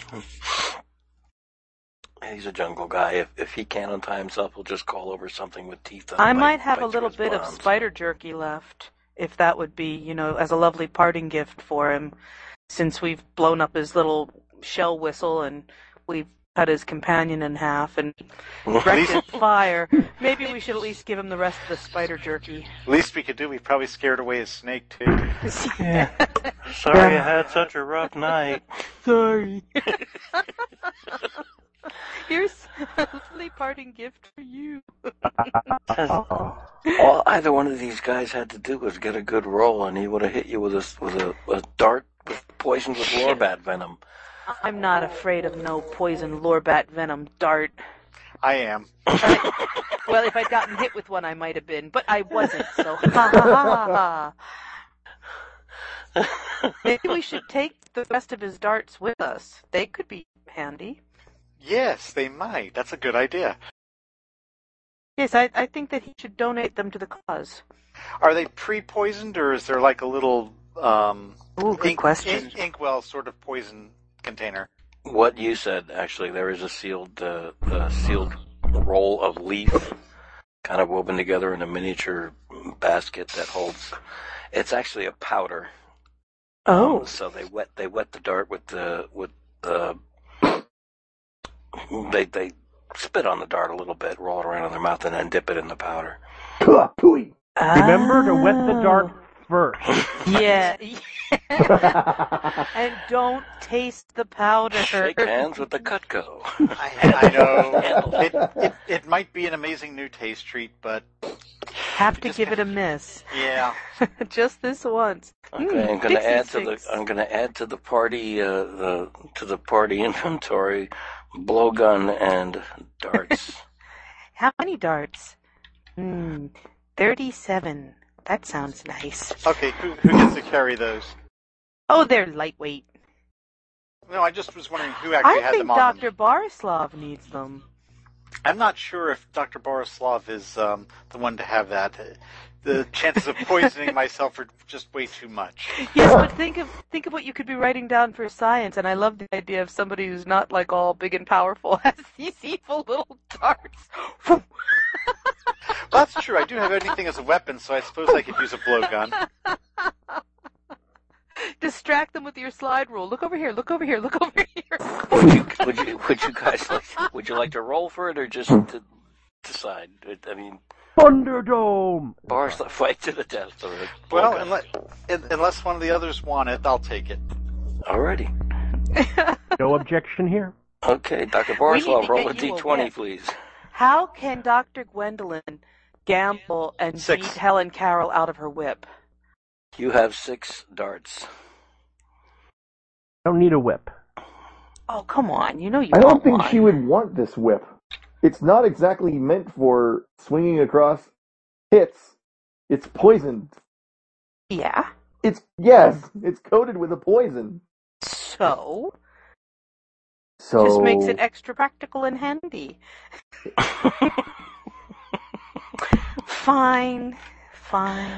Speaker 4: He's a jungle guy. If if he can't untie himself, he'll just call over something with teeth. that
Speaker 2: I
Speaker 4: bite-
Speaker 2: might have
Speaker 4: bite
Speaker 2: a
Speaker 4: through
Speaker 2: little
Speaker 4: his
Speaker 2: bit of
Speaker 4: bones.
Speaker 2: spider jerky left, if that would be, you know, as a lovely parting gift for him, since we've blown up his little shell whistle and we've cut his companion in half and wrecked
Speaker 4: (laughs)
Speaker 2: his fire. Maybe we should at least give him the rest of the spider jerky.
Speaker 6: Least we could do. We probably scared away his snake too.
Speaker 4: Sorry, I had such a rough night.
Speaker 2: Sorry.
Speaker 7: Here's (laughs) a lovely parting gift for you.
Speaker 4: (laughs) All either one of these guys had to do was get a good roll, and he would have hit you with a with a, a dart with- poisoned with lorbat venom.
Speaker 2: I'm not afraid of no poison lorbat venom dart.
Speaker 6: I am.
Speaker 7: Well, if I'd gotten hit with one, I might have been, but I wasn't. So
Speaker 2: So ha ha ha ha. Maybe we should take the rest of his darts with us. They could be handy.
Speaker 6: Yes, they might. That's a good idea.
Speaker 2: Yes, I, I think that he should donate them to the cause.
Speaker 6: Are they pre-poisoned or is there like a little um,
Speaker 2: Ooh, good
Speaker 6: ink,
Speaker 2: question.
Speaker 6: ink- inkwell sort of poison container?
Speaker 4: What you said, actually, there is a sealed uh, a sealed roll of leaf, kind of woven together in a miniature basket that holds. It's actually a powder.
Speaker 3: Oh,
Speaker 4: Um, so they wet they wet the dart with the with the they they spit on the dart a little bit, roll it around in their mouth, and then dip it in the powder.
Speaker 5: Pooh, pooey.
Speaker 3: Remember to wet the dart first.
Speaker 2: Oh, Yeah. (laughs) and don't taste the powder.
Speaker 4: Shake hands with the Cutco.
Speaker 6: I, I know it, it, it might be an amazing new taste treat, but
Speaker 2: Have to give it a miss. (laughs)
Speaker 6: yeah,
Speaker 2: Just this once.
Speaker 4: (laughs)
Speaker 2: Hmm,
Speaker 4: Okay, I'm going to add to the I'm going to add to the party uh, the to the party (laughs) inventory blowgun and darts.
Speaker 2: How many darts? Hmm. 37. That sounds nice.
Speaker 6: okay. Who, who gets to carry those?
Speaker 2: Oh, they're lightweight.
Speaker 6: No, I just was wondering who actually
Speaker 2: I
Speaker 6: had
Speaker 2: think
Speaker 6: them on. them.
Speaker 2: Dr. Barislav needs them.
Speaker 6: I'm not sure if Dr. Borislav is um, the one to have that. The chances of poisoning myself are just way too much.
Speaker 2: Yes, but think of think of what you could be writing down for science. And I love the idea of somebody who's not like all big and powerful (laughs) has these evil little darts.
Speaker 6: Well, that's true. I do have anything as a weapon, so I suppose I could use a blowgun.
Speaker 7: distract them with your slide rule. Look over here. Look over here.
Speaker 2: (laughs)
Speaker 7: Look over here.
Speaker 4: would you would you would you guys like would you like to roll for it or just
Speaker 6: Hmm.
Speaker 4: to decide? I mean,
Speaker 3: Thunderdome!
Speaker 4: bars that fight to the death. Or a
Speaker 6: Well,
Speaker 4: blowgun.
Speaker 6: unless, un- unless one of the others want it, I'll take it.
Speaker 4: alrighty.
Speaker 3: No objection here.
Speaker 4: Okay, Dr.
Speaker 2: We need to
Speaker 4: Borislav,
Speaker 2: get
Speaker 4: roll a
Speaker 2: you a
Speaker 4: d20,
Speaker 2: whip.
Speaker 4: please.
Speaker 2: How can Dr. Gwendolyn gamble and
Speaker 6: Six.
Speaker 2: beat Helen Carroll out of her whip?
Speaker 4: You have six darts.
Speaker 3: Don't need a whip.
Speaker 2: Oh, come on. You know you
Speaker 5: I don't
Speaker 2: want
Speaker 5: think
Speaker 2: one.
Speaker 5: she would want this whip. It's not exactly meant for swinging across hits. It's poisoned.
Speaker 2: Yeah.
Speaker 5: It's yes, it's coated with a poison.
Speaker 2: So,
Speaker 5: So
Speaker 2: just makes it extra practical and handy. fine. Fine.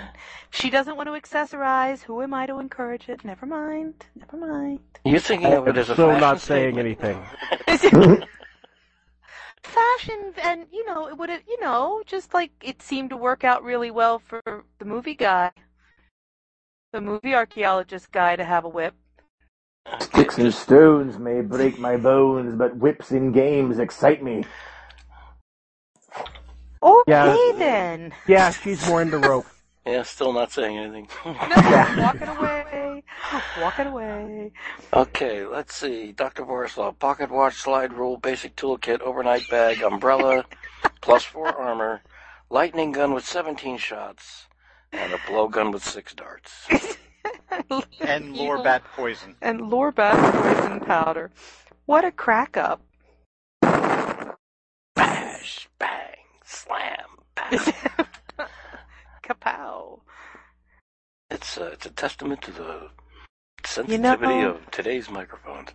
Speaker 2: She doesn't want to accessorize. Who am I to encourage it? Never mind. Never mind.
Speaker 4: You're thinking of it
Speaker 3: I'm
Speaker 4: as Oh, a
Speaker 3: so
Speaker 4: fashion
Speaker 3: not saying
Speaker 4: statement.
Speaker 3: anything.
Speaker 7: (laughs) fashion and you know it would have you know just like it seemed to work out really well for the movie guy the movie archaeologist guy to have a whip
Speaker 5: sticks and stones may break my bones, but whips in games excite me.
Speaker 2: Okay
Speaker 3: Yeah.
Speaker 2: then.
Speaker 3: Yeah, she's more into rope.
Speaker 4: Yeah, still not saying anything.
Speaker 7: no
Speaker 2: (laughs)
Speaker 7: walking
Speaker 2: Away. Walk it away.
Speaker 4: (laughs) okay, let's see. Dr. Borislav, pocket watch, slide rule, basic toolkit, overnight
Speaker 2: (laughs)
Speaker 4: bag, umbrella, plus four armor, lightning gun with 17 shots, and a blowgun with six darts.
Speaker 2: away.
Speaker 6: And
Speaker 2: You-
Speaker 6: lore bat poison.
Speaker 2: And Lorbat poison powder. What a crack up. (laughs)
Speaker 4: Bash, bang, slam, bang.
Speaker 2: Kapow.
Speaker 4: It's a, it's a testament to the
Speaker 2: You know-
Speaker 4: sensitivity of today's microphones.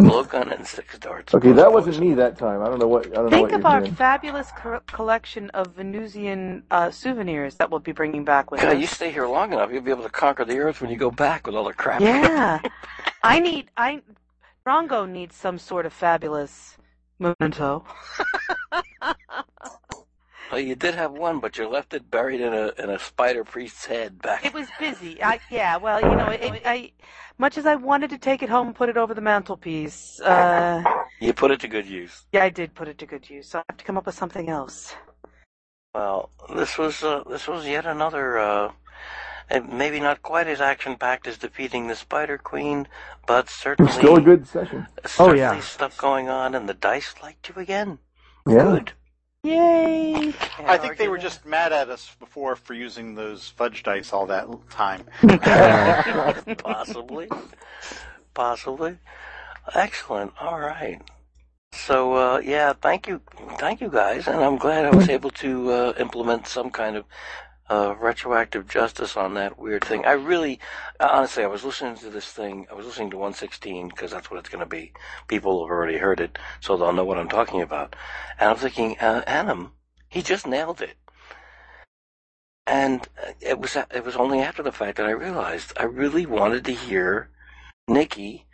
Speaker 4: Blowgun and six darts.
Speaker 5: Okay,
Speaker 4: plus
Speaker 5: that wasn't
Speaker 4: poison.
Speaker 5: me that time. I don't know what I don't know
Speaker 2: Think of
Speaker 5: what you're
Speaker 2: our
Speaker 5: doing.
Speaker 2: fabulous co- collection of Venusian uh, souvenirs that we'll be bringing back with
Speaker 4: God,
Speaker 2: us.
Speaker 4: you stay here long enough, you'll be able to conquer the earth when you go back with all the crap. you got.
Speaker 2: Yeah. I need I Rongo needs some sort of fabulous memento.
Speaker 4: (laughs) Well, you did have one, but you left it buried in a in a spider priest's head back.
Speaker 2: It was busy. I, yeah, well, you know, it, I much as I wanted to take it home and put it over the mantelpiece, uh,
Speaker 4: You put it to good use.
Speaker 2: yeah, I did put it to good use. So I have to come up with something else.
Speaker 4: Well, this was uh, this was yet another, uh, and maybe not quite as action packed as defeating the Spider Queen, but certainly
Speaker 5: Still a good session.
Speaker 3: Oh,
Speaker 4: certainly
Speaker 3: yeah.
Speaker 4: stuff going on, and the dice liked you again.
Speaker 5: Yeah.
Speaker 4: Good.
Speaker 2: Yay! (laughs)
Speaker 6: I think they were just mad at us before for using those fudge dice all that time.
Speaker 4: (laughs) Possibly. Possibly. Excellent. All right. So uh, yeah, thank you, thank you guys, and I'm glad I was able to uh, implement some kind of uh, retroactive justice on that weird thing. I really, uh, honestly, I was listening to this thing. I was listening to 116 because that's what it's going to be. People have already heard it, so they'll know what I'm talking about. And I'm thinking, uh, Adam, he just nailed it. And uh, it was it was only after the fact that I realized I really wanted to hear Nikki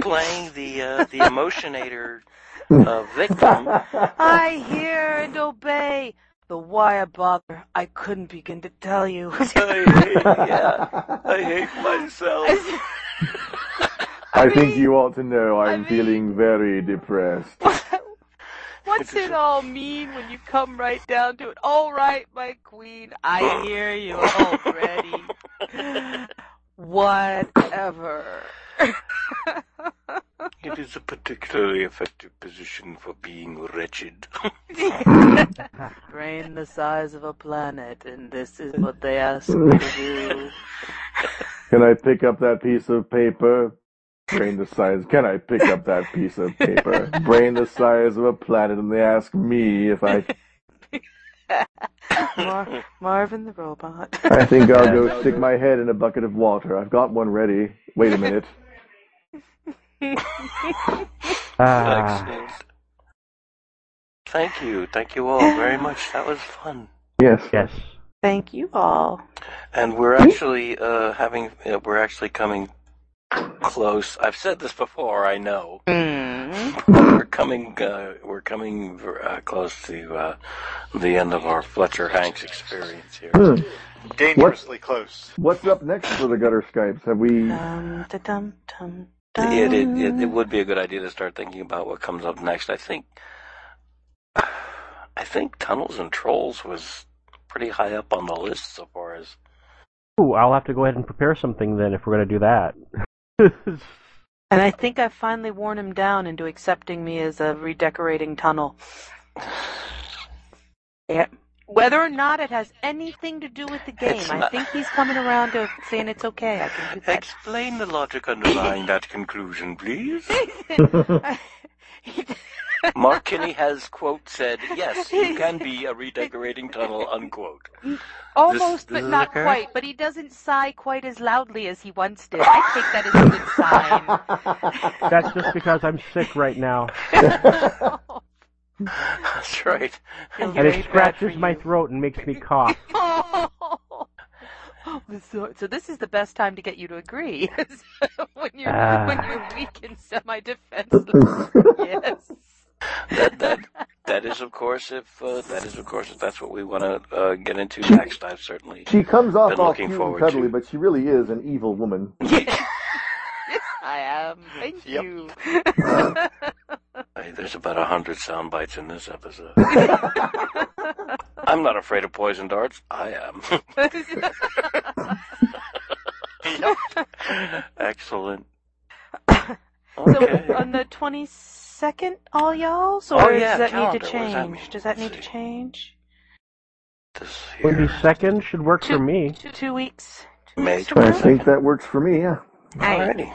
Speaker 4: playing the uh, the emotionator uh, victim.
Speaker 2: I hear and obey. The why I bother, I couldn't begin to (laughs) tell you.
Speaker 4: I hate, yeah, I hate myself.
Speaker 5: I think you ought to know I'm
Speaker 7: mean-
Speaker 5: feeling very depressed.
Speaker 7: what's it all mean when you come right down to it all right my queen i hear you
Speaker 2: (laughs)
Speaker 7: already
Speaker 2: Whatever.
Speaker 4: It is a particularly effective position for being wretched.
Speaker 2: Brain the size of a planet, and this is what they ask me to
Speaker 3: (laughs)
Speaker 2: do.
Speaker 5: Can I pick up that piece of paper? Brain the size. Can I pick up that piece of paper? Brain the size of a planet, and they ask me if I.
Speaker 2: Mar- Marvin the robot.
Speaker 5: I think I'll go stick my head in a bucket of water. I've got one ready. Wait a minute.
Speaker 3: Ah,
Speaker 4: Excellent. Thank you, thank you all very much. That was fun.
Speaker 5: Yes.
Speaker 3: yes.
Speaker 2: Thank you all.
Speaker 4: And we're actually uh, having uh, we're actually coming close. I've said this before, I know. we're coming uh, we're coming uh, close to uh, the end of our Fletcher Hanks experience here.
Speaker 6: Dangerously close.
Speaker 5: Hmm. What's up next for the gutter skypes? Have we?
Speaker 2: Dum da dum dum dum.
Speaker 4: it, it, it, it would be a good idea to start thinking about what comes up next. I think I think Tunnels and Trolls was pretty high up on the list so far as
Speaker 3: Ooh, I'll have to go ahead and prepare something then if we're going to do that.
Speaker 2: And I think I finally worn him down into accepting me as a redecorating tunnel. Yep. Whether or not it has anything to do with the game,
Speaker 4: It's
Speaker 2: I
Speaker 4: not-
Speaker 2: think he's coming around to saying it's okay. I can do that.
Speaker 4: Explain the logic underlying that conclusion, please.
Speaker 2: (laughs)
Speaker 4: Mark Kinney has, quote, said, yes, you (laughs) can be a redecorating tunnel, (laughs) unquote.
Speaker 7: Almost, but
Speaker 4: this
Speaker 7: not
Speaker 4: occur?
Speaker 7: quite.
Speaker 2: But he doesn't sigh quite as loudly as he once did. I think that is a good
Speaker 4: (laughs)
Speaker 2: sign.
Speaker 3: That's just because I'm sick right now,
Speaker 4: That's right.
Speaker 3: and it scratches my throat and makes me cough.
Speaker 2: so, (laughs) so this is the best time to get you to agree. (laughs) So when you're
Speaker 3: Ah.
Speaker 2: when you're weak and semi-defenseless. (laughs) yes.
Speaker 4: That, that, that is, of course, if uh, that is, of course, if that's what we want to uh, get into next, I've certainly.
Speaker 5: (laughs) She comes off
Speaker 4: Been
Speaker 5: all
Speaker 4: looking
Speaker 5: cute and
Speaker 4: forward
Speaker 5: cuddly,
Speaker 4: to-
Speaker 5: but she really is an evil woman.
Speaker 7: Yes, I am. Thank
Speaker 2: (laughs)
Speaker 6: Yep.
Speaker 7: you.
Speaker 4: Hey, there's about a hundred sound bites in this (laughs) episode. I'm not afraid of poison darts. I am. (laughs) (coughs) Excellent.
Speaker 2: So um,
Speaker 4: Okay.
Speaker 2: on the twenty second, all y'all. So
Speaker 4: Oh,
Speaker 2: or
Speaker 4: yeah,
Speaker 2: does that
Speaker 4: calendar.
Speaker 2: need to
Speaker 4: What does that
Speaker 2: change?
Speaker 4: mean?
Speaker 2: does that need
Speaker 4: Let's
Speaker 2: to
Speaker 4: see.
Speaker 2: change?
Speaker 4: This
Speaker 3: Twenty
Speaker 4: here,
Speaker 3: seconds should
Speaker 2: (laughs)
Speaker 3: work for me.
Speaker 2: Two, two weeks. Two
Speaker 4: May
Speaker 2: weeks from
Speaker 5: I
Speaker 2: now?
Speaker 4: 22nd.
Speaker 5: think that works for me, yeah.
Speaker 4: Alrighty.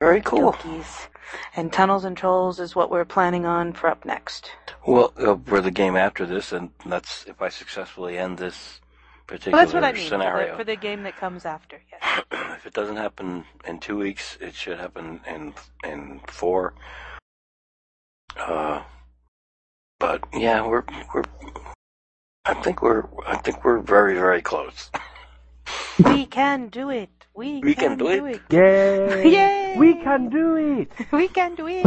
Speaker 4: Very cool.
Speaker 2: Dokies. And Tunnels and Trolls is what we're planning on for up next.
Speaker 4: Well, uh, we're the game after this, and that's if I successfully end this particular
Speaker 2: Well, that's what I mean for the,
Speaker 4: scenario.
Speaker 2: for the game that comes after. Yes.
Speaker 4: (clears throat) if it doesn't happen in two weeks, it should happen in in four. Uh, but yeah, we're we're. I think we're I think we're very very close. (laughs)
Speaker 2: we can do it. We,
Speaker 4: We can do it.
Speaker 3: Yay!
Speaker 2: Yay!
Speaker 3: We can do it.
Speaker 2: We can do it.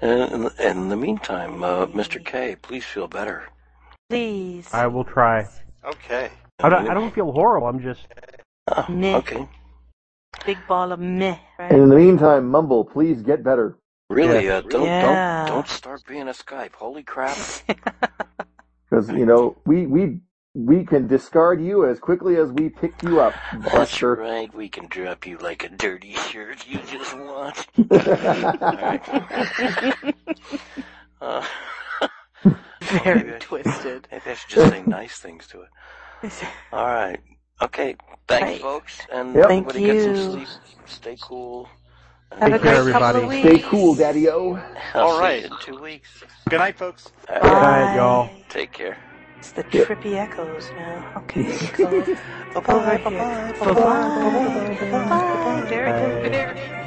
Speaker 4: And in, in the meantime, uh, Mr. K, please feel better.
Speaker 2: Please.
Speaker 3: I will try.
Speaker 6: Okay.
Speaker 3: I don't, I don't feel horrible. I'm just
Speaker 4: Oh,
Speaker 2: Meh.
Speaker 4: okay.
Speaker 2: Big ball of meh, right?
Speaker 5: And in the meantime, Mumble, please get better.
Speaker 4: Really, uh, don't
Speaker 2: Yeah.
Speaker 4: don't don't start being a Skype. Holy crap!
Speaker 5: Because, you know, we, we we can discard you as quickly as we pick you up,
Speaker 4: That's
Speaker 5: Buster.
Speaker 4: right. We can drop you like a dirty shirt you just want. (laughs) Uh, maybe,
Speaker 2: Very
Speaker 4: I should,
Speaker 2: twisted.
Speaker 4: maybe I should just say nice things to it. All right. Okay. Thanks,
Speaker 2: Right.
Speaker 4: folks. And
Speaker 5: Yep.
Speaker 4: everybody
Speaker 2: Thank
Speaker 4: get some
Speaker 2: you.
Speaker 4: sleep. Stay cool.
Speaker 2: Have a
Speaker 3: Take
Speaker 2: great
Speaker 3: care,
Speaker 2: couple of
Speaker 3: everybody.
Speaker 2: weeks.
Speaker 5: (laughs) Stay cool, Daddy O.
Speaker 4: I'll
Speaker 6: All
Speaker 4: see
Speaker 6: right.
Speaker 4: you in two weeks.
Speaker 6: Good night, folks.
Speaker 4: All
Speaker 2: Bye.
Speaker 4: right.
Speaker 3: night, y'all.
Speaker 4: Take care.
Speaker 2: It's the trippy echoes now. Okay. so- Bye-bye. Bye-bye. Bye-bye. Very good. Very good.